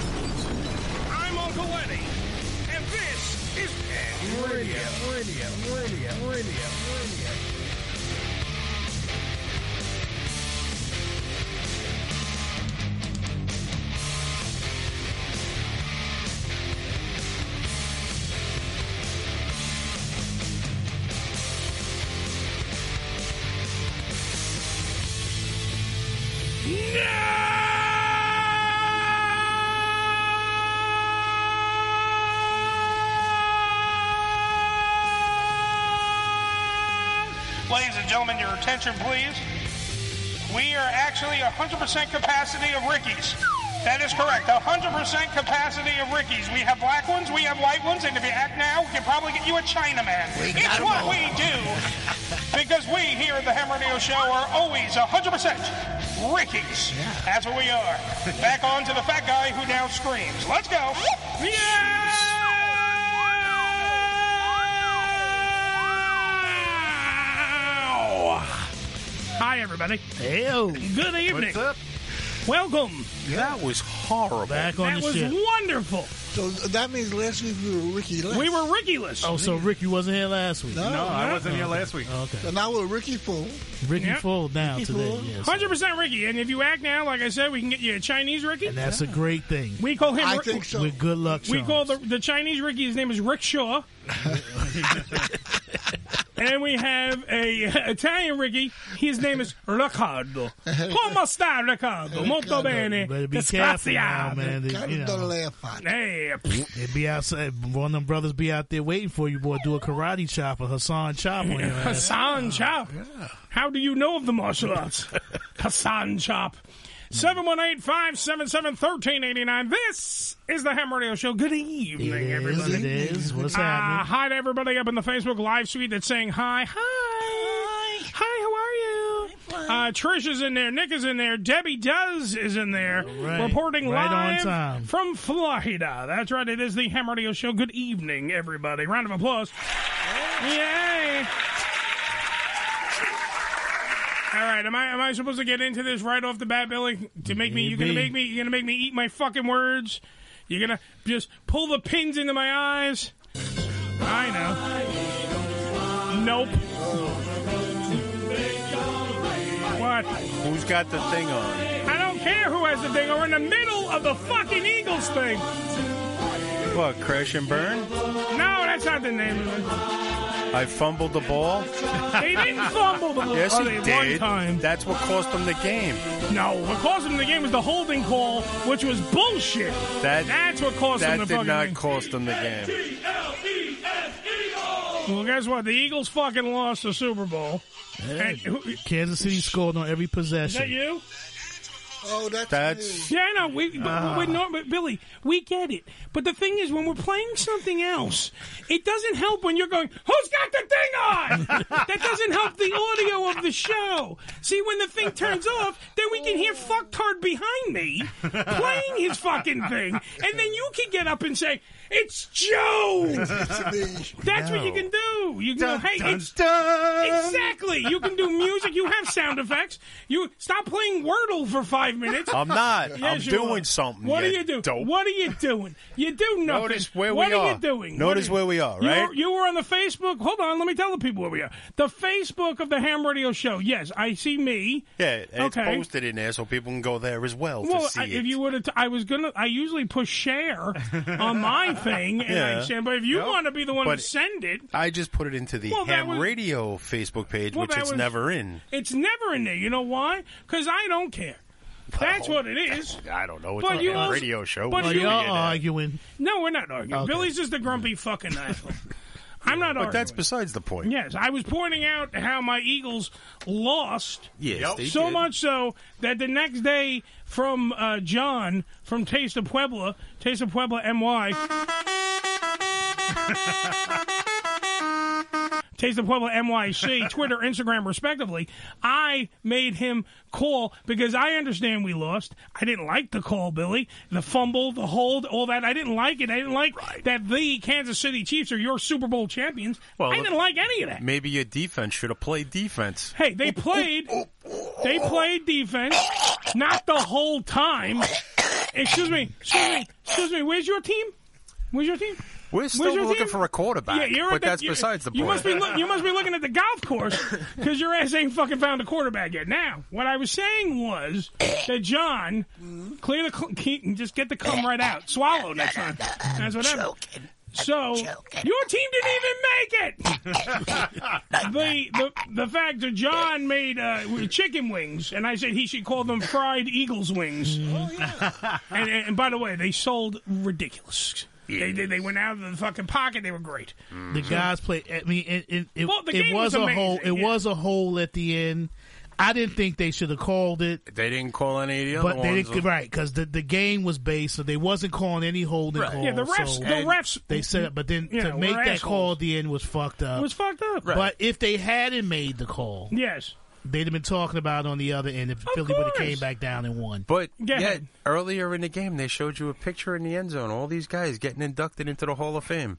I'm Uncle Eddie, and this is Ed Radio. Radio, radio, radio, radio. Ladies and gentlemen, your attention, please. We are actually 100% capacity of Ricky's. That is correct. 100% capacity of Ricky's. We have black ones, we have white ones, and if you act now, we can probably get you a Chinaman. We it's got 'em what all. we do because we here at the Ham Radio Show are always 100% Ricky's. That's what we are. Back on to the fat guy who now screams. Let's go. Hi, everybody. Good evening. What's up? Welcome That was horrible. back on That the was ship. wonderful. So uh, that means last week we were Ricky Less. We were Ricky-less. Oh, so Ricky wasn't here last week. No, no, I wasn't here last week. Okay. So now we're Ricky Fool. Ricky Yep. full now Ricky today. full. Yes. Hundred percent Ricky. And if you act now, like I said, we can get you a Chinese Ricky. And that's a great thing. we call him. I Rick- think so. With good luck, We charms. call the the Chinese Ricky. His name is Rick Shaw. and we have a uh, Italian Ricky. His name is Riccardo. Come sta Riccardo? Molto Riccardo, bene. You better be careful now, Disgraziato. man. They, Kind you of don't know, laugh at it. Hey, pff, they be outside. One of them brothers be out there waiting for you, boy. Do a karate chop, a Hassan chop on your ass. Hassan Chop. How do you know of the martial arts? Hassan Chop. 718 577 1389. This is the Ham Radio Show. Good It evening, is, everybody. it is. What's Uh, happening? hi to everybody up in the Facebook live suite that's saying hi. Hi. Hi, how are you? Uh, Trish is in there. Nick is in there. Debbie Does is in there. right. Reporting Right on live time. from Florida. That's right. It is the Ham Radio Show. Good evening, everybody. Round of applause. Yay. All right, am I am I supposed to get into this right off the bat, Billy? To make me, you're gonna Maybe. make me, you're gonna make me eat my fucking words. You're gonna just pull the pins into my eyes. I know. Nope. What? Who's got the thing on? I don't care who has the thing. We're in the middle of the fucking Eagles thing. What, crash and burn? No, that's not the name of I fumbled the ball? it. They didn't fumble the Yes, oh, he they- did. one time. That's what cost him the game. No, what caused him the game was the holding call, which was bullshit. That- That's what caused him That the did fucking not game. cost him the game. well, guess what? The Eagles fucking lost the Super Bowl. And who- is Kansas City scored on every that possession. you? Oh, that's, That's- me. Yeah, I know. We, but, but no, but Billy, we get it. But the thing is, when we're playing something else, it doesn't help when you're going, "Who's got the thing on?" that doesn't help the audio of the show. See, when the thing turns off, then we can hear fucktard behind me playing his fucking thing, and then you can get up and say, "It's Joe." It's me. That's what you can do. You can go, "Hey, it's." Exactly. You can do music. You have sound effects. You stop playing Wordle for five minutes. I'm not. I'm Yes, you doing are. something. What you are you doing? Dope. What are you doing? You do nothing. Notice where what we are are. you doing? Notice What where we are, you right? were- You were on the Facebook. Hold on, let me tell the people where we are. The Facebook of the Ham Radio Show. Yes, I see me. Yeah, and it's Okay. posted in there so people can go there as well to Well, see I, it. if you would have, I was gonna. I usually push share on my thing, and I Yeah. send. But if you Nope. want to be the one But- to send it, I just put it into the Well, that Ham was- Radio Facebook page, Well, which that it's was- never in. it's never in there. You know why? Because I don't care. That's Well, what it is. I don't know. It's But a you Ham also- radio show. but Are What you- do y'all know? arguing? No, we're not arguing. Okay. Billy's just a grumpy fucking asshole. I'm not arguing. But that's besides the point. Yes, I was pointing out how my Eagles lost Yes, they so did. much so that the next day from uh, John from Taste of Puebla, Taste of Puebla, MY. Taste of Pueblo NYC, Twitter, Instagram, respectively. I made him call because I understand we lost. I didn't like the call, Billy. The fumble, the hold, all that. I didn't like it. I didn't like that the Kansas City Chiefs are your Super Bowl champions. I didn't like any of that. Maybe your defense should have played defense. Hey, they played. oh, They played defense, not the whole time. Excuse me, excuse me, excuse me. Where's your team? Where's your team? We're Where's still your looking team? for a quarterback, Yeah, you're at but the- that's you- besides the point. You must be look, you must be looking at the golf course because your ass ain't fucking found a quarterback yet. Now, what I was saying was that John, clear the cl- ke- just get the cum right out, swallow next time. That's what happened. So your team didn't even make it. the, the the fact that John made uh, chicken wings, and I said he should call them fried eagles wings. Oh, and, and, and by the way, they sold ridiculous. They, they they went out of the fucking pocket. They were great. The guys played. I mean, it it, it, Well, the it game was, was a hole. It amazing, yeah. was a hole at the end. I didn't think they should have called it, they didn't call any of the other but they ones. didn't right because the, the game was based, so they wasn't calling any holding Right. calls. Yeah, the refs. so the refs. they set up, but then you to know, make we're that call assholes. at the end was fucked up. It was fucked up. But if they hadn't made the call, Yes. they'd have been talking about it on the other end if Philly would have came course. back down and won. But Go yet, ahead. earlier in the game, they showed you a picture in the end zone. All these guys getting inducted into the Hall of Fame.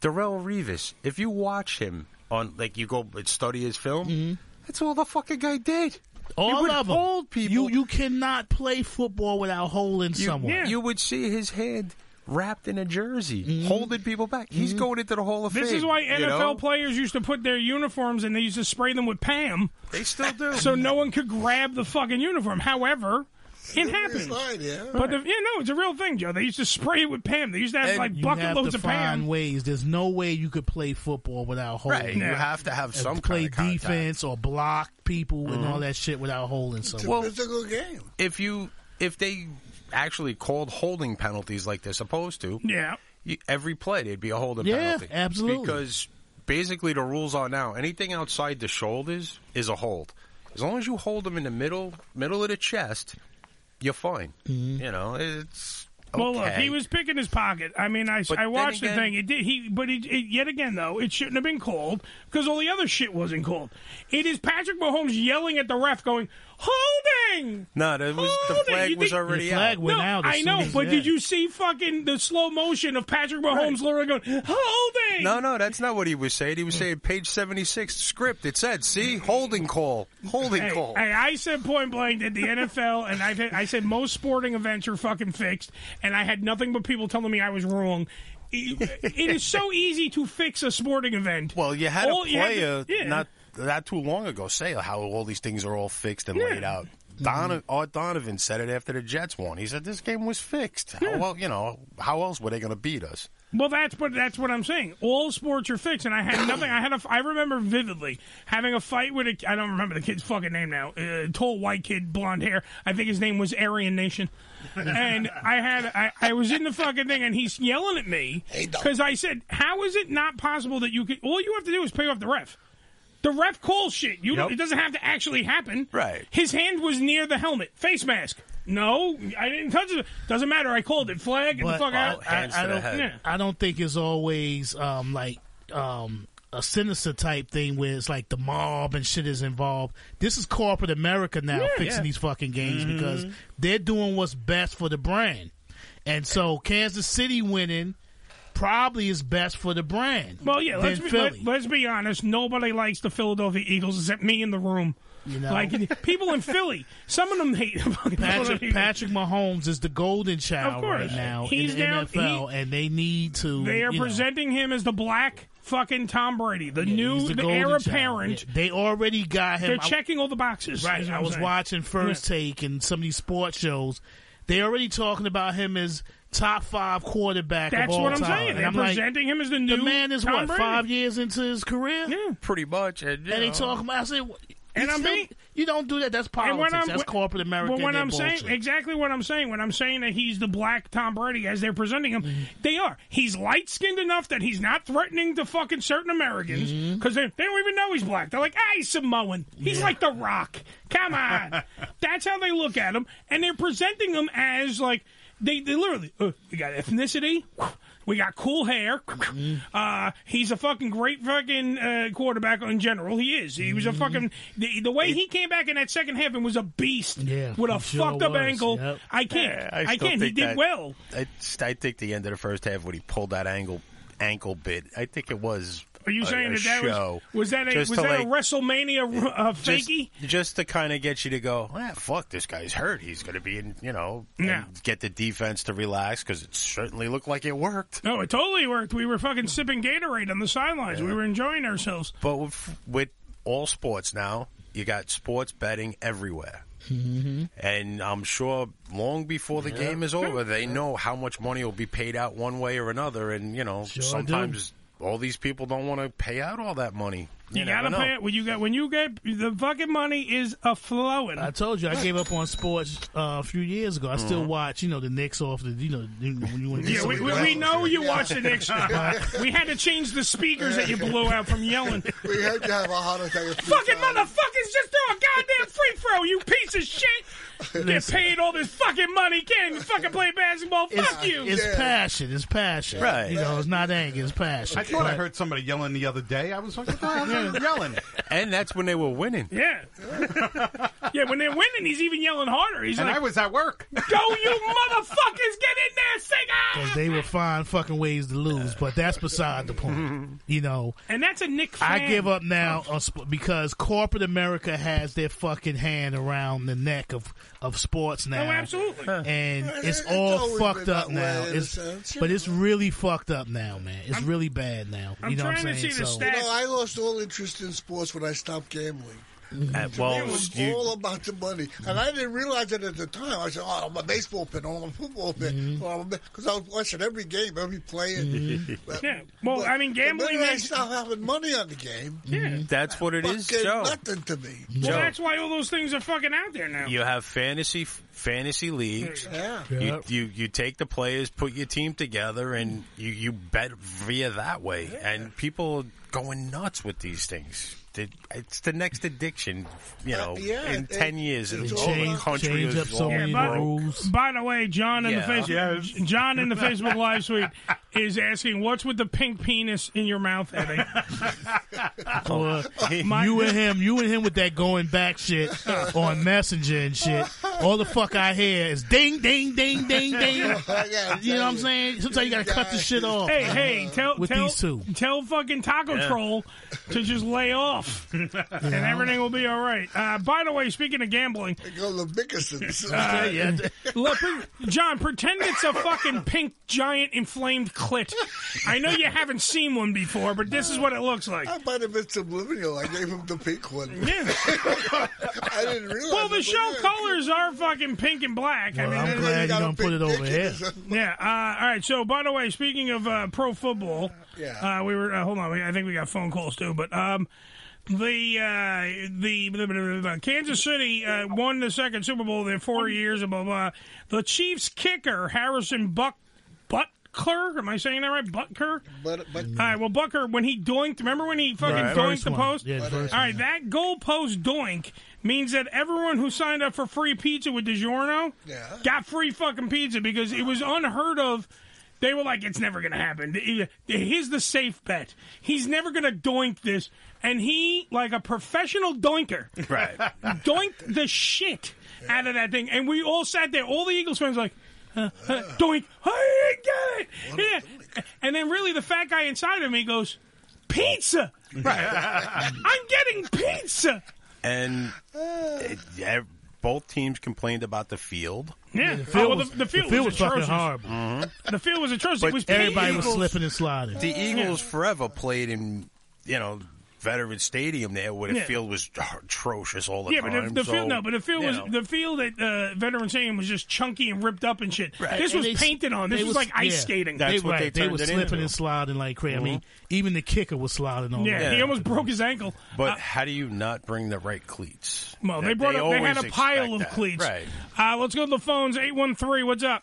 Darrell Revis. If you watch him on, like, you go and study his film, Mm-hmm. that's all the fucking guy did. All you would of them. hold people. You you cannot play football without holding You- someone. yeah. You would see his hand wrapped in a jersey, Mm-hmm. holding people back. He's going into the Hall of Fame. This is why NFL you know? players used to put their uniforms and they used to spray them with Pam They still do. so no one could grab the fucking uniform. However, it It's happens. fine, yeah. But the, yeah, no, it's a real thing, Joe. They used to spray it with Pam. They used to have And like You bucket have loads to of find Pam. ways. There's no way you could play football without holding. Right, You have to have some play kind of contact. Mm-hmm. defense or block people and all that shit without holding someone. Well- physical game. If you, if they actually called holding penalties like they're supposed to, Yeah. you- every play there'd be a holding Yeah, penalty. absolutely. Because basically the rules are now anything outside the shoulders is a hold. As long as you hold them in the middle middle of the chest, you're fine. You know, it's okay. Well, look, he was picking his pocket. I mean, I, But I then watched again- the thing. It did. He, but it, it, yet again, though, it shouldn't have been called because all the other shit wasn't called. It is Patrick Mahomes yelling at the ref, going, "Holding!" No, that was the Holding! flag You was think- already Oh, The flag out. went no, out. as I soon know, as- but yeah. did you see fucking the slow motion of Patrick Mahomes literally going, holding? No, no, that's not what he was saying. He was saying page 76 script. It said, see, holding call. Holding Hey, call. hey, I said point blank that the NFL and I've had, I said most sporting events are fucking fixed, and I had nothing but people telling me I was wrong. It it is so easy to fix a sporting event. Well, you had All a you had to- player yeah. not not too long ago say how all these things are all fixed and laid out. Mm-hmm. Donovan, Art Donovan said it after the Jets won. He said this game was fixed. How, well, you know, how else were they going to beat us? Well, that's what that's what I'm saying. All sports are fixed, and I had nothing. I had a. I remember vividly having a fight with a. I don't remember the kid's fucking name now. Uh, tall white kid, blonde hair. I think his name was Aryan Nation. And I had. I, I was in the fucking thing, and he's yelling at me because I said, "How is it not possible that you could? All you have to do is pay off the ref." The ref calls shit. You Yep. it doesn't have to actually happen. Right. His hand was near the helmet. Face mask. No, I didn't touch it. Doesn't matter. I called it. Flag. Get the But fuck out. I- Oh, Hands to the don't- head. yeah. I don't think it's always um, like um, a sinister type thing where it's like the mob and shit is involved. This is corporate America now fixing yeah. these fucking games Mm-hmm. because they're doing what's best for the brand. And so Kansas City winning probably is best for the brand. Well, Oh, yeah, than let's be, Philly. let, us be honest. Nobody likes the Philadelphia Eagles except me in the room. You know? Like people in Philly, some of them hate the fucking Patrick, Philadelphia Eagles. Patrick Mahomes is the golden Of child course. right now He's in the down- NFL, and they need to. They are you know, presenting him as the black fucking Tom Brady, the new he's the golden heir child. apparent. Yeah, They already got him. They're I- checking all the boxes. Right. is what I I'm was saying. watching First Take and some of these sports shows. They already talking about him as top five quarterback. That's of all what I'm time. saying. And They're I'm like, presenting him as the new the man is Tom what Brady. five years into his career, Yeah. Pretty much. And, you and they know, talking about. I said, what- And you I'm still- being- you don't do that. That's And politics. when I'm, That's corporate America. Well, when and their I'm bullshit. saying exactly what I'm saying, when I'm saying that he's the black Tom Brady as they're presenting him, they are. He's light skinned enough that he's not threatening to fucking certain Americans because they, they don't even know he's black. They're like, ah, he's Samoan. He's like the Rock. Come on, that's how they look at him, and they're presenting him as like they, they literally uh, we got ethnicity. We got cool hair. Uh, he's a fucking great fucking uh, quarterback in general. He is. He was a fucking the, the way he came back in that second half and was a beast. Yeah, with he a sure fucked up was. ankle. Yep. I can't. Yeah, I, still can't. He think did that- well. I, I think the end of the first half when he pulled that angle ankle bit. I think it was. Are you a- saying a that that show. was was that a, was Just that to, a like, WrestleMania uh, just, fakie? just to kind of get you to go, ah, fuck, this guy's hurt. He's going to be in, you know, and Yeah. get the defense to relax because it certainly looked like it worked. No, it totally worked. We were fucking sipping Gatorade on the sidelines. We were enjoying ourselves. But with, with all sports now, you got sports betting everywhere. Mm-hmm. And I'm sure long before the game is over, they know how much money will be paid out one way or another. And, you know, do. sometimes all these people don't want to pay out all that money. You, You gotta never know. pay it when you got when you get the fucking money is a flowing. I told you I gave up on sports uh, a few years ago. I still watch, you know, the Knicks off the, you know, you- when you want to Yeah, we, we, we know you watch the Knicks. we had to change the speakers that you blew out from yelling. We had to have a heart attack. a few Fucking times. motherfuckers just throw a goddamn free throw, you piece of shit! Get paid all this fucking money, can't even fucking play basketball. Fuck you! It's passion. It's passion. Right. You know, it's not anger. It's passion. I thought I heard somebody yelling the other day. I was like, what the hell is that yelling? And that's when they were winning. yeah, yeah. When they're winning, he's even yelling harder. He's And like, I was at work. "Go, you motherfuckers, get in there, sing!" Because Ah! they will find fucking ways to lose, but that's beside the point. You know, And that's a Nick. Fan. I give up now on sp- because corporate America has their fucking hand around the neck of, of sports now. Oh, absolutely. And it's It's all always fucked been that up way now. in a It's, sense, you but it's really fucked up now, man. It's really bad now. I'm you know what I'm trying saying? to see the so, stats. No, I lost all interest in sports when I stopped gambling. Uh, well, It was you- all about the money, and I didn't realize it at the time. I said, "Oh, I'm a baseball fan, oh, I'm a football fan," Mm-hmm. because I was watching every game, every play. and- but- Yeah. Well, but I mean, the minute gambling I is- stopped having money on the game. Mm-hmm. that's what it is, fucking Joe. nothing to me. well, Joe. that's why all those things are fucking out there now. You have fantasy fantasy leagues. Yeah. Yeah. You, you you take the players, put your team together, and you, you bet via that way. And people are going nuts with these things. They- It's the next addiction, you know. yeah, in it- ten years, it it'll all the change, country change is up so all many by, broke. rules. by the way, John in Yeah. the Facebook, John in the Facebook live suite is asking, "What's with the pink penis in your mouth?" Eddie? Or My- you and him, you and him with that going back shit on Messenger and shit. All the fuck I hear is ding, ding, ding, ding, ding. Yeah, You know what I'm saying? Sometimes you gotta cut the shit off. hey, hey, tell With tell these two. tell fucking Taco Troll to just lay off, and everything will be all right. Uh, by the way, speaking of gambling, Uh, Go to Bickerson's. Yeah, look, pre- John, pretend it's a fucking pink giant inflamed clit. I know you haven't seen one before, but this is what it looks like. I might have been subliminal. I gave him the pink one. Yeah. I didn't realize. Well, it, the but show yeah. colors are fucking pink and black. I mean, I'm And that- then glad got you a don't put big it over dick in here. his- yeah. Uh, all right. So, by the way, speaking of uh, pro football, Yeah. uh, we were. Uh, hold on. We, I think we got phone calls too. But um, the uh, the blah, blah, blah, blah, Kansas City uh, won the second Super Bowl in four years. and Blah blah. The Chiefs kicker Harrison Buck Butker. Am I saying that right? Butker. But but All right. Well, Bucker, when he doinked, remember when he fucking Right. doinked First the one. post? Yeah, the first All right. That goal post doink means that everyone who signed up for free pizza with DiGiorno Yeah. got free fucking pizza because it was unheard of. They were like, it's never going to happen. He- Here's the safe bet. He's never going to doink this. And he, like a professional doinker, Right. doinked the shit out of that thing. And we all sat there, all the Eagles fans, like, uh, uh, doink, I didn't get it. Yeah. And then really the fat guy inside of me goes, pizza. I'm getting pizza. And it, yeah, both teams complained about the field. Mm-hmm. Yeah. The field Oh, well, was, the, the field was fucking atrocious. horrible. The field was atrocious. it But was Everybody pink. was slipping and sliding. The Eagles forever played in, you know, Veterans Stadium there, where the Yeah. field was atrocious all the Yeah, time. but the, the so, field no, but the field you was know. the field at uh, Veteran Stadium was just chunky and ripped up and shit. Right. This And was they s- painted on. This they was, was- like ice yeah. skating. That's they, what right, they they turned were it slipping into. Mm-hmm. and sliding like crazy. I mean, even the kicker was sliding on. yeah, that. he Yeah. almost broke his ankle. But how do you not bring the right cleats? uh, Well, they brought up. They had a always pile expect of that. cleats. Right. Uh, let's go to the phones. Eight one three. What's up?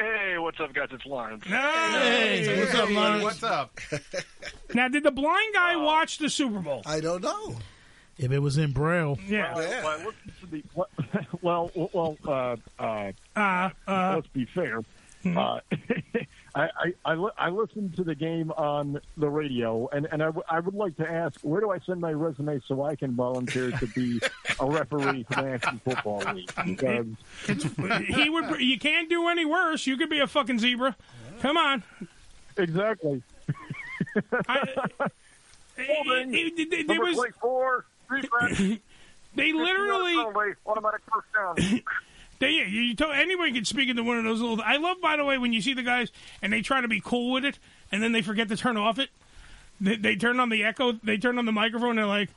Hey, what's up, guys? It's Lawrence. Hey, what's up, Lawrence? What's up? Now, did the blind guy watch the Super Bowl? I don't know. If it was in Braille, Yeah. Yeah. Well, I listened to the- what- well, well, uh, uh, Uh, uh, let's be fair. Uh, I, I, I, li- I listened to the game on the radio, and, and I, w- I would like to ask, where do I send my resume so I can volunteer to be a referee for the National Football League? Because he would. You can't do any worse. You could be a fucking zebra. Come on. Exactly. I, it- it- it- there Number was- plate four, three friends. they literally. automatic first down. They, yeah, you told anyone can speak into one of those little. I love, by the way, when you see the guys and they try to be cool with it, and then they forget to turn off it. They, they turn on the echo. They turn on the microphone. They're like,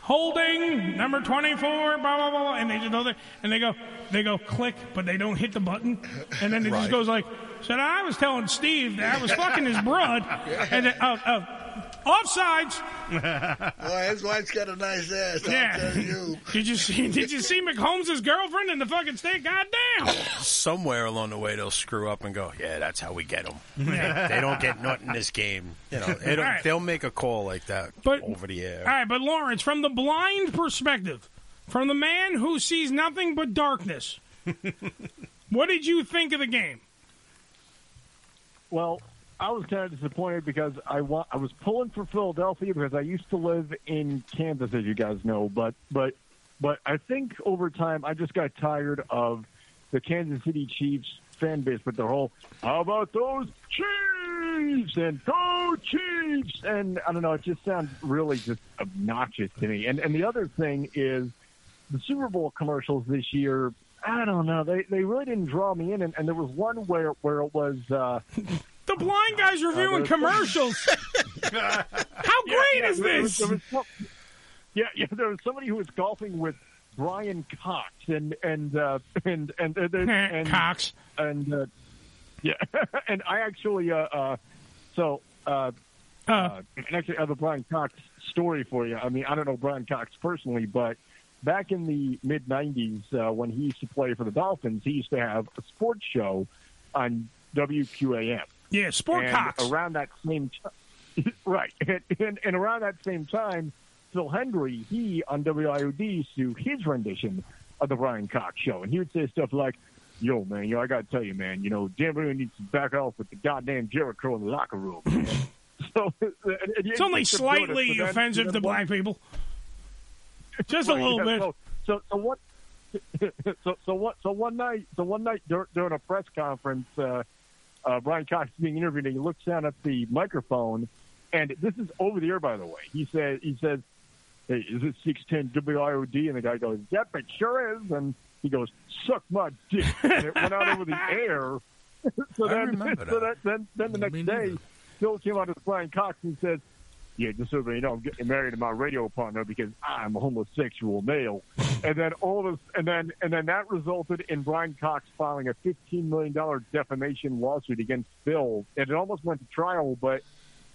holding number twenty four, blah blah blah, blah," and they just know that, and they go, they go click, but they don't hit the button, and then it just Right. goes like. So I was telling Steve that I was fucking his broad, and then, oh, oh, offsides. Boy, his wife's got a nice ass. Yeah. I'll tell you. Did you see? Did you see McHolmes' girlfriend in the fucking state? Goddamn. Somewhere along the way, they'll screw up and go, "Yeah, that's how we get them. they don't get nothing in this game." You know, it'll, All right. they'll make a call like that But- over the air. All right, but Lawrence, from the blind perspective, from the man who sees nothing but darkness, what did you think of the game? Well, I was kind of disappointed because I wa- I was pulling for Philadelphia because I used to live in Kansas, as you guys know. But but but I think over time I just got tired of the Kansas City Chiefs fan base with their whole "How about those Chiefs?" and "Go Chiefs!" and I don't know. It just sounds really just obnoxious to me. And and the other thing is the Super Bowl commercials this year. I don't know. They they really didn't draw me in, and, and there was one where where it was. Uh, The blind guy's reviewing commercials. How great is there was- this? there was some- yeah, yeah. There was somebody who was golfing with Brian Cox, and and uh, and and and, and, and Cox. and uh, yeah, and I actually uh, uh, so. Uh, uh, and actually, I have a Brian Cox story for you. I mean, I don't know Brian Cox personally, but back in the mid 90s, uh, when he used to play for the Dolphins, he used to have a sports show on WQAM Yeah, Sport and Cox. around that same time, right, and, and, and around that same time, Phil Hendry, he on WIOD used to do his rendition of the Brian Cox show, and he would say stuff like, "Yo, man, yo, I gotta tell you, man, you know, Denver needs to back off with the goddamn Jericho in the locker room." so and- and you it's only just build it, but slightly then- offensive then to what- black people. Just a Right, little yeah, bit. So, so, so what? So, so what? So one night, so one night dur- during a press conference, uh, uh, Brian Cox is being interviewed, and he looks down at the microphone, and this is over the air, by the way. He says, he says, "Hey, is it six ten WIOD?" And the guy goes, "Yep, it sure is." And he goes, "Suck my dick," and it went out over the air. so I then, remember so that. then, then the Me next day, neither. Phil came out to Brian Cox and said, yeah, just so that you know, I'm getting married to my radio partner because I'm a homosexual male. And then all of us, and then and then that resulted in Brian Cox filing a fifteen million dollar defamation lawsuit against Phil, and it almost went to trial, but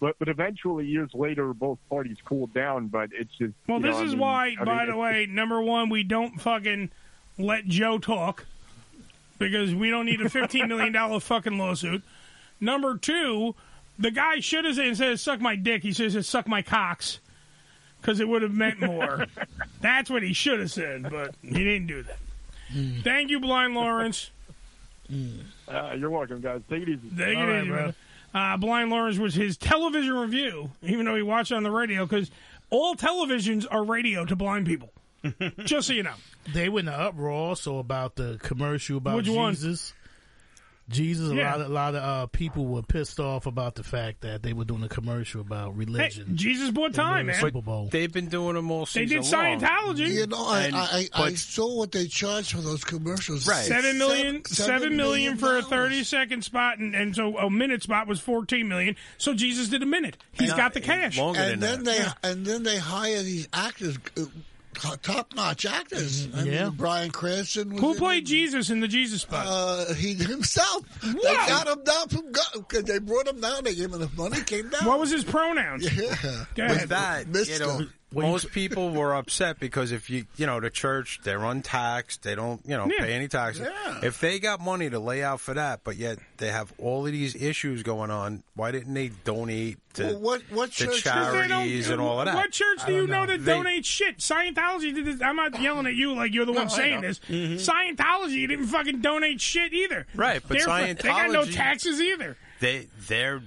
but but eventually, years later, both parties cooled down. But it's just Well, you know, this I is mean- why, I mean, by the it's- way, number one, we don't fucking let Joe talk because we don't need a $15 million fucking lawsuit. Number two, the guy should have said, instead of suck my dick, he should have said suck my cocks because it would have meant more. That's what he should have said, but he didn't do that. Hmm. Thank you, Blind Lawrence. uh, you're welcome, guys. Take it easy. Take it right, easy, brother. man. Uh, Blind Lawrence was his television review, even though he watched it on the radio, because all televisions are radio to blind people. Just so you know. They were in an uproar also about the commercial about Which one? Jesus. Jesus, a Yeah. lot, of, a lot of uh, people were pissed off about the fact that they were doing a commercial about Hey, religion. Jesus bought time, man. Super Bowl. They've been doing them all They season did long. Scientology. You know, I, And- I, I, I but- saw what they charged for those commercials. Right. Seven million, Seven- seven million $7 million for a dollars. thirty-second spot, and, and so a minute spot was fourteen million. So Jesus did a minute. He's got the cash. Longer And than then that. they and then they hire these actors, uh, top notch actors. I Yeah. mean, Brian Cranston. Was Mm-hmm. Who in played it. Jesus in the Jesus spot? Uh, he himself. They Whoa. got him down from God. They brought him down. They gave him the money. Came down. what was his pronouns? Yeah. Go With ahead. that, you Mister. know, Well, you Most people were upset because if you, you know, the church, they're untaxed, they don't, you know, Yeah. pay any taxes. Yeah. If they got money to lay out for that, but yet they have all of these issues going on, why didn't they donate to Well, what- what to church- 'Cause they don't- uh, charities and all of that? What church do you know, that They- donates shit? Scientology did this. I'm not yelling at you like you're the one I saying know. this. Scientology didn't fucking donate shit either. Mm-hmm. Right, but They're fu- they got no Scientology- taxes either. They they're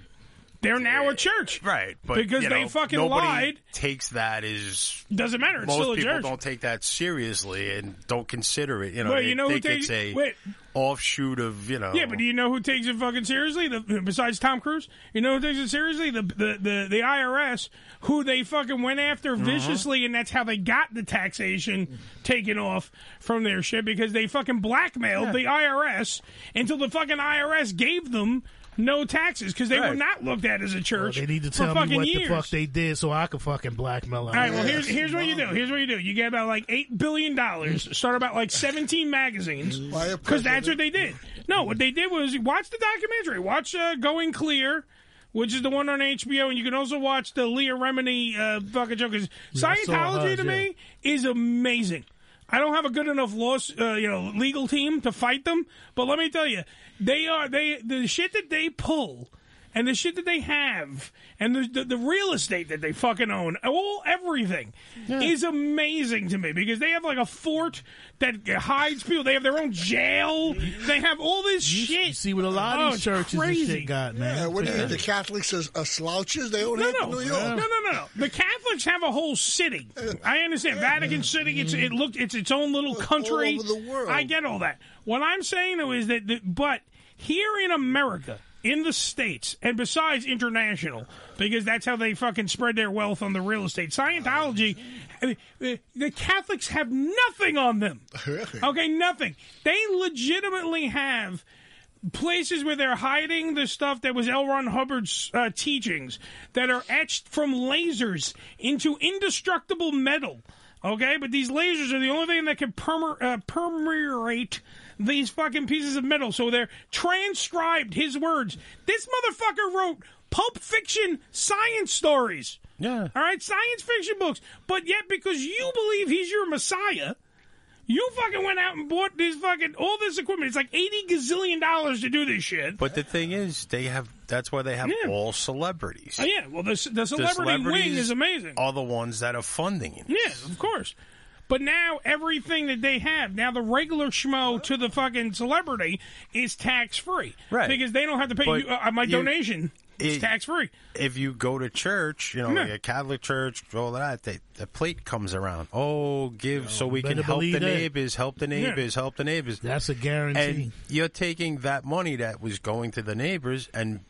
They're now a church. right, but Because you they know, fucking nobody lied. Takes that as Doesn't matter. It's most still a people church. don't take that seriously and don't consider it. You know, Well, they you know who think takes- it's a wait. offshoot of you know. Yeah, but do you know who takes it fucking seriously? The, besides Tom Cruise, you know who takes it seriously? The the the, the IRS, who they fucking went after Mm-hmm. viciously, and that's how they got the taxation taken off from their shit because they fucking blackmailed the IRS until the fucking IRS gave them no taxes because they were Right. not looked at as a church. They need to for tell me fucking what years. the fuck they did so I can fucking blackmail All right, them. well, here's, Yes. here's what you do. Here's what you do. You get about like $8 billion, start about like 17 magazines, Why a because that's president? what they did. No, what they did was watch the documentary. Watch uh, Going Clear, which is the one on HBO, and you can also watch the Leah Remini uh, fucking joke. 'Cause I saw Scientology hers, to yeah. me is amazing. I don't have a good enough law, uh, you know, legal team to fight them. But let me tell you, they are they the shit that they pull, and the shit that they have, and the the, the real estate that they fucking own, all everything is amazing to me because they have like a fort that hides people. They have their own jail. They have all this You shit. see what a lot Oh, of these it's churches crazy. and shit got, man. Yeah, what do you think? The Catholics are, are slouches? They don't No, have no, New no, York. no, no, no. The Catholics have a whole city. I understand Vatican City. It's it looked it's its own little country. all over the world. I get all that. What I'm saying though is that, that but here in America, in the states, and besides international, because that's how they fucking spread their wealth on the real estate. Scientology, I mean, the the Catholics have nothing on them. Okay, nothing. They legitimately have places where they're hiding the stuff that was L. Ron Hubbard's uh, teachings that are etched from lasers into indestructible metal. Okay, but these lasers are the only thing that can permer- uh, permeate these fucking pieces of metal. So they're transcribed his words. This motherfucker wrote Pulp Fiction science stories. yeah, All right, science fiction books. But yet, because you believe he's your messiah, you fucking went out and bought this fucking all this equipment. It's like eighty gazillion dollars to do this shit. But the thing is, they have. That's why they have Yeah. all celebrities. Oh, yeah, well, the, the The celebrity wing celebrities is amazing. Are the ones that are funding it. Yeah, of course. But now everything that they have, now the regular schmo to the fucking celebrity is tax free, Right. Because they don't have to pay But you, uh, my you- donation. It's it- tax free. If you go to church, you know, Yeah. like a Catholic church, all that, they, the plate comes around. Oh, give so we can better help the believe that. neighbors, help the neighbors, help the neighbors. That's a guarantee. and you're taking that money that was going to the neighbors and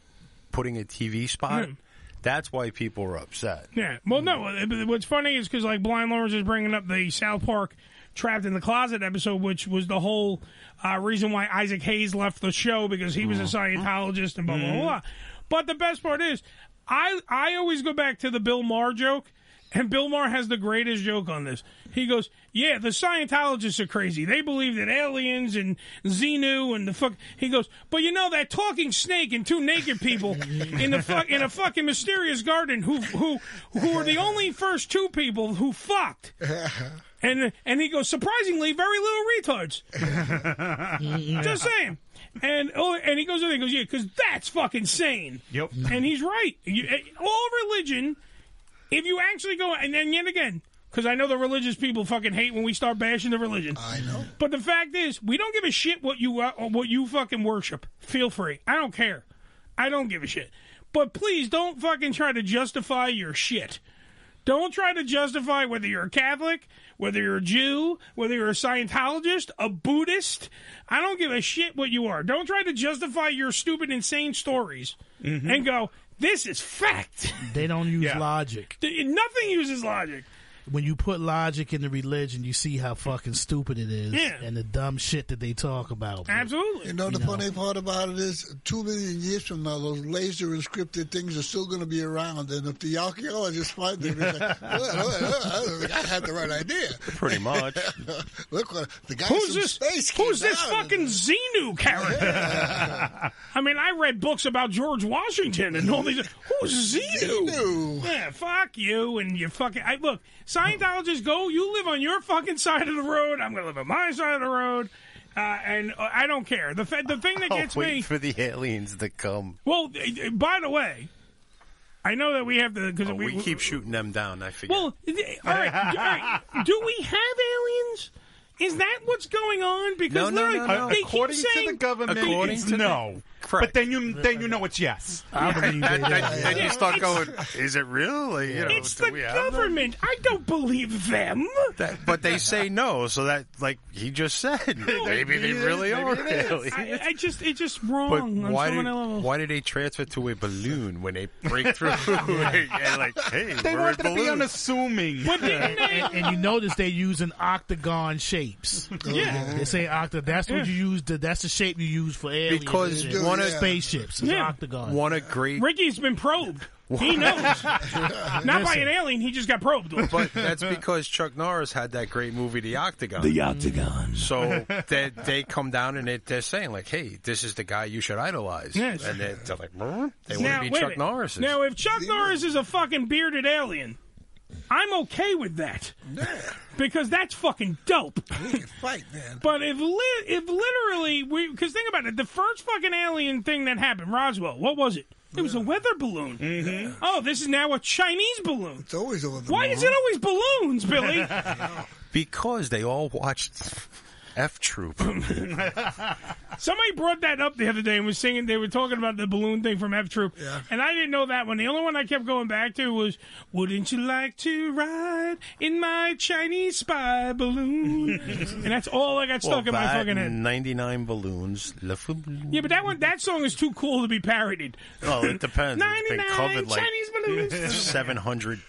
putting a TV spot. Yeah. That's why people were upset. Yeah. Well, no. uh, but What's funny is because like Blind Lawrence is bringing up the South Park Trapped in the Closet episode, which was the whole uh, reason why Isaac Hayes left the show because he was a Scientologist and blah blah blah. But the best part is, I I always go back to the Bill Maher joke. And Bill Maher has the greatest joke on this. He goes, "Yeah, the Scientologists are crazy. They believe that aliens and Xenu and the fuck." He goes, "But you know that talking snake and two naked people in the fuck in a fucking mysterious garden who who who were the only first two people who fucked." And and he goes, "Surprisingly, very little retards." Just saying. And oh, and he goes in. there, He goes, "Yeah, because that's fucking sane." Yep. and he's right. You, eh, all religion, if you actually go, and then yet again, because I know the religious people fucking hate when we start bashing the religion. I know. But the fact is, we don't give a shit what you uh, or what you fucking worship. Feel free. I don't care. I don't give a shit. But please don't fucking try to justify your shit. Don't try to justify whether you're a Catholic, whether you're a Jew, whether you're a Scientologist, a Buddhist. I don't give a shit what you are. Don't try to justify your stupid, insane stories Mm-hmm. and go, this is fact. they don't use Yeah. logic. Th- Nothing uses logic. when you put logic into religion, you see how fucking stupid it is Yeah. and the dumb shit that they talk about. man. Absolutely. You know, the You know. funny part about it is, two million years from now, those laser inscripted things are still going to be around. And if the archaeologists find them, it's like, well, well, well, I think I had the right idea. Pretty much. Look, what- the guy Who's from this? space came who's this down fucking and- Xenu character? I mean, I read books about George Washington and all these. Who's Xenu? Xenu. Yeah, fuck you and your fucking. I, look, Scientologists go. You live on your fucking side of the road. I'm gonna live on my side of the road. Uh, and uh, I don't care. The fa- the thing that Oh, I'll gets wait me. for the aliens to come. well, uh, uh, by the way, I know that we have the because Oh, we, keep shooting them down. I forget. Well, th- all right, all right. Do we have aliens? Is that what's going on? Because No, no, literally, no, no. they According keep saying to the government, According it's to the- no. But Correct. then you then you know it's yes. I believe Then- it. then, then you start going. Is it real? Like, you know, it's do the we have them? government. I don't believe them. That- but they say no, so that like he just said, maybe they really are. aliens. I, I just it's just But wrong on why so did many levels. why did they transfer to a balloon when they break through? and like, hey, They we're a wanted to be balloon. unassuming. But didn't they? and, and you notice they're using octagon shapes. Yeah. They say octagon. That's what you use. To, that's the shape you use for aliens. Because and shit. one of- spaceships is Yeah. octagon. What a great. Ricky's been probed. He knows. Not by an alien. He just got probed. But that's because Chuck Norris had that great movie, The Octagon. octagon. so they, they come down and they, they're saying like, "Hey, this is the guy you should idolize." Yes. And they're, they're like, "Huh?" "They now, want wait to be a Chuck minute. Norris." Now, if Chuck Norris is a fucking bearded alien, I'm okay with that because that's fucking dope. Fight, man. But if li- if literally we because think about it, the first fucking alien thing that happened, Roswell, what was it? It was a weather balloon. Oh, this is now a Chinese balloon. Mm-hmm. It's always over the Why moon. is it always balloons, Billy? because they all watched F Troop. Somebody brought that up the other day and was singing. They were talking about the balloon thing from F Troop, Yeah. and I didn't know that one. The only one I kept going back to was, "Wouldn't you like to ride in my Chinese spy balloon?" and that's all I got stuck in my fucking head. Ninety-nine balloons. Le Fou- Yeah, but that one, that song is too cool to be parodied. Oh, it depends. It's been 99 covered like Chinese balloons. seven hundred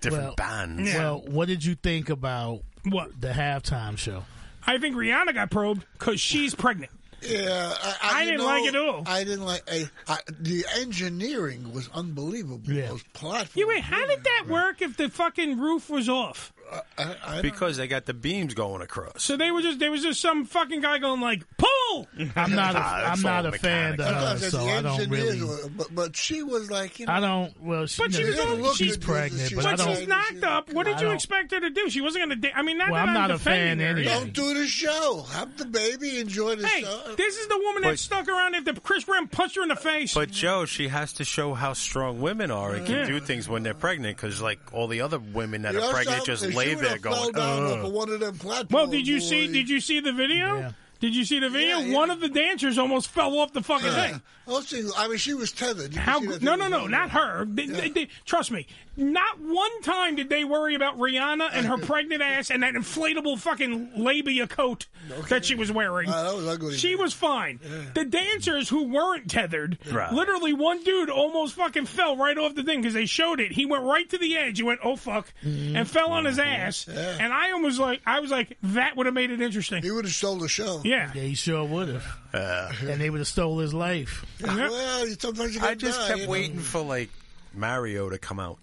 different Well, bands. Well, what did you think about What? the halftime show? I think Rihanna got probed because she's pregnant. Yeah, I, I, I you didn't know, like it at all. I didn't like I, I, the engineering was unbelievable. Yeah. Those platforms. You wait, how did that work if the fucking roof was off? Uh, I, I don't- Because they got the beams going across. So they were just there was just some fucking guy going like pull. I'm not. A, Nah, that's I'm not all a fan of mechanics. Sometimes her, so the I don't engineers really. were- but, but she was like, you know, I don't. Well, she, But she knows was only- she's, she's- pregnant, but I But don't. she's knocked up. What did I you don't- expect her to do? She wasn't going to. Da- I mean, not Well, that I'm I'm not a defending fan her. anyway. don't do the show. Have the baby enjoy the Hey, show. this is the woman that stuck around after Chris Brown punched her in the face. But Joe, she has to show how strong women are and can Yeah. do things when they're pregnant. Because like all the other women that You know are pregnant, something? just If she lay would've there fell going. down "Ugh." off of one of them platforms. well, did you see? boy. Did you see the video? Yeah. Did you see the video? Yeah, yeah. One of the dancers almost fell off the fucking Yeah. thing. I'll see. I mean, she was tethered. You can How? see that No, thing no, was no, on not there. her. They- they- they- trust me, not one time did they worry about Rihanna and her pregnant ass and that inflatable fucking labia coat that she was wearing. Ah, that was ugly. She was fine. The dancers who weren't tethered, Right. literally one dude almost fucking fell right off the thing because they showed it. He went right to the edge. He went, oh fuck, and fell on his Mm-hmm. ass. And I almost like, I was like, that would have made it interesting. He would have stole the show. Yeah. Yeah, he sure would have. and they would have stole his life. Well, you- sometimes you I gotta just die, kept you know. waiting for like Mario to come out,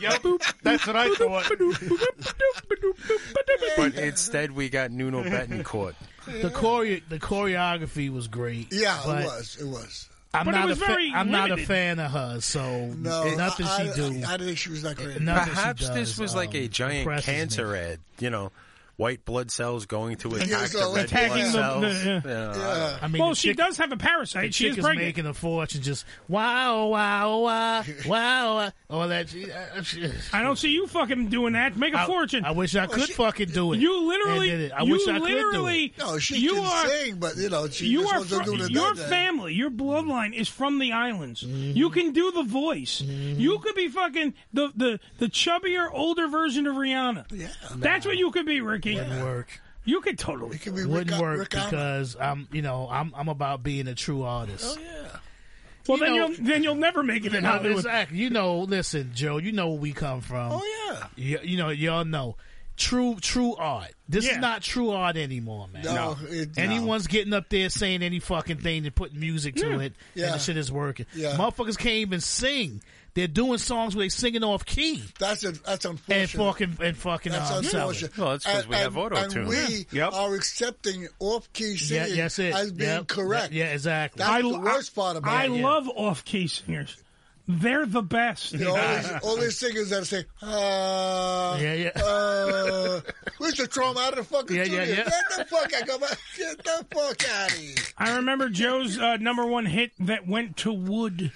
Yep. That's what I thought. but instead we got Nuno Betancourt. The choreo- the choreography was great. Yeah, but it was. It was. I'm But it not was a fa- very I'm not a limited. fan of her, so No, nothing I, she I, do. I, I didn't think she was that great. nothing she Perhaps this does, was like um, a giant impresses me. cancer ad, you know, white blood cells going to attack so the red attacking blood the- cells. the- yeah. yeah. I mean, Well, the she chick- does have a parasite. The She chick is is pregnant. making a fortune, just wow, wow, wow, wow, wow, all that. She, uh, she, I don't see you fucking doing that. Make a I- fortune. I Oh, wish I could she- fucking do it. you literally, And did it. I you wish I literally, No, she you can are, sing, but you know, she you just are wasn't from, doing it your that day. family, your bloodline is from the islands. Mm-hmm. You can do the voice. You could be fucking the, the the chubbier, older version of Rihanna. Yeah. That's what you could be, Ricky. could do it. Work You could totally. It could be wouldn't Rick, work Rick Allen. because I'm, you know, I'm I'm about being a true artist. Well, you then know- you'll then you'll never make it in No, Hollywood. exactly. You know, listen, Joe. You know where we come from. Oh, Yeah. You, you know, y'all know. True, true art. This Yeah. is not true art anymore, man. No, it- Anyone's getting up there saying any fucking thing and putting music to it, and Yeah. the shit is working. Yeah. Motherfuckers can't even sing. They're doing songs where they singing off key That's a, that's unfortunate. and fucking and fucking. That's um, selling. unfortunate. Well, that's 'cause And- we have and- auto-tune. And we Yeah. Yep. are accepting off-key Yeah, singing yes, it as being yep. correct. Yeah, exactly. That's I- the worst part about I it. love off-key singers. They're the best. You know, all, these, all these singers that say, uh, Yeah, yeah. uh, we should throw them out of the fucking Yeah, yeah, studio. yeah. Get the fuck out, come on. Get the fuck out of here. I remember Joe's uh, number one hit that went to wood.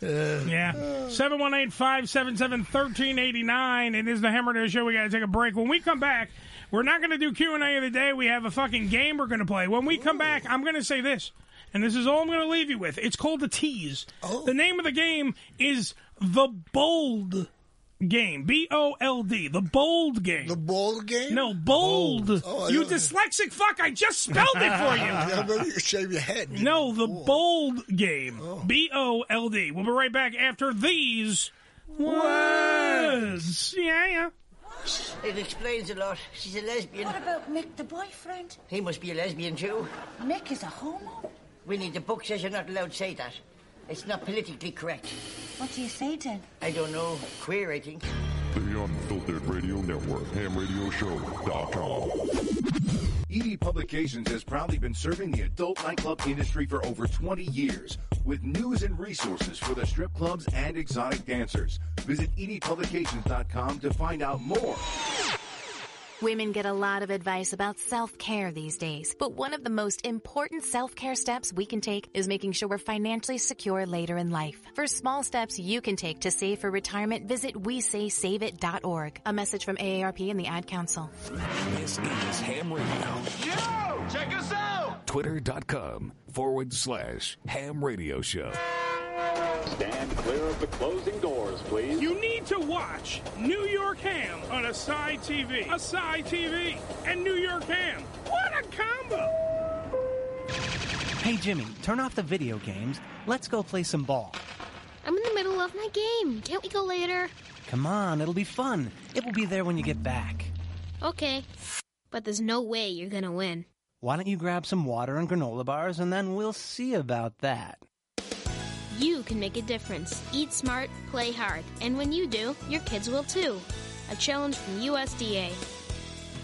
Uh, yeah. 718 577 1389. It is the Hammer Day Show. We got to take a break. When we come back, we're not going to do Q&A of the day. We have a fucking game we're going to play. When we come back, I'm going to say this, and this is all I'm going to leave you with. It's called The Tease. Oh. The name of the game is The Bold Game. B-O-L-D. The Bold Game. The ball game? no, bold. Oh, I you don't- dyslexic fuck. I just spelled it for you. Yeah, maybe you Oh. shave your head. No, the bold game. B O L D. We'll be right back after these words. Yeah, yeah. It explains a lot. She's a lesbian. What about Mick, the boyfriend? He must be a lesbian too. Mick is a homo? Winnie, the book says you're not allowed to say that. It's not politically correct. What do you say then? I don't know. Queer, I think. The Unfiltered Radio Network, hamradioshow.com. E ED Publications has proudly been serving the adult nightclub industry for over 20 years with news and resources for the strip clubs and exotic dancers. Visit E edpublications.com to find out more. Women get a lot of advice about self care these days, but one of the most important self care steps we can take is making sure we're financially secure later in life. For small steps you can take to save for retirement, visit WeSaySaveIt.org. A message from AARP and the Ad Council. This is Ham Radio. Yo, check us out! Twitter.com forward slash Ham Radio Show. Stand clear of the closing doors, please. You need to watch New York Ham on a side TV. A side TV and New York Ham. What a combo! Hey, Jimmy, turn off the video games. Let's go play some ball. I'm in the middle of my game. Can't we go later? Come on, it'll be fun. It will be there when you get back. Okay. But there's no way you're gonna win. Why don't you grab some water and granola bars and then we'll see about that. You can make a difference. Eat smart, play hard, and when you do, your kids will too. A challenge from USDA.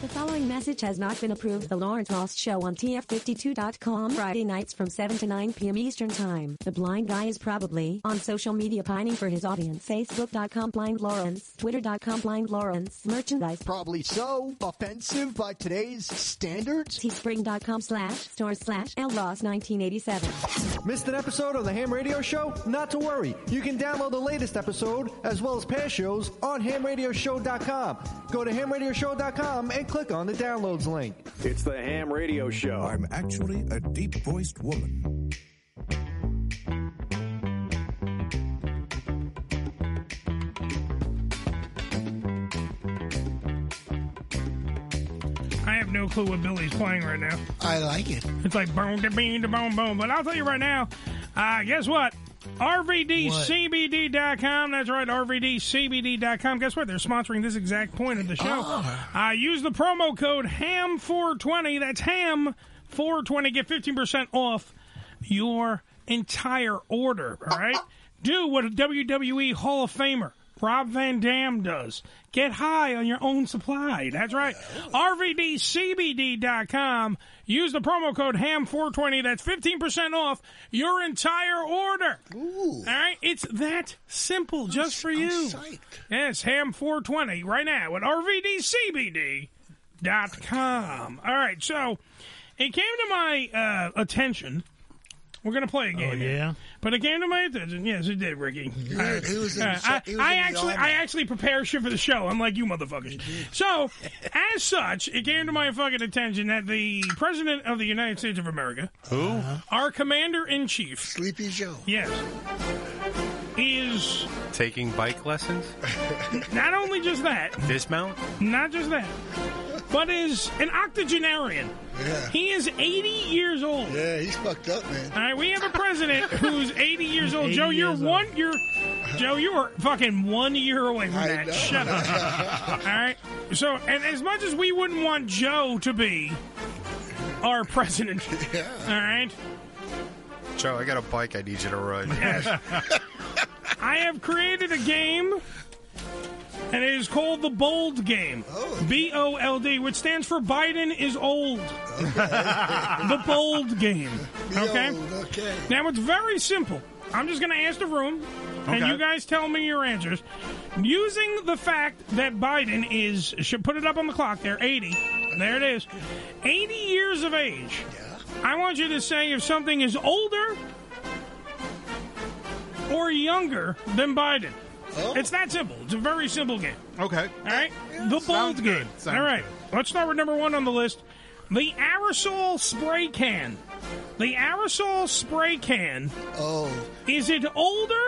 The following message has not been approved. The Lawrence Ross Show on TF52.com Friday nights from 7 to 9 p.m. Eastern Time. The blind guy is probably on social media pining for his audience. Facebook.com blind Lawrence, Twitter.com blind Lawrence, merchandise. Probably so. Offensive by today's standards. Teespring.com slash store slash LLoss1987. Missed an episode of the Ham Radio Show? Not to worry. You can download the latest episode as well as past shows on hamradioshow.com. Go to hamradioshow.com and click on the downloads link. It's the Ham Radio Show. I'm actually a deep voiced woman. I have no clue what Billy's playing right now. I like it. It's like boom, da boom, da boom, boom. But I'll tell you right now, uh, guess what? RVDCBD.com. That's right, RVDCBD.com. Guess what? They're sponsoring this exact point of the show. Uh, use the promo code HAM420. That's HAM420. Get 15% off your entire order. All right? Do what a WWE Hall of Famer. Rob Van Dam does. Get high on your own supply. That's right. RVDCBD.com. Use the promo code HAM420. That's 15% off your entire order. All right? It's that simple just for you. Psyched. Yes, ham420 right now at rvdcbd.com. All right, so it came to my uh, attention. We're going to play a game. Oh, here. yeah. But it came to my attention. Yes, it did, Ricky. Yeah, he was in Uh, the- I, he was in the I actually, I army. Mm-hmm. actually prepare shit for the show. I'm like you motherfuckers. So, as such, it came to my fucking attention that the president of the United States of America, who our commander in chief, Sleepy Joe. yes, is Taking bike lessons? not only just that, Dismount? not just that, but is an octogenarian. Yeah. He is 80 years old. Yeah, he's fucked up, man. All right, we have a president who's 80 years old. 80 Joe, you're years one. You're Joe, you were fucking one year away from I that. know. Shut up. All right. So, and as much as we wouldn't want Joe to be our president, all right, Joe, I got a bike I need you to ride. I have created a game, and it is called the Bold Game. B O L D, which stands for Biden is old. the Bold Game. Okay. okay. Now it's very simple. I'm just going to ask the room, and Okay. you guys tell me your answers. Using the fact that Biden is, should put it up on the clock there, 80. There it is. 80 years of age. I want you to say if something is older or younger than Biden. It's that simple. It's a very simple game. Oh. Okay. All right. the bold Sounds good. game. Sounds All right. Let's start with number one on the list: the aerosol spray can. The aerosol spray can. Oh. Is it older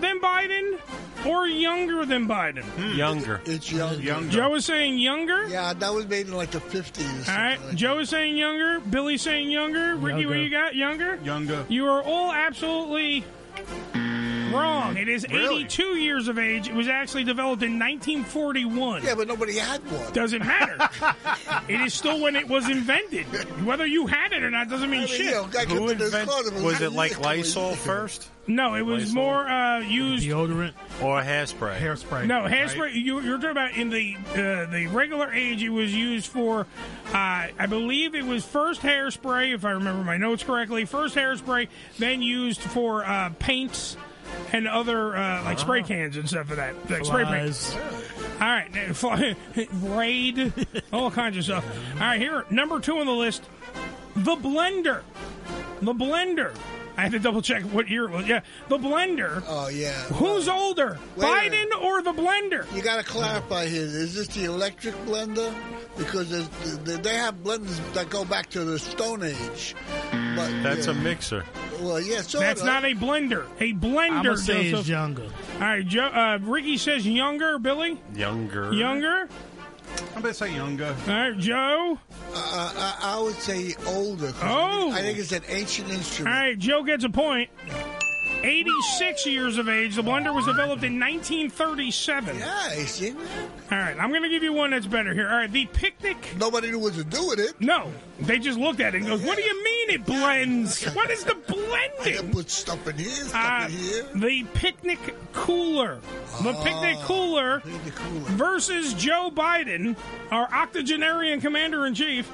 than Biden or younger than Biden? Younger. It's younger. Joe is saying younger. Yeah, that was made in like the fifties. All right. Joe is saying younger. Billy's saying younger. Ricky, what Younger. you got? Younger. Younger. You are all absolutely wrong. It is Really? 82 years of age. It was actually developed in 1941. Yeah, but nobody had one. Doesn't matter. it is still when it was invented. Whether you had it or not doesn't mean I mean, shit. you know, I could Who put this invent- card in my- Was it like Lysol first? No, it was Lysol? more uh, used deodorant or hairspray? Hairspray. No, hairspray. You, you're talking about in the uh, the regular age. It was used for, uh, I believe it was first hairspray, if I remember my notes correctly. First hairspray, then used for uh, paints and other uh, like spray cans and stuff of that, like spray paints. All right, now, fly- raid, all kinds of stuff. All right, here number two on the list, the blender, the blender. I had to double check what year it was. Yeah, the blender. Oh yeah. Who's older, Wait a Biden minute. or the blender? You got to clarify here. Is this the electric blender? Because there's- they they have blenders that go back to the Stone Age. But That's yeah. a mixer. Well, yeah, sort That's of. not a blender. A blender. I'ma say Joseph. it's younger. All right, Joe, uh, Ricky says younger. Billy, Younger. younger. I'm gonna say younger. All right, Joe. Uh, I, I would say older. 'cause I think- Oh. I think it's an ancient All instrument. right, Joe gets a point. 86 years of age. The blender was developed in 1937. Yeah, you see, All right, I'm going to give you one that's better here. All right, the picnic. Nobody knew what to do with it. No, they just looked at it and goes, "What do you mean it blends? What is the blending?" put stuff in here, stuff Uh, in here. Ah, the picnic cooler. The picnic cooler versus Joe Biden, our octogenarian commander in chief.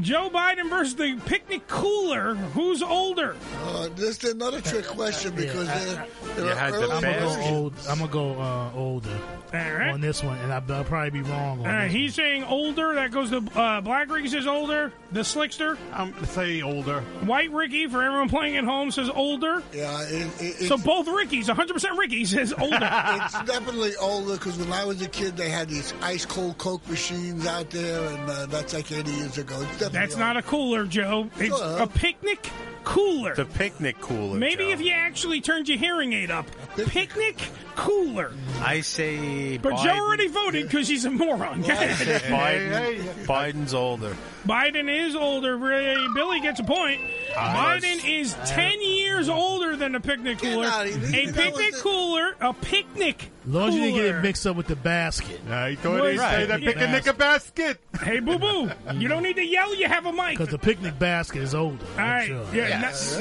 Joe Biden versus the picnic cooler. Who's older? Uh, this is another trick question because there, there are I'm early gonna go versions. old. I'm gonna go uh, older right. on this one, and I, I'll probably be wrong on All right, this. he's saying older. That goes to uh, Black Ricky says older. The Slickster. I'm say older. White Ricky for everyone playing at home says older. Yeah, so both Rickies, 100% Ricky says older. it's definitely older because when I was a kid, they had these ice cold Coke machines out there, and uh, that's like 80 years ago. It's definitely That's not a cooler, Joe. It's Sure. a picnic cooler. The picnic cooler. Maybe Joe. if you actually turned your hearing aid up. Picnic cooler. I say. But Biden. Joe already voted because he's a moron. Go I say ahead. Biden. Biden's older. Biden is older. Ray- Billy gets a point. I- Biden is 10 years older than a picnic cooler. out A of here. That picnic was the- cooler, a picnic As long as you didn't get cooler. it mixed up with the basket. I thought he Right. said a picnic basket. Hey, boo boo. you don't need to yell, you have a mic. Because the picnic basket is older. All right. Yeah, n- Yes.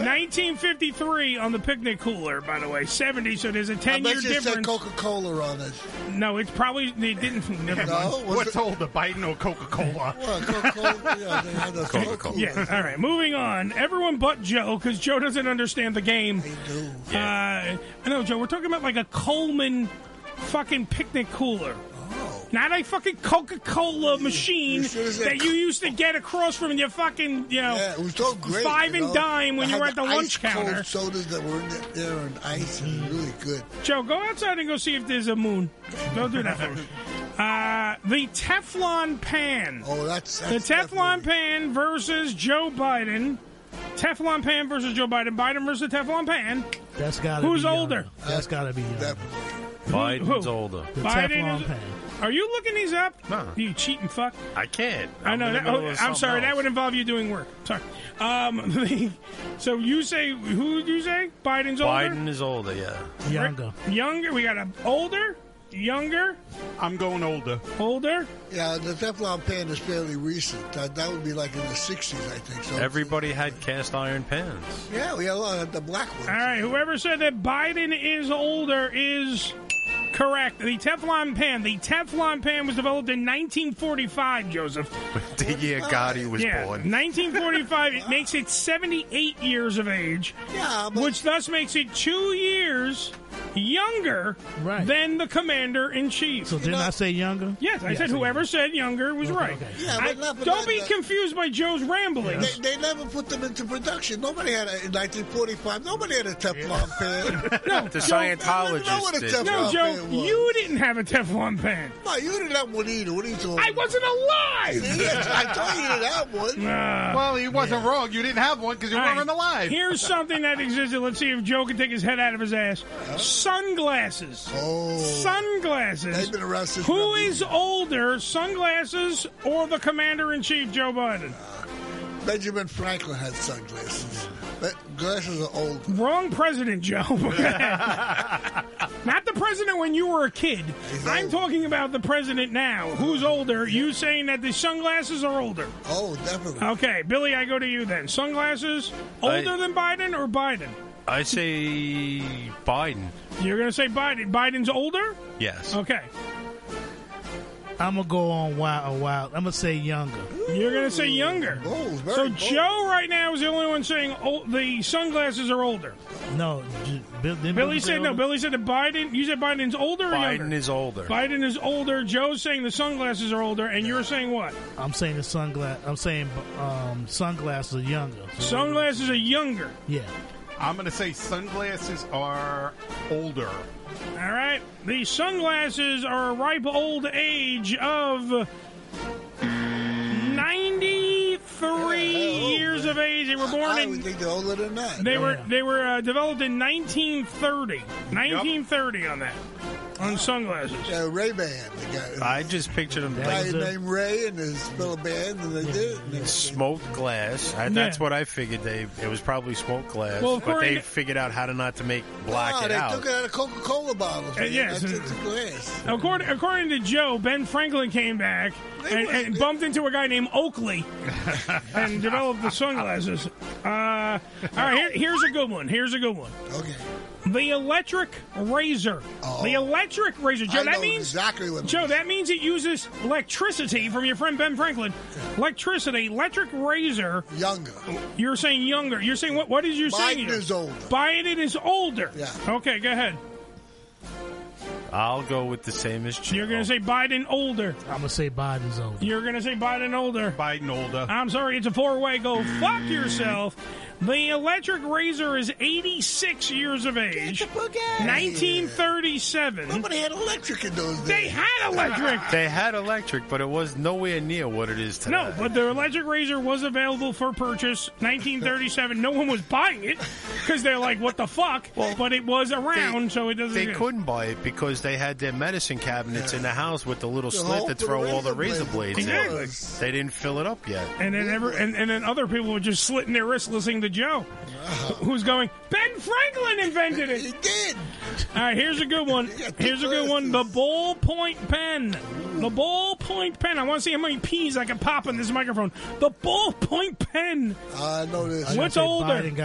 1953 on the picnic cooler, by the way. 70, so there's a I 10 bet year you said difference. Coca Cola on it. No, it's probably, they didn't. Never mind. What's older, Biden or Coca Cola? Well, Coca Cola, yeah, they had those Coca Cola. Yeah. All right. Moving on. Everyone but Joe, because Joe doesn't understand the game. I do. Uh, I know, Joe. We're talking about like a Coleman fucking picnic cooler. Oh. Not a fucking Coca Cola machine should've said that you used to get across from your fucking, you know, Yeah, it was so great. five you and know? dime when They you were had at the, lunch ice counter. Cold sodas that were in the- there and ice and really good. Joe, go outside and go see if there's a moon. Don't do that for me. Uh, the Teflon pan. Oh, that's, the that's Teflon pan versus Joe Biden. Teflon pan versus Joe Biden. Biden versus the Teflon pan. That's gotta. Who's be uh, older? Younger. That's gotta be younger. Biden's older. Biden is, Are you looking these up? No. You cheating fuck. I can't. I I'm know. in the That, middle oh, of I'm something sorry. That else. would involve you doing work. Sorry. Um, the- so you say who would you say? Biden's older. Biden is older. Yeah. Younger. Younger. We got a older, younger. I'm going older. Older? Yeah, the Teflon pan is fairly recent. Uh, That, that would be like in the 60s, I think. So Everybody had cast iron pans. Yeah, we had a lot of the black ones. All right. Whoever said that Biden is older is correct. The Teflon pan. The Teflon pan was developed in 1945. Joseph. The year Gotti was yeah, born. 1945. it makes it 78 years of age, which thus makes it two years younger than the commander in chief. So didn't I say younger? Yes, I Yeah, said so whoever said younger was Okay, right. okay. Yeah, but I- not- but don't not- be not- confused by Joe's ramblings. They, they never put them into production. Nobody had a, in 1945. Nobody had a Teflon pan. No, The Joe- Scientologists No, what a did. Teflon No, pan Joe, was. you didn't have a Teflon pan. No, you didn't have one either. What are you talking? I wasn't alive. See, I told you you didn't have one. well, he wasn't wrong. You didn't have one because you Uh, All right, weren't alive. Here's something that existed. Let's see if Joe can take his head out of his ass. Sunglasses. Oh. Sunglasses. They've been around since Who is older, sunglasses or the commander in chief, Joe Biden? Benjamin Franklin had sunglasses. But glasses are old. Wrong president, Joe. Not the president when you were a kid. I'm talking about the president now. Who's older? You saying that the sunglasses are older? Oh, definitely. Okay, Billy, I go to you then. Sunglasses I- older than Biden or Biden? I say Biden. You're going to say Biden. Biden's older? Yes. Okay. I'm gonna go on wild, wild. Oh, I'm gonna say younger. You're going to say younger. very so bold. Joe right now is the only one saying oh, the sunglasses are older. No, j- Bill, didn't Billy say said no. older? Billy said that Biden. You said Biden's older. Or Biden younger? is older. Biden is older. Joe's saying the sunglasses are older, and you're saying what? I'm saying the sunglass. I'm saying um, sunglasses are younger. Sunglasses are younger. Yeah. I'm going to say sunglasses are older. All right. The sunglasses are a ripe old age of. 93 years of age. They were born oh, I in would think they're older than that. They were they were uh, developed in 1930. 1930 on that. On sunglasses. Yeah, Ray Ban. I just pictured him Guy like named Ray and his fellow band, and they did. it. And they- smoked glass. I, That's what I figured. They it was probably smoked glass, Well, but according they to- figured out how to not to make black Ah, it they out. took it out of Coca-Cola bottles. Uh, man. yes. That's it's a glass. According, according to Joe, Ben Franklin came back and, and bumped into a guy named Oakley and developed the sunglasses. Uh, all right, here, here's a good one. Here's a good one. Okay. The electric razor. The electric razor. Joe, I that know means exactly what it Joe, that means it uses electricity from your friend Ben Franklin. Electricity, electric razor. Younger. You're saying younger. You're saying what? What is you saying? Biden here? is older. Biden is older. Yeah. Okay, go ahead. I'll go with the same as Joe. You're going to say Biden older. I'm gonna say Biden's older. You're going to say Biden older. Biden older. I'm sorry, it's a four way. Go fuck yourself. The electric razor is 86 years of age. 1937. Nobody had electric in those days. They had electric. they had electric, but it was nowhere near what it is today. No, but the electric razor was available for purchase 1937. No one was buying it because they're like, what the fuck? but it was around, so it doesn't. They exist. couldn't buy it because they had their medicine cabinets in the house with the little The slit hole to for the throw all the razor razor blades. blades Exactly. in. They didn't fill it up yet. And then ever, and, and then other people were just slitting their wrists listening to Joe, who's going, Ben Franklin invented it. He did. All right, here's a good one. Here's a good one. The ballpoint pen. The ballpoint pen. I want to see how many P's I can pop in this microphone. The ballpoint pen. I know this. What's older? Biden,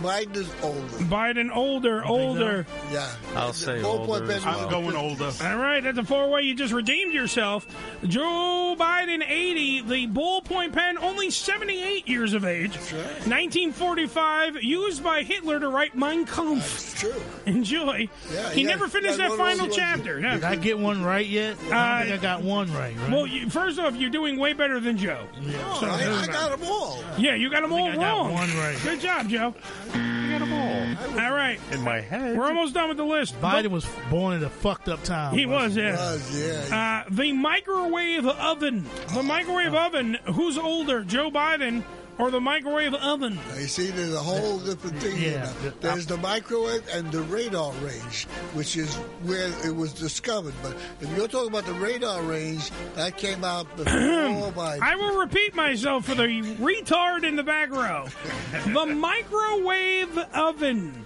Biden is older. Biden older, older. Yeah. I'll say older as well. older. All right, that's a four way. You just redeemed yourself. Joe Biden, 80, the ballpoint pen, only 78 years of age. 1945, used by Hitler to write Mein Kampf. true. Enjoy. Yeah, he yeah. never finished Like that one of final those- chapter. Yeah. Did I get one right yet? I Uh, don't think I got one right. right? Well, you, first off, you're doing way better than Joe. Yeah, Oh, I, I got them all. yeah you got them all I got wrong. one right. Good job, Joe. You got them all. All right. In my head. We're almost done with the list. Biden was born at a fucked up time. He was, wasn't yeah. Oh. Uh, the microwave oven. The microwave oven. Who's older, Joe Biden or the microwave oven. You see, there's a whole different thing. here Yeah. now. There's the microwave and the radar range, which is where it was discovered. But if you're talking about the radar range, that came out before my I will repeat myself for the retard in the back row. The microwave oven.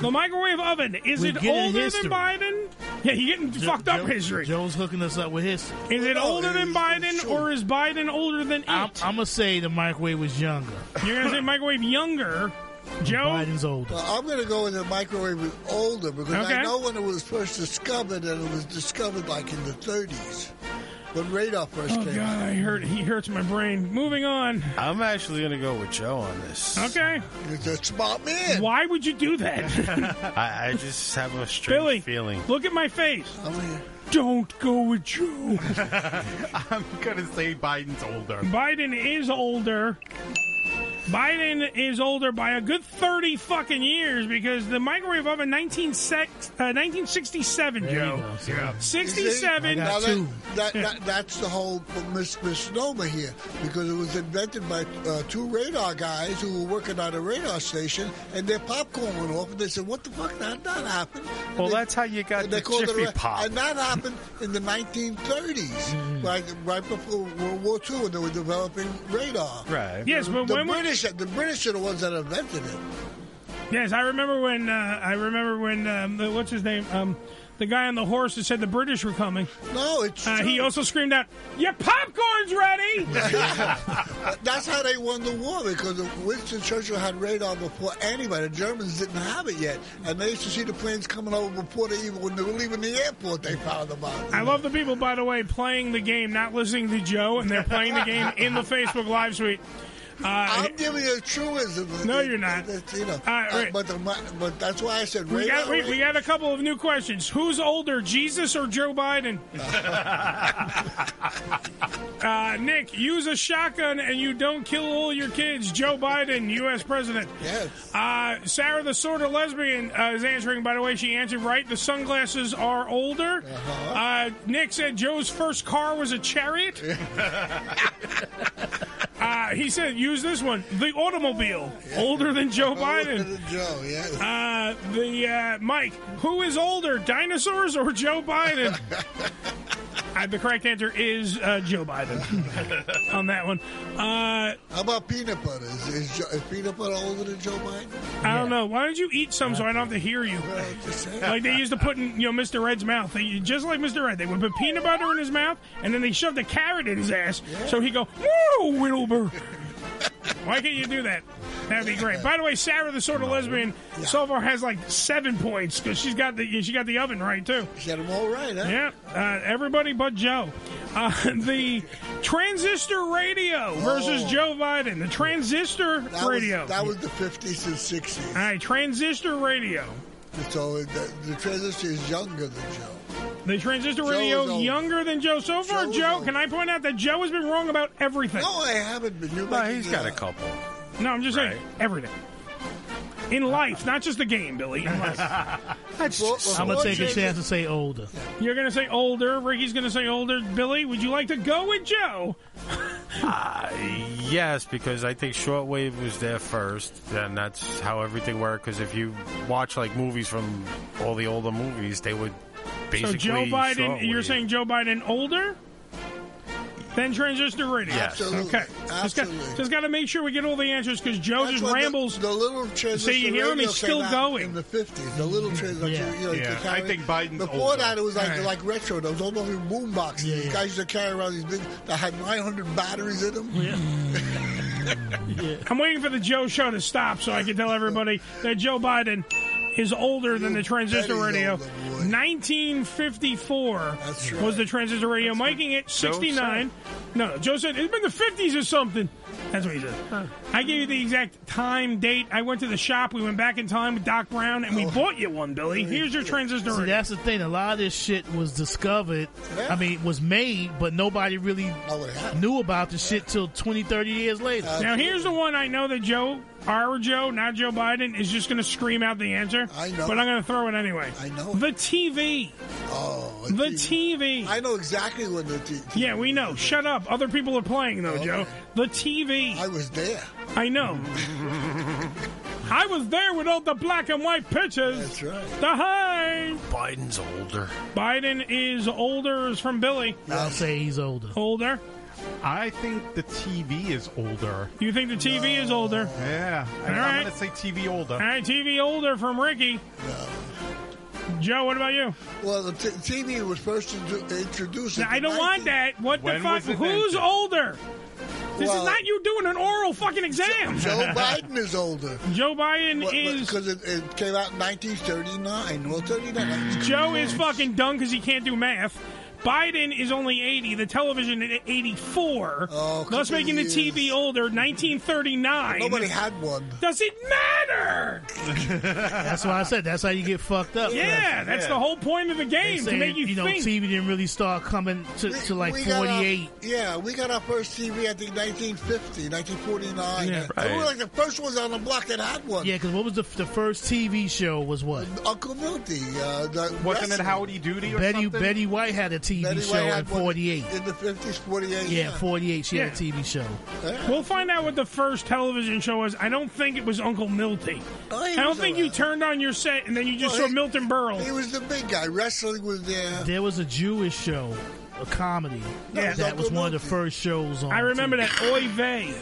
The microwave oven. Is We it get in older history. than Biden? Yeah, you're getting Jo- fucked up Jo- history. Joe's hooking us up with history. Is it older than Biden, or is Biden older than it? I'm, I'm gonna say the microwave was younger. You're gonna say microwave younger. Joe Biden's older. Well, I'm going to go in the microwave with older because Okay. I know when it was first discovered, and it was discovered like in the 30s when radar first Oh came god, out. I hurt. He hurts my brain. Moving on. I'm actually going to go with Joe on this. Okay. You're a smart man. Why would you do that? I, I just have a strange Billy, feeling. look at my face. here. Don't go with Joe. I'm gonna say Biden's older. Biden is older. Biden is older by a good 30 fucking years because the microwave oven 19 sec- uh, 1967, Joe. Yeah. You 67. see? Now that- that- that- that's the whole mis- misnomer here because it was invented by uh, two radar guys who were working on a radar station, and their popcorn went off, and they said, "What the fuck? That that happened." And Well, they- that's how you got and they the called it a Jiffy ra- Pop. Mm. and that happened in the 1930s, right right before World War II, when they were developing radar. Right. Yes, the, but the when we- British the British are the ones that invented it. Yes, I remember when uh, I remember when um, the, what's his name um, the guy on the horse that said the British were coming. No, it's uh, he true. also screamed out, "Your popcorn's ready!" That's how they won the war because Winston Churchill had radar before anybody. The Germans didn't have it yet, and they used to see the planes coming over before they even when they were leaving the airport. They found them out. I love the people, by the way, playing the game, not listening to Joe, and they're playing the game in the Facebook Live suite. Uh, I'm giving you a truism. No, you're not. That's, you know, right, uh, right. but the, mi- but that's why I said we radar. got we, we got a couple of new questions. Who's older, Jesus or Joe Biden? uh, Nick, use a shotgun and you don't kill all your kids. Joe Biden, U.S. president. Yes. Uh, Sarah, the sort of lesbian, uh, is answering. By the way, she answered right. The sunglasses are older. Uh-huh. Nick said Joe's first car was a chariot. uh, he said, use this one, the automobile, older than Joe Biden. Joe, yeah. Uh, the uh, Mike, who is older, dinosaurs or Joe Biden? uh, the correct answer is uh, Joe Biden on that one. Uh, How about peanut butter? Is, is, Jo- is peanut butter older than Joe Biden? I don't know. Why don't you eat some so I don't have to hear you? Like they used to put in, you know, Mr. Red's mouth. They, just like Mr. Red, they would put peanut butter in his mouth, and then they shoved a carrot in his ass, so he go, "Whoa, Wilbur!" Why can't you do that? That'd be great. By the way, Sarah, the sort of lesbian, so far has like seven points because she's got the she got the oven right too. She got them all right, huh? Yeah, uh, everybody but Joe. Uh, the transistor radio versus Oh. Joe Biden. The transistor That radio. Was, that was the 50s and 60s. All right, transistor radio. So uh, the, the transistor is younger than Joe. The transistor Joe radio is old. younger than Joe. So far, Joe is Joe, old. can I point out that Joe has been wrong about everything? No, I haven't been. You're No, making he's it got a up. couple. No, I'm just saying everything. In life, not just the game, Billy. In life. Well, I'm gonna before take a Jason- chance and say older. You're going to say older. Ricky's going to say older. Billy, would you like to go with Joe? Yes, because I think shortwave was there first, and that's how everything worked. Because if you watch like movies from all the older movies, they would basically. so Joe Biden, you're shortwave. saying Joe Biden older than transistor radio? Yes. Absolutely. Okay. Just got, Absolutely. just got to make sure we get all the answers because Joe That's just why the- rambles. The, little transistor. See, you hear him? radio He's still came out going. In the 50s. The little transistor. Yeah. you know, you Yeah. could carry- I think Biden's Before older. that, it was like All right. like retro. There was almost like boom boxes. Yeah, yeah. These guys used to carry around these big that had 900 batteries in them. Mm. I'm waiting for the Joe show to stop so I can tell everybody that Joe Biden is older than the transistor bet he's radio. older, boy. 1954 That's was right. the transistor radio, making it 69. No, no, Joe said it's been the 50s or something. That's what he said. Uh, I gave you the exact time, date. I went to the shop. We went back in time with Doc Brown, and we Oh. bought you one, Billy. Here's your transistor See, radio. that's the thing. A lot of this shit was discovered. I mean, was made, but nobody really Oh, it happened. Uh, knew about the shit till 20, 30 years later. Now here's the one I know that Joe, our Joe, not Joe Biden, is just going to scream out the answer. I know. but I'm going to throw it anyway. I know. the TV, Oh, the TV. I know exactly when the TV. yeah, we know. Shut up. Other people are playing though, Joe. The TV. I was there. I know. I was there with all the black and white pictures. That's right. The hey. Biden's older. Biden is older is from Billy. I'll say he's older. Older. I think the TV is older. You think the TV is older? Yeah. I- All I'm right. going to say TV older. All right, TV older from Ricky. Joe, what about you? Well, the t- TV was first introdu- introduced. Now, in I don't 19 want that. What the When fuck? was it Who's invented? older? This Well- is not you doing an oral fucking exam. Joe Biden is older. Joe Biden is- because it, it came out in 1939. Well, 39. Joe is fucking dumb because he can't do math. Biden is only 80. The television at 84. Oh, thus making the TV older. 1939. Nobody had one. Does it matter? That's why I said that's how you get fucked up. Yeah, that's the whole point of the They game to say, make you, know, think. TV didn't really start coming to, to like We got uh, our- 48. yeah, we got our first TV, I think, 1950, 1949. And we Yeah. were like Right. the first ones on the block that had one. Yeah, because what was the, the first TV show was what? Uncle Milty. Uh, the Wasn't it wrestling. Howdy Doody or Betty something? Betty White had a TV Betty show White in had one 48. In the 50s, 48. Yeah, 48 she Yeah. had a TV show. We'll find out what the first television show was. I don't think it was Uncle Milty. Oh, he I don't was think you turned on your set and then you just Well, saw Milton Berle. He was the big guy. Wrestling was there. There was a Jewish show, a comedy. No, it was that was Uncle one of the first shows on. I remember TV. that Oy Vey.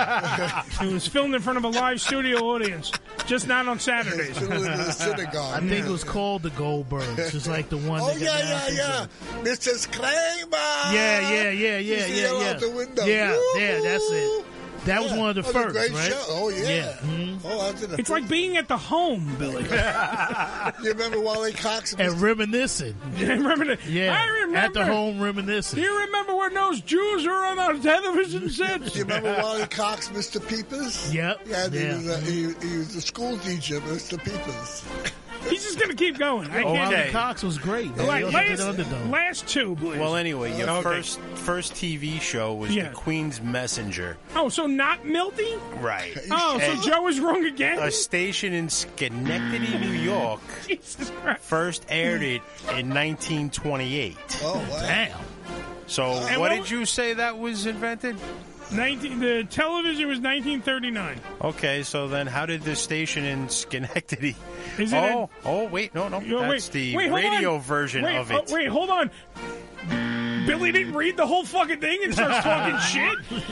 it was filmed in front of a live studio audience, just not on Saturdays. I think it was called the Goldbergs. It's like the one. Oh, that got yeah, yeah, down to yeah. Mrs. Kramer. Yeah, yeah, yeah, You yeah, see yeah, her yeah. out the window. Yeah, Woo-hoo. yeah, that's it. That was Yeah. one of the That was a first, great right? show. Oh, yeah. Mhm. Oh, that's in the It's like being at the home, Billy. you remember Wally Cox? And reminiscing. You remember that? Yeah, I remember. at the home reminiscing. You remember when those Jews were on our television sets? Do you remember Wally Cox, Mr. Peepers? Yep. Yeah, Yeah. He, was a, he, he was a school teacher, Mr. Peepers. He's just gonna keep going. I Oh, can't. Wally Cox was great. man. All right, He was a good last, underdog. last two, please. Well, anyway, your Okay. first first TV show was Yeah. The Queen's Messenger, Oh, so not Milty? right? Oh, And so Joe is wrong again? A station in Schenectady, New York, Jesus Christ. first aired it in 1928. Oh, wow. damn! So, And what what did you say that was invented? 19, the television was 1939. Okay, so then how did the station in Schenectady? Is it oh, oh, wait, no, no, Yo, that's the wait, hold radio on. version Wait, of oh, it. wait, hold on. Billy didn't read the whole fucking thing and starts talking shit.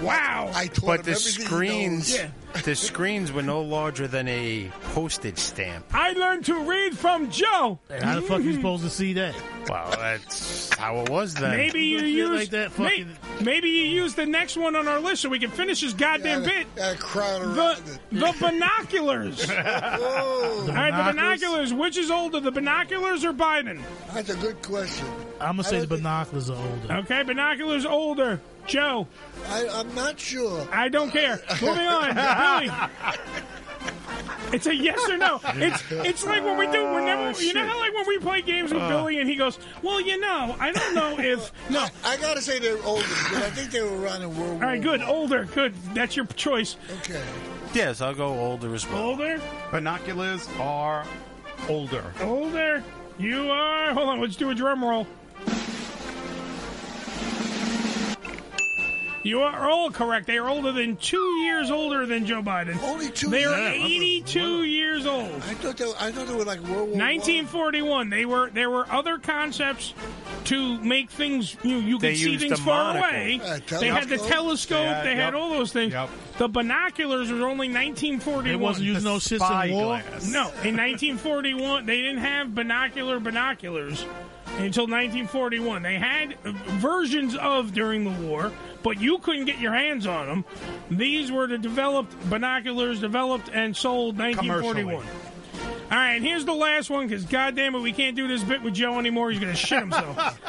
Wow! I told but him the everything he screens, knows. the screens were no larger than a postage stamp. I learned to read from Joe. And How the fuck Mm. you supposed to see that? Wow, that's how it was then. Maybe you Shit use like that fucking- may- maybe you use the next one on our list so we can finish this goddamn bit. That crowd The around it. the binoculars. Oh, All right, binoculars? the binoculars. Which is older, the binoculars or Biden? that's a good question. I'm gonna I say the don't think- binoculars are older. Okay, binoculars older. Joe, I, I'm not sure. I don't care. Moving on, Billy. It's a yes or no. It's it's like when we do. We're never. you know how like when we play games with Billy and he goes, "Well, you know, I don't know if no." I gotta say they're older because I think they were around in World All right, good. Older, good. That's your choice. Okay. Yes, I'll go older as well. Older, Binoculars are older. older. You are. Hold on. Let's do a drum roll. You are all correct. They are older than two years older than Joe Biden. Only two. They are years. 82 years old. I thought they were, I thought they were like World War 1941. They were there were other concepts to make things you you They could see used things the far monocle. away. Uh, they had the telescope. telescope. Yeah, they had yep. all those things. Yep. The binoculars was only 1941. They wasn't using no shits spy in war. glass. No, in 1941 they didn't have binocular binoculars until 1941. They had uh, versions of during the war, but you couldn't get your hands on them. These were the developed binoculars, developed and sold 1941. Commercially. All right, and here's the last one because goddamn it, we can't do this bit with Joe anymore. He's gonna shit himself.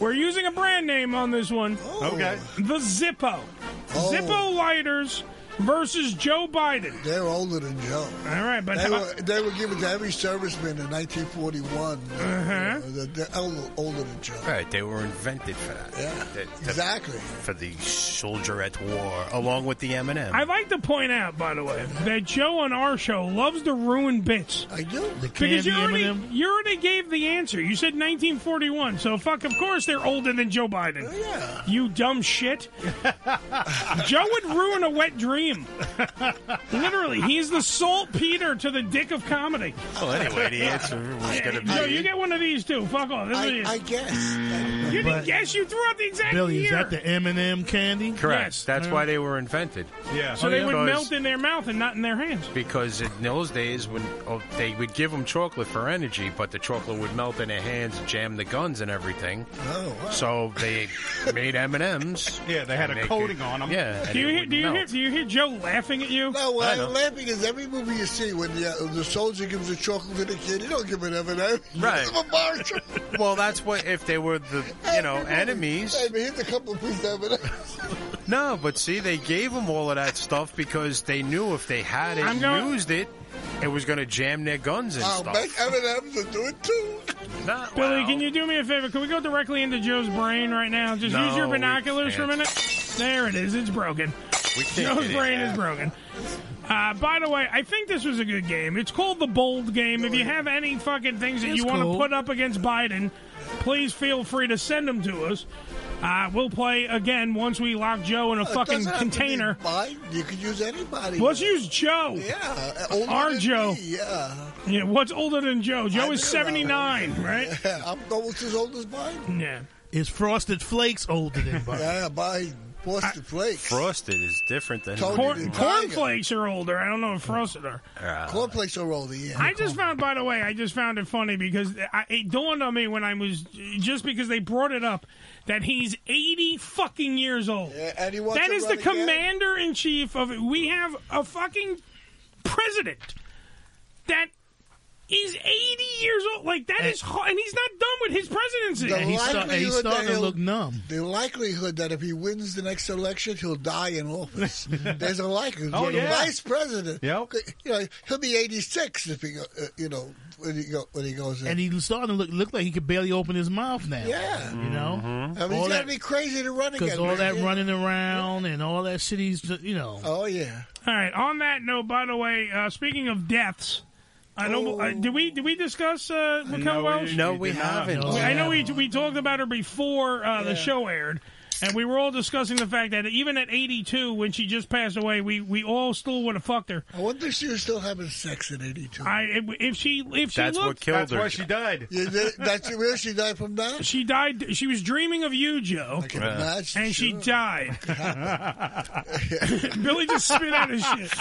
We're using a brand name on this one. Okay. Oh. The Zippo. Zippo lighters versus Joe Biden. They're older than Joe. All right, but They how- were, they were given to every serviceman in 1941. Uh-huh. they're, they're elder, older than Joe. Right, they were invented for that. Yeah, exactly. For the soldier-at war, along with the M&M. I'd like to point out, by the way, that Joe on our show loves to ruin bits. I do. Because candy you already, M&M? you already gave the answer. You said 1941, so fuck, of course they're older than Joe Biden. Yeah. You dumb shit. Joe would ruin a wet dream. Literally, he is the saltpeter to the dick of comedy. Well, Oh, anyway, the answer was going to be. Joe, you get one of these too. Fuck off. This is it. I guess. You didn't guess. You threw out the exact Billy, is year. that the M&M candy? Correct. That's Yeah. why they were invented. Yeah. so Oh, they would Because- melt in their mouth and not in their hands. Because in those days, when oh, they would give them chocolate for energy, but the chocolate would melt in their hands, jam the guns and everything. Oh, So they made M and M's. Yeah, they had a coating on 'em. Yeah. and Do you it hear? would Do you melt. hear? Do you hear Joe laughing at you? No, I what know. I'm laughing is every movie you see when the, uh, the soldier gives a chocolate to the kid, he don't give it ever that. Right. Give him a bar of chocolate. Well, that's what if they were the you know enemies. Hey, man, here's a couple of pieces of it. No, but see, they gave them all of that stuff because they knew if they had it, I'm going- used it, it was going to jam their guns and I'll stuff. make M&M's and do it too. Not- Billy, well, can you do me a favor? Can we go directly into Joe's brain right now? Just No, use your we binoculars for a can't. minute. There it is. It's broken. We can't Joe's get it. brain is broken. Uh, by the way, I think this was a good game. It's called the Bold Game. If you have any fucking things that It's you want cool. to put up against Biden, please feel free to send them to us. Uh, we'll play again once we lock Joe in a It fucking doesn't have to be container. Biden. You could use anybody. Let's use Joe. Yeah, uh, older Our than Joe. me, yeah. Yeah, what's older than Joe? Joe I've is been around. 79, right? I'm almost as old as Biden. Yeah. Is Frosted Flakes older than Biden? Yeah, Biden. Frosted Flakes. frosted is different than Tony Corn, the Tiger. cornflakes are older. I don't know if frosted are. Ah, Cornflakes are older, yeah. I just found, by the way, I just found it funny because I, it dawned on me when I was just because they brought it up that he's eighty fucking years old. Yeah, and he wants that to is run the again? commander in chief of it. We have a fucking president that is eighty years old. Like that is, ho and he's not done with his presidency. The And he's, sta- and he's likelihood that starting to he'll- look numb. The likelihood that if he wins the next election, he'll die in office. There's a likelihood. Oh, You're the yeah. vice president. Yep. You know, he'll be 86 if he, go, uh, you know, when he, go, when he goes in. And he's starting to look, look like he could barely open his mouth now. yeah. You know? I mean, all he's got to that be crazy to run again. Because all man. that Yeah. running around and all that shit, he's, ju- you know. Oh, yeah. All right. On that note, by the way, uh, speaking of deaths, I know. Uh, did we did we discuss uh, Raquel Welch? No, we did not. haven't. No. I know we we talked about her before uh, the show aired, and we were all discussing the fact that even at 82, when she just passed away, we, we all still would have fucked her. I wonder if she was still having sex at 82. I if she if she That's what looked, killed That's her. why she died. Yeah, that- that's real. She died from that? she died. She was dreaming of you, Joe, I can imagine. and she sure. died. Billy just spit out his shit.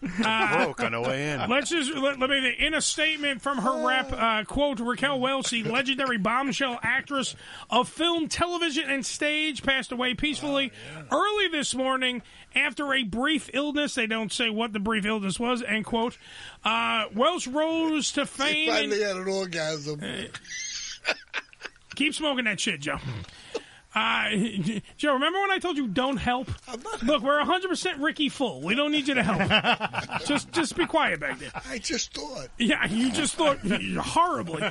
broke on the way in. Let's just let, let me in a statement from her rep uh, quote Raquel Welcy, legendary bombshell actress of film, television, and stage, passed away peacefully early this morning after a brief illness. They don't say what the brief illness was. End quote. Uh, Welsh rose to She fame. and- Uh, finally had an orgasm. Keep smoking that shit, Joe. Uh, Joe, remember when I told you don't help? Look, we're 100% Ricky full. We don't need you to help. just just be quiet back there. I just thought. Yeah, you just thought horribly.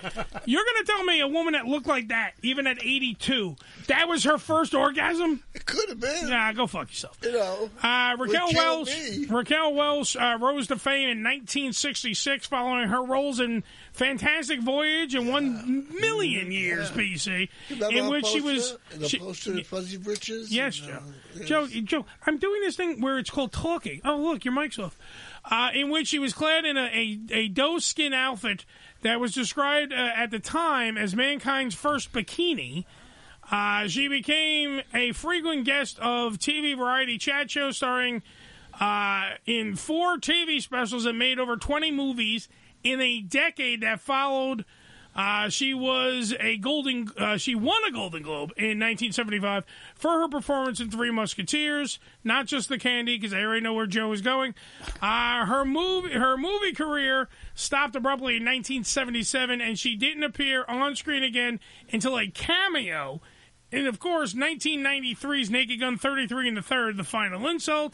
You're going to tell me a woman that looked like that, even at 82, that was her first orgasm? It could have been. Nah, go fuck yourself. You know. Uh, Raquel Would kill Welch. me. Raquel Welch uh, rose to fame in 1966 following her roles in Fantastic Voyage and One Million Years BC, Remember in our which she poster? was. the she- poster in Fuzzy Britches. Yes, And, Joe. uh, yes. Joe, Joe, I'm doing this thing where it's called talking. Oh, look, your mic's off. Uh, in which she was clad in a, a, a doe skin outfit that was described uh, at the time as mankind's first bikini. Uh, she became a frequent guest of TV variety chat shows, starring uh, in four TV specials and made over 20 movies in a decade that followed. Uh, she was a golden. Uh, she won a Golden Globe in 1975 for her performance in Three Musketeers. Not just the candy, because I already know where Joe is going. Uh, her movie, her movie career stopped abruptly in 1977, and she didn't appear on screen again until a cameo and of course, 1993's Naked Gun 33 and the Third, the final insult.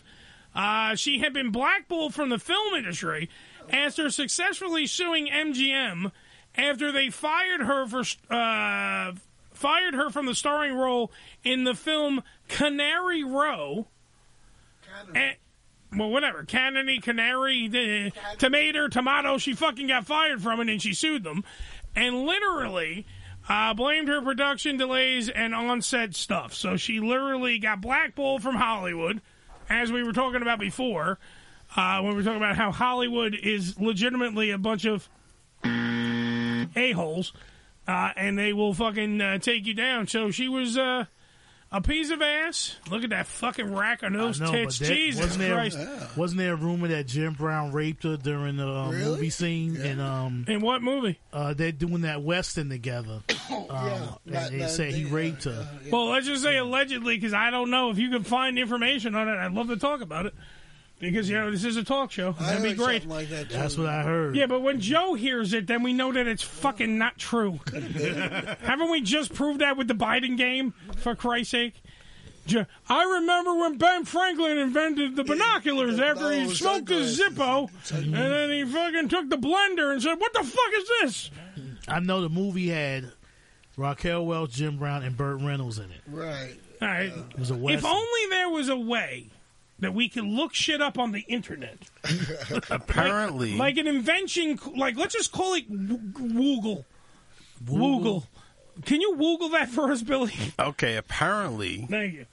Uh, she had been blackballed from the film industry after successfully suing MGM after they fired her for uh, fired her from the starring role in the film Canary Row. And- Eh, well, whatever. Canary, canary, the, tomato, tomato. She fucking got fired from it, and she sued them, and literally uh, blamed her production delays and on-set stuff. So she literally got blackballed from Hollywood, as we were talking about before, uh, when we were talking about how Hollywood is legitimately a bunch of a holes, uh, and they will fucking uh, take you down. So she was uh, a piece of ass. Look at that fucking rack on those No, tits. but that- Jesus wasn't there, Christ! Wasn't there a rumor that Jim Brown raped her during the um, movie scene? And um, in what movie? Uh, they're doing that western together. Um, that- and they that- said he raped uh, her. Well, let's just say allegedly, because I don't know if you can find information on it. I'd love to talk about it because you know this is a talk show. That'd be heard great. something like that, too. That's what I heard. Yeah, but when Joe hears it, then we know that it's fucking not true. Haven't we just proved that with the Biden game? For Christ's sake. Jo- I remember when Ben Franklin invented the binoculars after he smoked his Zippo, and then he fucking took the blender and said, "What the fuck is this?" I know the movie had Raquel Welch, Jim Brown, and Burt Reynolds in it. Right. All right. It was a if western. only there was a way that we could look shit up on the internet. Apparently, like an invention, like let's just call it w- Woogle. Woogle. Can you Woogle that for us, Billy? okay. Apparently, Thank you.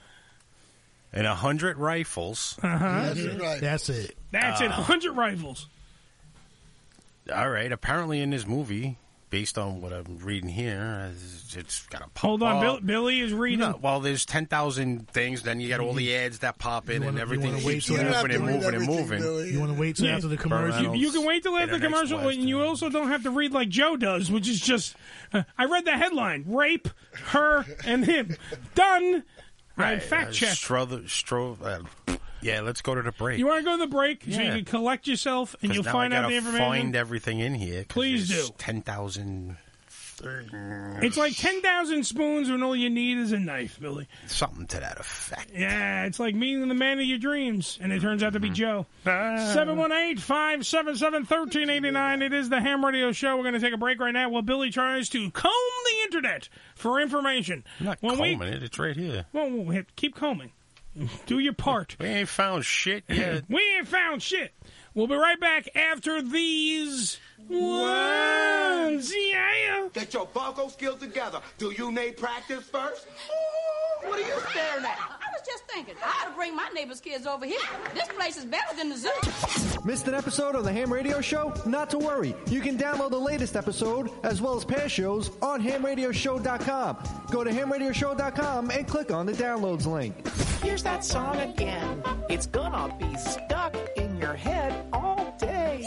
in a hundred rifles. Uh-huh. That's right. That's it. Ah. That's it. Uh, 100 rifles. All right. Apparently, in this movie, based on what I'm reading here, it's- it's got a pop Hold Uh, on, up. Bill, Billy is reading. No, well, there's ten thousand things. Then you got all the ads that pop in, and everything keeps moving and moving and moving. You want to wait till Yeah. after the Burt commercial? You, you can wait till after the Internet commercial, and you also don't have to read like Joe does, which is just uh, I read the headline: rape her and him. Done. I uh, fact check. Strother, stro, uh, yeah, let's go to the break. You want to go to the break so you Yeah. can collect yourself and 'Cause you'll now find I out gotta the information. Find everything in here. Please do. Ten thousand. It's like 10,000 spoons when all you need is a knife, Billy. something to that effect. Yeah, it's like meeting the man of your dreams, and it turns out to be Mm-hmm. Joe. Ah. 718 577 1389. It is the Ham Radio Show. We're going to take a break right now while Billy tries to comb the internet for information. Not when combing we, it. It's right here. Well, we have- keep combing. Do your part. We ain't found shit yet. we ain't found shit. We'll be right back after these words. Yeah. Get your Bonko skills together. Do you need practice first? Ooh, what are you staring at? I was just thinking, I ought to bring my neighbor's kids over here. This place is better than the zoo. Missed an episode of the Ham Radio Show? Not to worry. You can download the latest episode as well as past shows on hamradioshow.com. Go to hamradioshow.com and click on the downloads link. Here's that song again. It's gonna be stuck in your head all day.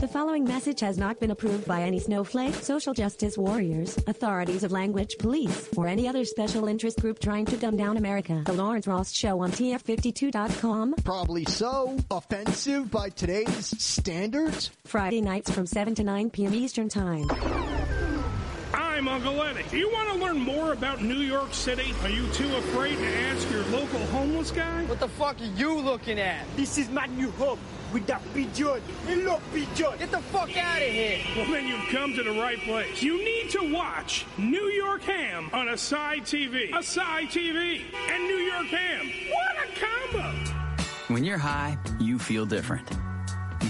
The following message has not been approved by any snowflake, social justice warriors, authorities of language police, or any other special interest group trying to dumb down America. The Lawrence Ross Show on TF52.com. Probably so. Offensive by today's standards. Friday nights from 7 to 9 p.m. Eastern Time. I'm Uncle Eddie. Do you want to learn more about New York City? Are you too afraid to ask your local homeless guy? What the fuck are you looking at? This is my new home with that pigeon. Hey, look, pigeon. Get the fuck out of here. Well, then you've come to the right place. You need to watch New York Ham on Asai TV. Asai TV and New York Ham. What a combo! When you're high, you feel different. You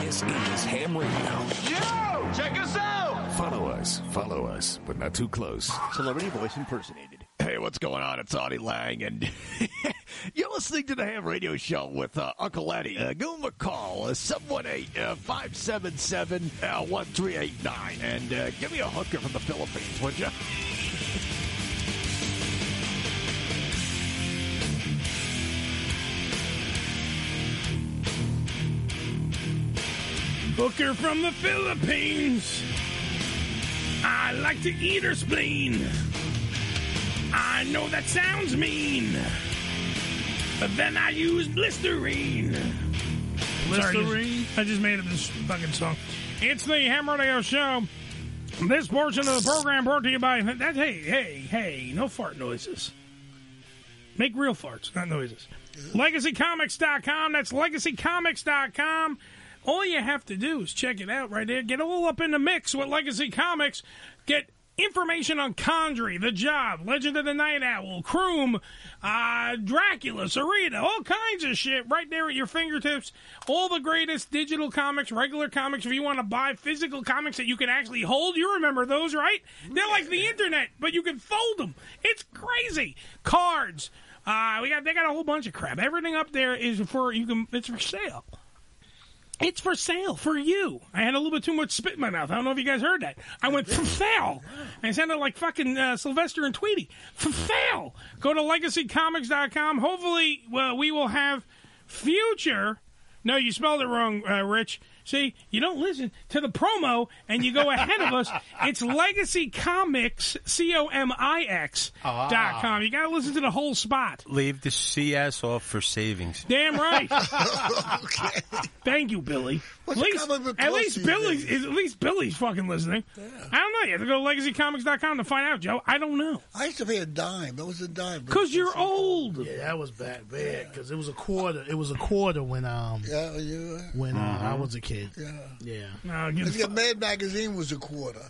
This is Ham Radio. Yo, check us out. Follow us, follow us, but not too close. Celebrity voice impersonated. Hey, what's going on? It's Audie Lang, and you're listening to the Ham Radio Show with uh, Uncle Eddie. Uh, give him a call, uh, 718-577-1389, and uh, give me a hooker from the Philippines, would you? Hooker from the Philippines. I like to eat her spleen. I know that sounds mean, but then I use blisterine. Sorry, I just- I just made up this fucking song. It's the Ham Radio Show. This portion of the program brought to you by that. Hey, hey, hey! No fart noises. Make real farts, not noises. LegacyComics.com. That's LegacyComics.com. All you have to do is check it out right there. Get all up in the mix with Legacy Comics. Get information on Condry, The Job, Legend of the Night Owl, Croom, uh, Dracula, Sarita, all kinds of shit right there at your fingertips. All the greatest digital comics, regular comics. If you want to buy physical comics that you can actually hold, you remember those, right? They're like the internet, but you can fold them. It's crazy. Cards. Uh, we got they got a whole bunch of crap. Everything up there is for you can. It's for sale. It's for sale for you. I had a little bit too much spit in my mouth. I don't know if you guys heard that. I went for sale. I sounded like fucking uh, Sylvester and Tweety. For sale. Go to legacycomics.com. Hopefully, well, we will have future. No, you spelled it wrong, uh, Rich. See, you don't listen to the promo and you go ahead of us. It's Legacy Comics, C O M I X dot com. You got to listen to the whole spot. Leave the CS off for savings. Damn right. Thank you, Billy. What's at least, common with at Bill least these Billy's is, at least Billy's fucking listening. I don't know. You have to go to legacycomics.com to find out, Joe. I don't know. I used to pay a dime. That was a dime. Because you're old. Yeah, that was back bad because it was a quarter. It was a quarter when um Yeah, you, uh, when uh, I was a kid. Yeah. Yeah. Like the Mad Magazine was a quarter.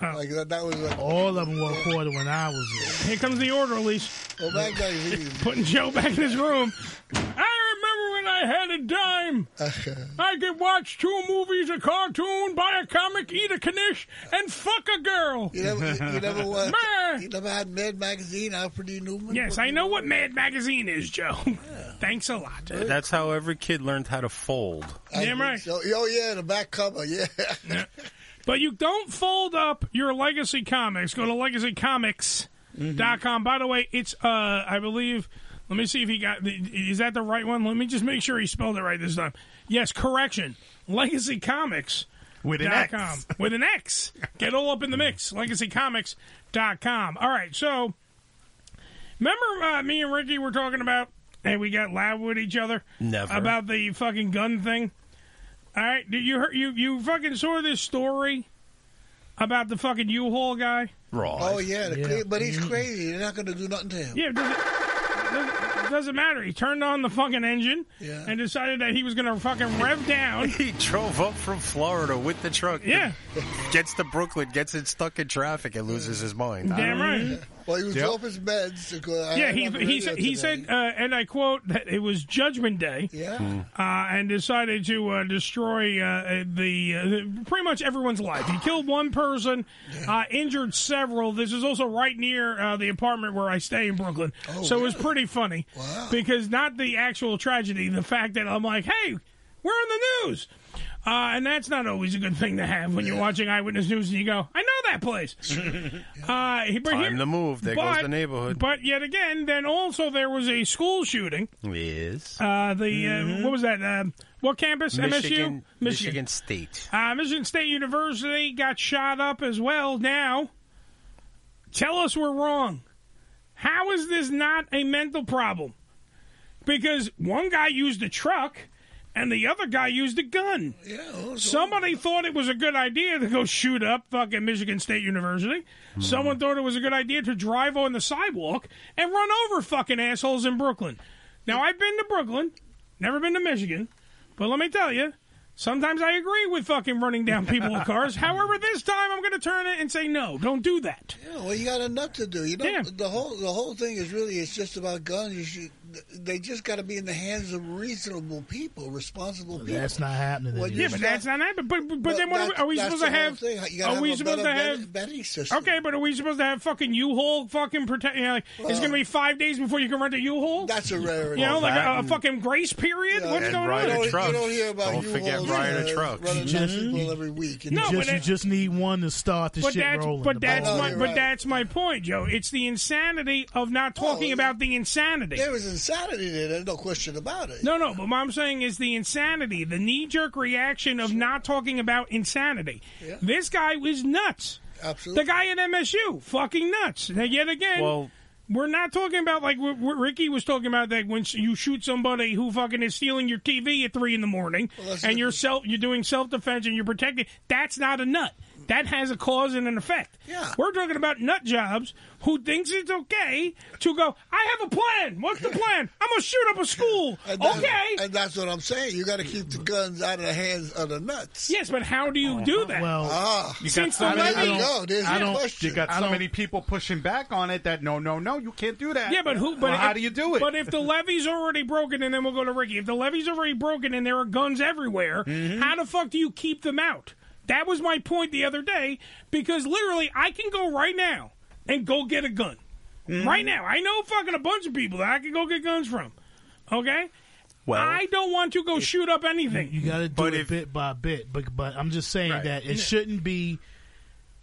Like that, that was like All of them were a quarter when I was there. Here comes the orderlies. Well, that guy's Putting Joe back in his room. I remember when I had a dime. Uh-huh. I could watch two movies, a cartoon, buy a comic, eat a knish, and fuck a girl. You never, you never was. Meh. You never had Mad Magazine, Alfred E. Newman. Yes, I know what Mad Magazine is, Joe. Thanks a lot. That's how every kid learned how to fold. Damn right. oh yeah, the back cover, yeah. But you don't fold up your legacy comics. Go to legacycomics.com. By the way, it's uh I believe let me see if he got the, is that the right one? Let me just make sure he spelled it right this time. Yes, correction. Legacy Comics With an X. Mm-hmm. With an X. Get all up in the mix. Legacycomics.com. All right, so remember uh, me and Ricky were talking about and we got loud with each other Never. about the fucking gun thing. All right, did you hear, you you fucking saw this story about the fucking U-Haul guy? Right. Oh yeah, the cra- but he's crazy. They're not going to do nothing to him. Yeah, it doesn't, doesn't, doesn't matter. He turned on the fucking engine Yeah. and decided that he was going to fucking rev down. He drove up from Florida with the truck. Yeah. Gets to Brooklyn, gets it stuck in traffic, and loses his mind. Damn right. Well, he was Yep. off his meds. because I yeah, heard he on the he radio said, he today. said, uh, and I quote that it was Judgment Day. Yeah, uh, and decided to uh, destroy uh, uh, the uh, the- pretty much everyone's life. He killed one person, uh, injured several. This is also right near uh, the apartment where I stay in Brooklyn, Oh, so it was pretty funny because not the actual tragedy, the fact that I'm like, hey, we're on the news. Uh, and that's not always a good thing to have when you're watching Eyewitness News and you go, I know that place. Uh, he- but Time here- to move. There goes but- the neighborhood. But yet again, then also there was a school shooting. Yes. Uh, the uh, what was that? Uh, what campus? Michigan, MSU, Michigan. Michigan State. Uh, Michigan State University got shot up as well. Now, tell us we're wrong. How is this not a mental problem? Because one guy used a truck. and the other guy used a gun. Yeah, Somebody thought it was a good idea to go shoot up fucking Michigan State University. Someone thought it was a good idea to drive on the sidewalk and run over fucking assholes in Brooklyn. Now, I've been to Brooklyn, never been to Michigan, but let me tell you, sometimes I agree with fucking running down people with cars. However, this time I'm going to turn it and say, no, don't do that. Yeah, well, you got enough to do. You know, the whole the whole thing is really it's just about guns. You should, they just got to be in the hands of reasonable people, responsible people. That's not happening. Well, yeah, anymore. but that's not happening. But, but, but then what are we, that's- are we that's supposed to the whole have? thing. You gotta Are have we a supposed to better bet- have betting system. Okay, but are we supposed to have fucking U-Haul fucking protect? You know, like, it's going to be five days before you can rent a U-Haul. That's a rarity. You know, Well, like that a, a and- fucking grace period. What's And going ride a on? You don't- you truck. don't hear about Don't forget U-Hauls, ride a uh, truck. running down people every week. You just, you just need one to start the but shit that's rolling. but the that's ball. my Oh, but that's my point, Joe. It's the insanity of not talking about the insanity. There was insanity there. There's no question about it. No, no, but what I'm saying is the insanity, the knee jerk reaction of not talking about insanity. Yeah. This guy was nuts. Absolutely. The guy at MSU, fucking nuts. Now, yet again, Well- we're not talking about like what, what Ricky was talking about that when you shoot somebody who fucking is stealing your TV at three in the morning and you're self, you're doing self defense and you're protecting. That's not a nut. That has a cause and an effect. Yeah. We're talking about nut jobs who thinks it's okay to go. I have a plan. What's the plan? I'm gonna shoot up a school. And that- okay. and that's what I'm saying. You got to keep the guns out of the hands of the nuts. Yes, but how do Uh-huh. you do that? Well, ah, You got Since so the many, levy- No, there's I no don't- question. You got I so don't- many people pushing back on it that no, no, no, you can't do that. Yeah, but who? But Well, how if- do you do it? But if the levee's already broken, and then we'll go to Ricky. If the levee's already broken and there are guns everywhere, Mm-hmm. how the fuck do you keep them out? That was my point the other day because literally I can go right now and go get a gun. Mm-hmm. Right now, I know fucking a bunch of people that I can go get guns from. Okay. Well, I don't want to go shoot up anything. Mm-hmm. You got to do it bit by bit, but but I'm just saying that it Yeah. shouldn't be.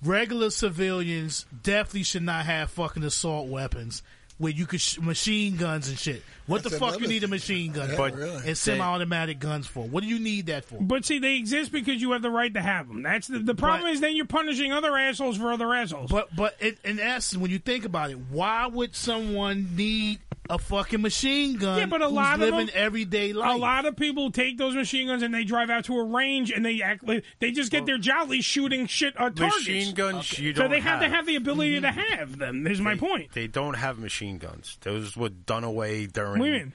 Regular civilians definitely should not have fucking assault weapons where you could sh- machine guns and shit. What That's the fuck you another need a machine gun Yeah, for? really. They- And semi-automatic guns for? What do you need that for? But see, they exist because you have the right to have them. That's the, the problem. is then you're punishing other assholes for other assholes. But but it, in essence, when you think about it, why would someone need a fucking machine gun? Yeah, but a who's lot of living them, everyday life. A lot of people take those machine guns and they drive out to a range and they act like they just get their jolly shooting shit uh, targets. Mm-hmm. Machine guns you so don't they have, to have. have the ability to have them. Is my point. They don't have machine guns. Those were done away during. Women.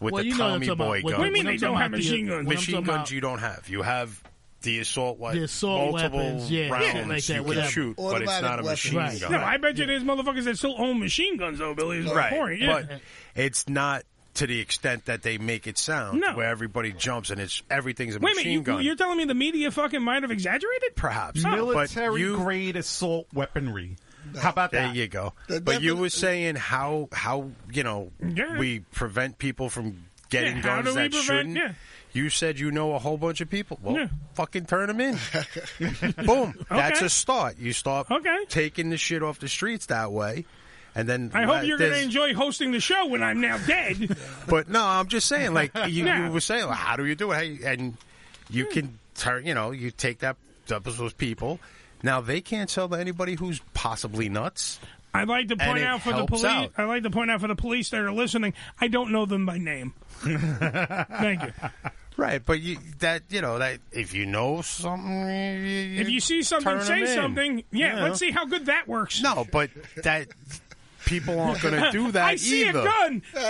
With Well, the you know what I'm Tommy talking about. Boy What- guns. what do you mean When they I'm don't talking have about the- machine guns? when I'm Machine talking guns about- you don't have. You have the assault, what, The assault multiple weapons, Mm-hmm. yeah, rounds shit like that, you whatever. can shoot, but it's not a machine gun. No, I bet you there's motherfuckers that still own machine guns though, Billy. Is my right, point. Yeah. but it's not to the extent that they make it sound No. where everybody jumps and it's everything's a Wait a machine minute, you, gun. you're telling me the media fucking might have exaggerated? Perhaps. military you- grade assault weaponry. How about there that? you go. The But you defi- were saying how how you know Yeah. we prevent people from getting Yeah, how guns do we that prevent- shouldn't. yeah. You said you know a whole bunch of people. Well, Yeah. fucking turn them in. Boom. That's Okay. a start. You start taking the shit off the streets that way, and then I uh, hope you're going to there's- enjoy hosting the show when I'm now dead. But no, I'm just saying, like you, Yeah. Hmm. you were saying, like, how do you do it? Hey, and you can turn, you know, you take that up with those people. Now they can't sell to anybody who's possibly nuts. I'd like to point out for the police. I'd like to point out for the police that are listening. I don't know them by name. Thank you. Right, but you, that you know that if you know something, If you see something, turn 'em say in. something. Yeah, Yeah. let's see how good that works. No, but that people aren't going to do that I see either. a gun. Fuck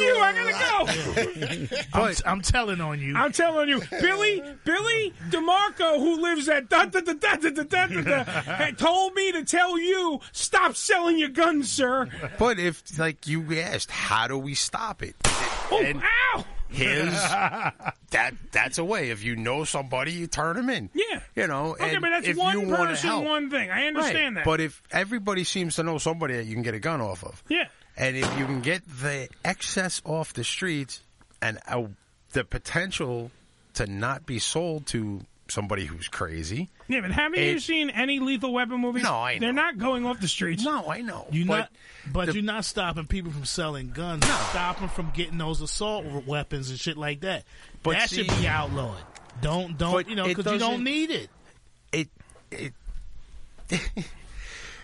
you! I gotta go. I'm, I'm telling on you. I'm telling you, Billy, Billy DeMarco, who lives at da da da da da da da da, da, had told me to tell you stop selling your guns, sir. But if like you asked, how do we stop it? Oh, And ow! His that that's a way. If you know somebody, you turn them in. Yeah, you know. Okay, and but that's if you one wanna person, help- one thing. I understand Right, that. But if everybody seems to know somebody that you can get a gun off of, yeah, and if you can get the excess off the streets and uh, the potential to not be sold to somebody who's crazy, yeah, but haven't you It- seen any Lethal Weapon movies? No, I They're not going off the streets. No, I know. You not, but you're not stopping people from selling guns. Stop 'em Stop them from getting those assault w- weapons and shit like that. But that should see- be outlawed. Don't don't But you know it because you doesn't- don't need it. It it.